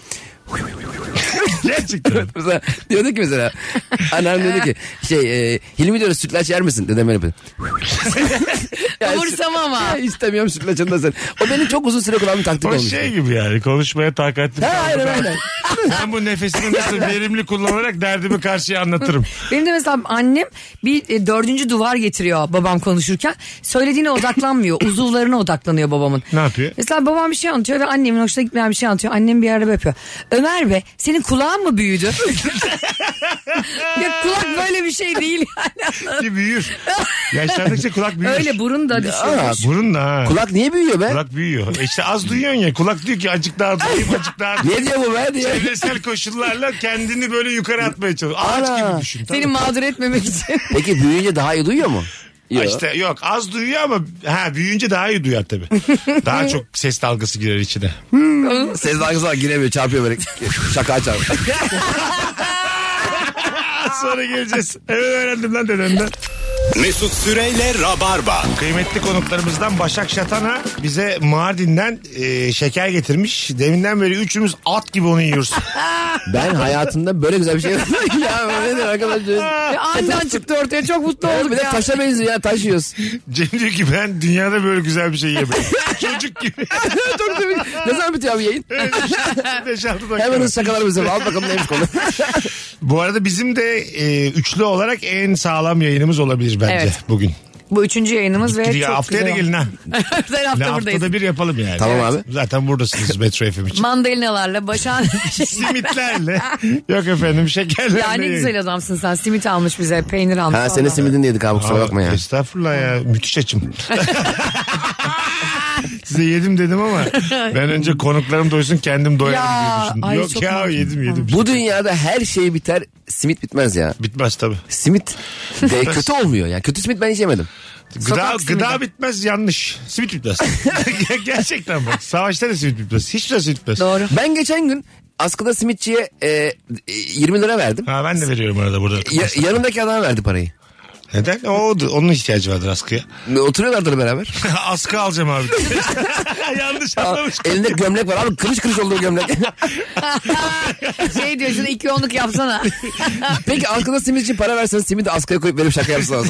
[SPEAKER 2] Gerçekten.
[SPEAKER 3] mesela diyordu ki mesela annem diyordu ki şey e, Hilmi diyoruz sütlaç yer misin? Dedem öyle yapıyordu. Ya süt-
[SPEAKER 4] Umursamama.
[SPEAKER 3] Ya istemiyorum sütlaçını da sen. O benim çok uzun süre kulağımın taktik
[SPEAKER 2] O
[SPEAKER 3] olmuş.
[SPEAKER 2] şey gibi yani konuşmaya takatli.
[SPEAKER 3] Ha, aynen, aynen.
[SPEAKER 2] Ben bu nefesimi nasıl verimli kullanarak derdimi karşıya anlatırım.
[SPEAKER 4] Benim de mesela annem bir e, dördüncü duvar getiriyor babam konuşurken. Söylediğine odaklanmıyor. uzuvlarına odaklanıyor babamın.
[SPEAKER 2] Ne yapıyor?
[SPEAKER 4] Mesela babam bir şey anlatıyor ve annemin hoşuna gitmeyen bir şey anlatıyor. Annem bir araba yapıyor. Ömer be senin kulağın mı büyüdü? ya kulak böyle bir şey değil yani.
[SPEAKER 2] Ki büyür. Yaşlandıkça kulak büyür.
[SPEAKER 4] Öyle burun da düşüyor.
[SPEAKER 3] Aa,
[SPEAKER 2] Burun da ha.
[SPEAKER 3] Kulak niye büyüyor be?
[SPEAKER 2] Kulak büyüyor. E İşte az duyuyorsun ya. Kulak diyor ki acık daha duyayım acık daha duyayım.
[SPEAKER 3] Ne diyor bu be diye.
[SPEAKER 2] Çevresel koşullarla kendini böyle yukarı atmaya çalışıyor. Ağaç
[SPEAKER 3] Ana.
[SPEAKER 2] gibi düşün.
[SPEAKER 4] Seni
[SPEAKER 2] tamam.
[SPEAKER 4] mağdur etmemek için.
[SPEAKER 3] Peki büyüyünce daha iyi duyuyor mu?
[SPEAKER 2] Ha İşte yok az duyuyor ama ha büyüyünce daha iyi duyar tabii. daha çok ses dalgası girer içine.
[SPEAKER 3] Ses dalgası var giremiyor çarpıyor böyle. Şaka açar.
[SPEAKER 2] Az sonra geleceğiz. Evet öğrendim lan dedemden.
[SPEAKER 1] Mesut Süreyle Rabarba.
[SPEAKER 2] Kıymetli konuklarımızdan Başak Şatan'a bize Mardin'den e, şeker getirmiş. Deminden beri üçümüz at gibi onu yiyoruz.
[SPEAKER 3] Ben hayatımda böyle güzel bir şey ya böyle diyor arkadaşlar.
[SPEAKER 4] Ya Aniden çıktı ortaya çok mutlu oldum
[SPEAKER 3] Bir de
[SPEAKER 4] ya.
[SPEAKER 3] taşa benziyor ya taşıyoruz.
[SPEAKER 2] Cem diyor ki ben dünyada böyle güzel bir şey yemedim. Çocuk gibi.
[SPEAKER 3] Çok sevin. Ne zaman bitiyor abi yayın?
[SPEAKER 2] Evet, beş, altı dakika.
[SPEAKER 3] Hemen hız şakalarımızı yapalım. Al bakalım neymiş konu.
[SPEAKER 2] Bu arada bizim de e, üçlü olarak en sağlam yayınımız olabilir bence
[SPEAKER 4] Evet.
[SPEAKER 2] bugün.
[SPEAKER 4] Bu üçüncü yayınımız ve
[SPEAKER 2] Ya
[SPEAKER 4] çok
[SPEAKER 2] haftaya da
[SPEAKER 4] güzel.
[SPEAKER 2] gelin ha.
[SPEAKER 4] Her
[SPEAKER 2] Ne
[SPEAKER 4] hafta buradayız.
[SPEAKER 2] haftada bir yapalım yani.
[SPEAKER 3] Tamam abi.
[SPEAKER 2] Zaten buradasınız Metro FM için.
[SPEAKER 4] Mandalinalarla başan.
[SPEAKER 2] Simitlerle. Yok efendim şekerlerle.
[SPEAKER 4] ya ne
[SPEAKER 2] yiyin.
[SPEAKER 4] güzel adamsın sen. Simit almış bize, peynir almış.
[SPEAKER 3] Ha senin
[SPEAKER 4] falan.
[SPEAKER 3] simidini yedik abi kusura
[SPEAKER 2] Aa,
[SPEAKER 3] bakma ya.
[SPEAKER 2] Estağfurullah ya. Müthiş açım. Size yedim dedim ama ben önce konuklarım doysun kendim doyarım
[SPEAKER 4] Ya,
[SPEAKER 2] diye düşündüm.
[SPEAKER 4] ay
[SPEAKER 2] Yok
[SPEAKER 4] çok
[SPEAKER 2] ya
[SPEAKER 4] mantıklı.
[SPEAKER 2] yedim yedim.
[SPEAKER 3] Bu dünyada her şey biter simit bitmez ya.
[SPEAKER 2] Bitmez tabii.
[SPEAKER 3] Simit de kötü olmuyor yani. Kötü simit ben hiç yemedim.
[SPEAKER 2] Gıda,
[SPEAKER 4] Sokak simidi.
[SPEAKER 2] gıda bitmez yanlış. Simit bitmez. Gerçekten bak. Savaşta da simit bitmez. Hiçbir şey simit bitmez.
[SPEAKER 4] Doğru.
[SPEAKER 3] Ben geçen gün askıda simitçiye e, e, 20 lira verdim.
[SPEAKER 2] Ha, ben de veriyorum arada burada.
[SPEAKER 3] Ya, yanındaki adama verdi parayı.
[SPEAKER 2] Neden? O, onun ihtiyacı vardır askıya.
[SPEAKER 3] Oturuyorlardı beraber.
[SPEAKER 2] Askı alacağım abi. Yanlış anlamış.
[SPEAKER 3] Elinde gömlek var abi kırış kırış oldu o gömlek.
[SPEAKER 4] Şey diyor şunu iki onluk yapsana.
[SPEAKER 3] Peki arkada simit için para verseniz simidi askıya koyup benim şaka yapsın.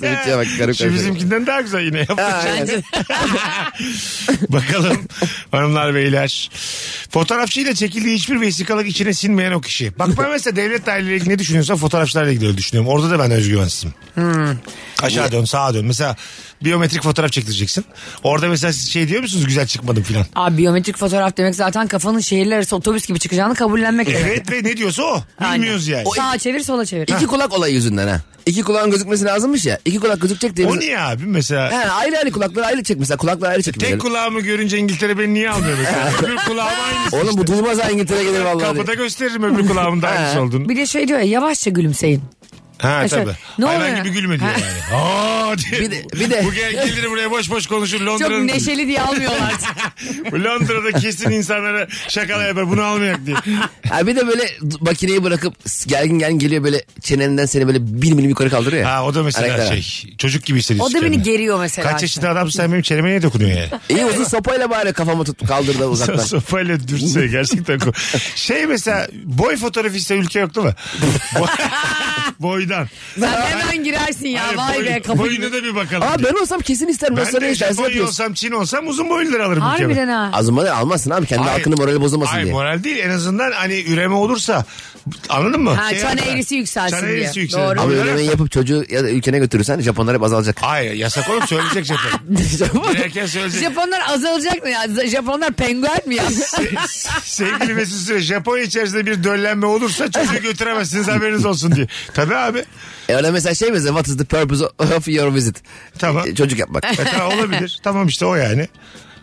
[SPEAKER 3] Simitçiye bak garip
[SPEAKER 2] Şu
[SPEAKER 3] garip.
[SPEAKER 2] bizimkinden daha güzel yine yapmış.
[SPEAKER 3] Ha, aynen.
[SPEAKER 4] Bence
[SPEAKER 2] Bakalım hanımlar beyler. Fotoğrafçıyla çekildiği hiçbir vesikalık içine sinmeyen o kişi. Bak ben mesela devlet daireyle ilgili ne düşünüyorsam fotoğrafçılarla ilgili öyle düşünüyorum. Orada da ben özgüvensizim.
[SPEAKER 3] Hmm.
[SPEAKER 2] Aşağı dön sağa dön. Mesela biyometrik fotoğraf çektireceksin. Orada mesela siz şey diyor musunuz güzel çıkmadım filan.
[SPEAKER 4] Abi biyometrik fotoğraf demek zaten kafanın şehirler arası otobüs gibi çıkacağını kabullenmek demek.
[SPEAKER 2] Evet ve ne diyorsa o. Bilmiyoruz
[SPEAKER 4] Aynen.
[SPEAKER 2] yani.
[SPEAKER 4] Sağa çevir sola çevir.
[SPEAKER 3] İki kulak olayı yüzünden ha. İki kulağın gözükmesi lazımmış ya. İki kulak gözükecek diye.
[SPEAKER 2] O
[SPEAKER 3] biz-
[SPEAKER 2] niye abi mesela?
[SPEAKER 3] He, ayrı ayrı kulakları ayrı çek mesela. Kulakları ayrı çek.
[SPEAKER 2] Tek
[SPEAKER 3] mesela.
[SPEAKER 2] kulağımı görünce İngiltere beni niye almıyor mesela? öbür kulağım aynısı.
[SPEAKER 3] Oğlum bu duymaz ha İngiltere gelir vallahi.
[SPEAKER 2] Kapıda gösteririm öbür kulağımın da aynısı olduğunu.
[SPEAKER 4] Bir de şey diyor ya yavaşça gülümseyin.
[SPEAKER 2] Ha
[SPEAKER 4] Ha, şöyle,
[SPEAKER 2] tabii.
[SPEAKER 4] ne
[SPEAKER 2] Hayvan
[SPEAKER 4] oluyor?
[SPEAKER 2] gibi gülme diyor
[SPEAKER 4] Ha.
[SPEAKER 2] yani. Aa diye.
[SPEAKER 3] Bir de- bir de-
[SPEAKER 2] Bu gel gelir buraya boş boş konuşur
[SPEAKER 4] Çok
[SPEAKER 2] Londra'nın.
[SPEAKER 4] neşeli diye almıyorlar.
[SPEAKER 2] Londra'da kesin insanlara şakala yapar bunu almayak diye.
[SPEAKER 3] Ha, bir de böyle d- makineyi bırakıp s- gergin gergin geliyor böyle çenenden seni böyle bir milim yukarı kaldırıyor ya.
[SPEAKER 2] Ha o da mesela
[SPEAKER 3] Hareketler.
[SPEAKER 2] şey çocuk gibi
[SPEAKER 4] o
[SPEAKER 2] hissediyorsun.
[SPEAKER 4] da beni
[SPEAKER 2] kendini.
[SPEAKER 4] geriyor mesela.
[SPEAKER 2] Kaç yaşında adamsın sen benim çeneme niye dokunuyorsun yani?
[SPEAKER 3] İyi uzun sopayla bari kafamı tut kaldır da
[SPEAKER 2] So-
[SPEAKER 3] uzaktan.
[SPEAKER 2] Sopayla dürtse gerçekten. ko- Şey mesela boy fotoğrafı ise ülke yok değil mi? Boy- Boydan.
[SPEAKER 4] Sen hemen girersin ya
[SPEAKER 2] Hayır,
[SPEAKER 4] vay
[SPEAKER 2] boy-
[SPEAKER 4] be kapı gibi.
[SPEAKER 2] Boyunu da bir bakalım.
[SPEAKER 3] Aa
[SPEAKER 2] diye.
[SPEAKER 3] ben olsam kesin isterim.
[SPEAKER 2] ben,
[SPEAKER 3] Ben,
[SPEAKER 2] de
[SPEAKER 3] ne
[SPEAKER 2] Japon
[SPEAKER 3] istersen yapıyorsun.
[SPEAKER 2] olsam Çin olsam uzun boyluları alırım. bir kere.
[SPEAKER 4] Harbiden ha.
[SPEAKER 3] Azıma da almazsın abi. Kendi
[SPEAKER 2] Hayır.
[SPEAKER 3] hakkını morali bozulmasın
[SPEAKER 2] Hayır,
[SPEAKER 3] diye.
[SPEAKER 2] moral değil en azından hani üreme olursa anladın mı? Şey
[SPEAKER 4] Ha, çan
[SPEAKER 2] yapma.
[SPEAKER 4] eğrisi yükselsin
[SPEAKER 2] Çan
[SPEAKER 4] diye.
[SPEAKER 2] eğrisi yükselsin.
[SPEAKER 4] Doğru.
[SPEAKER 3] Abi
[SPEAKER 2] Moral-
[SPEAKER 3] ödemeyi yapıp çocuğu ya da ülkene götürürsen Japonlara hep azalacak.
[SPEAKER 2] Hayır yasak oğlum söyleyecek Japon. Girerken söyleyecek.
[SPEAKER 4] Japonlar azalacak mı ya? Japonlar penguen mi ya?
[SPEAKER 2] Sevgili Mesut Süre Japonya içerisinde bir döllenme olursa çocuğu götüremezsiniz haberiniz olsun diye. Tabii abi.
[SPEAKER 3] E öyle mesela şey mesela what is the purpose of your visit?
[SPEAKER 2] Tamam.
[SPEAKER 3] E, çocuk yapmak.
[SPEAKER 2] E, tamam, olabilir. Tamam işte o yani.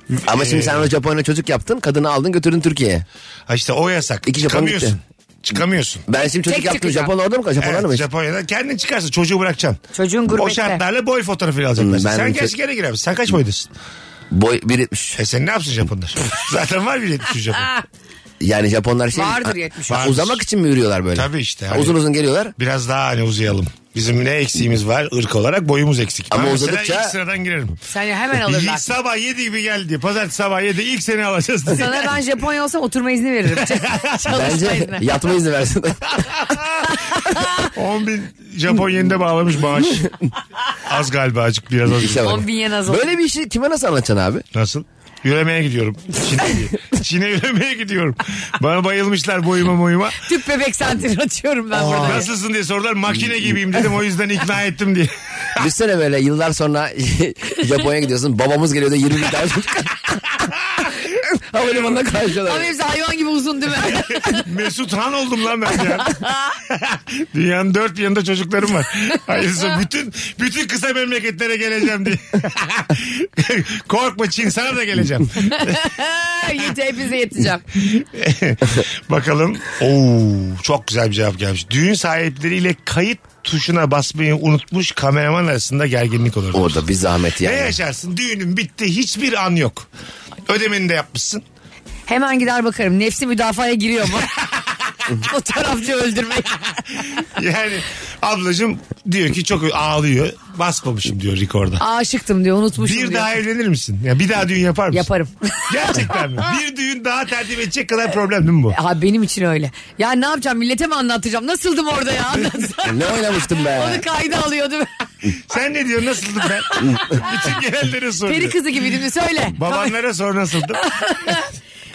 [SPEAKER 2] E,
[SPEAKER 3] Ama şimdi sen onu Japonya'ya çocuk yaptın. Kadını aldın götürdün Türkiye'ye.
[SPEAKER 2] Ha işte o yasak.
[SPEAKER 3] İki Japon
[SPEAKER 2] Çıkamıyorsun.
[SPEAKER 3] gitti.
[SPEAKER 2] Çıkamıyorsun.
[SPEAKER 3] Ben şimdi çocuk
[SPEAKER 4] Tek
[SPEAKER 3] yaptım.
[SPEAKER 4] çıkacağım.
[SPEAKER 3] Japon orada mı? kalacak? Japonlar
[SPEAKER 2] Evet,
[SPEAKER 3] mı?
[SPEAKER 2] Japonya'da kendin çıkarsın çocuğu bırakacaksın.
[SPEAKER 4] Çocuğun
[SPEAKER 2] O
[SPEAKER 4] gurbette.
[SPEAKER 2] şartlarla boy fotoğrafıyla alacaklar.
[SPEAKER 3] Hmm, ben
[SPEAKER 2] sen
[SPEAKER 3] çok-
[SPEAKER 2] kaç kere giremezsin? Sen kaç boydasın?
[SPEAKER 3] Boy 1.70.
[SPEAKER 2] E sen ne yapsın Japonlar? Zaten var bir 73 Japon.
[SPEAKER 3] Yani Japonlar şey...
[SPEAKER 4] Vardır
[SPEAKER 3] Ha,
[SPEAKER 4] 70.
[SPEAKER 3] ha,
[SPEAKER 2] Vardır.
[SPEAKER 3] Uzamak için mi yürüyorlar böyle?
[SPEAKER 2] Tabii işte,
[SPEAKER 3] Ha,
[SPEAKER 2] hani-
[SPEAKER 3] uzun uzun geliyorlar.
[SPEAKER 2] Biraz daha hani uzayalım. Bizim ne eksiğimiz var ırk olarak boyumuz eksik.
[SPEAKER 3] Ama
[SPEAKER 2] ben mesela
[SPEAKER 3] uzadıkça-
[SPEAKER 2] ilk sıradan girerim.
[SPEAKER 4] Seni hemen
[SPEAKER 2] İlk
[SPEAKER 4] alırlar.
[SPEAKER 2] sabah 7 gibi geldi. Pazartesi sabah 7 ilk seni alacağız. diye.
[SPEAKER 4] Sana ben Japonya olsam oturma izni veririm. Çalışma
[SPEAKER 3] Bence
[SPEAKER 4] izni.
[SPEAKER 3] yatma izni versin.
[SPEAKER 2] 10 bin Japon yenide bağlamış maaş. az galiba azıcık biraz az.
[SPEAKER 3] İşe bak.
[SPEAKER 4] 10 bin yen azal.
[SPEAKER 3] Böyle bir işi kime nasıl anlatacaksın abi?
[SPEAKER 2] Nasıl? Yürümeye gidiyorum. Çin'e, diye. Çin'e yürümeye gidiyorum. Bana bayılmışlar boyuma boyuma.
[SPEAKER 4] Tüp bebek santrini atıyorum ben burada.
[SPEAKER 2] Nasılsın diye sordular. Makine gibiyim dedim o yüzden ikna ettim diye.
[SPEAKER 3] Düşsene böyle yıllar sonra Japonya'ya gidiyorsun. Babamız geliyor da 20 bin tane çocuk. Havalimanına
[SPEAKER 4] Ama
[SPEAKER 3] karşılıyorlar.
[SPEAKER 4] hepsi hayvan gibi uzun değil mi?
[SPEAKER 2] Mesut Han oldum lan ben ya. Dünyanın dört bir yanında çocuklarım var. Hayırlısı bütün bütün kısa memleketlere geleceğim diye. Korkma Çin sana da geleceğim.
[SPEAKER 4] Yete hepinize yeteceğim.
[SPEAKER 2] Bakalım. Oo, çok güzel bir cevap gelmiş. Düğün sahipleriyle kayıt tuşuna basmayı unutmuş kameraman arasında gerginlik olur.
[SPEAKER 3] O da bir zahmet
[SPEAKER 2] Ne
[SPEAKER 3] yani.
[SPEAKER 2] yaşarsın? Düğünün bitti. Hiçbir an yok. Ödemeni de yapmışsın.
[SPEAKER 4] Hemen gider bakarım. Nefsi müdafaya giriyor mu? Fotoğrafçı öldürmek.
[SPEAKER 2] Yani ablacığım diyor ki çok ağlıyor. Basmamışım diyor rekorda.
[SPEAKER 4] Aşıktım diyor unutmuşum
[SPEAKER 2] Bir
[SPEAKER 4] diyor.
[SPEAKER 2] daha evlenir misin? Ya bir daha düğün yapar mısın?
[SPEAKER 4] Yaparım.
[SPEAKER 2] Gerçekten mi? Bir düğün daha tertip edecek kadar problem değil mi bu?
[SPEAKER 4] Ha benim için öyle. Ya ne yapacağım millete mi anlatacağım? Nasıldım orada ya anlatsana.
[SPEAKER 3] Ne oynamıştım
[SPEAKER 4] Onu
[SPEAKER 3] be?
[SPEAKER 4] kayda alıyordum.
[SPEAKER 2] Sen ne diyorsun? Nasıldım ben? Bütün gelenlere
[SPEAKER 4] Peri
[SPEAKER 2] soruyor.
[SPEAKER 4] kızı gibiydim söyle.
[SPEAKER 2] Babanlara sor nasıldım?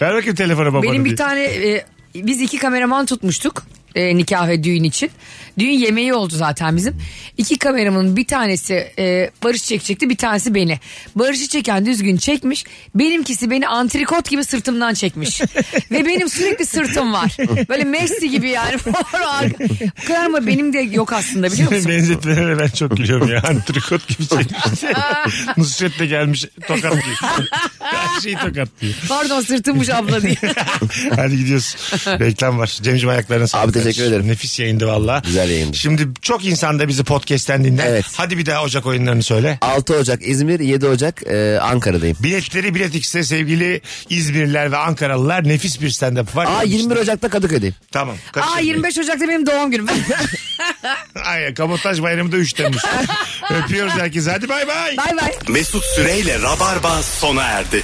[SPEAKER 2] Ver bakayım telefona babanı
[SPEAKER 4] Benim
[SPEAKER 2] diye.
[SPEAKER 4] bir tane e, biz iki kameraman tutmuştuk. E, e, nikah ve düğün için. Düğün yemeği oldu zaten bizim. İki kameramın bir tanesi e, Barış çekecekti bir tanesi beni. Barış'ı çeken düzgün çekmiş. Benimkisi beni antrikot gibi sırtımdan çekmiş. ve benim sürekli sırtım var. Böyle Messi gibi yani. o kadar mı benim de yok aslında biliyor musun?
[SPEAKER 2] Benzetmelere ben çok gülüyorum ya. Antrikot gibi çekmiş. Nusret de gelmiş tokat diyor. Her şeyi tokat diyor.
[SPEAKER 4] Pardon sırtımmış abla diye.
[SPEAKER 2] Hadi gidiyoruz. Reklam var. Cemciğim ayaklarına sağlık.
[SPEAKER 3] Abi teşekkür ederim.
[SPEAKER 2] Nefis yayındı valla.
[SPEAKER 3] Güzel yayındı.
[SPEAKER 2] Şimdi çok insan da bizi podcast'ten dinler.
[SPEAKER 3] Evet.
[SPEAKER 2] Hadi bir daha Ocak oyunlarını söyle.
[SPEAKER 3] 6 Ocak İzmir, 7 Ocak e, Ankara'dayım.
[SPEAKER 2] Biletleri Bilet X'te sevgili İzmirliler ve Ankaralılar nefis bir stand-up var.
[SPEAKER 3] Aa 21 Ocak'ta Kadıköy'deyim.
[SPEAKER 2] Tamam.
[SPEAKER 4] Aa 25 Ocak'ta benim doğum günüm.
[SPEAKER 2] Ay, kabotaj bayramı da 3 Temmuz. Öpüyoruz herkese. Hadi bay bay.
[SPEAKER 4] bay bay.
[SPEAKER 1] Mesut Süreyle Rabarba sona erdi.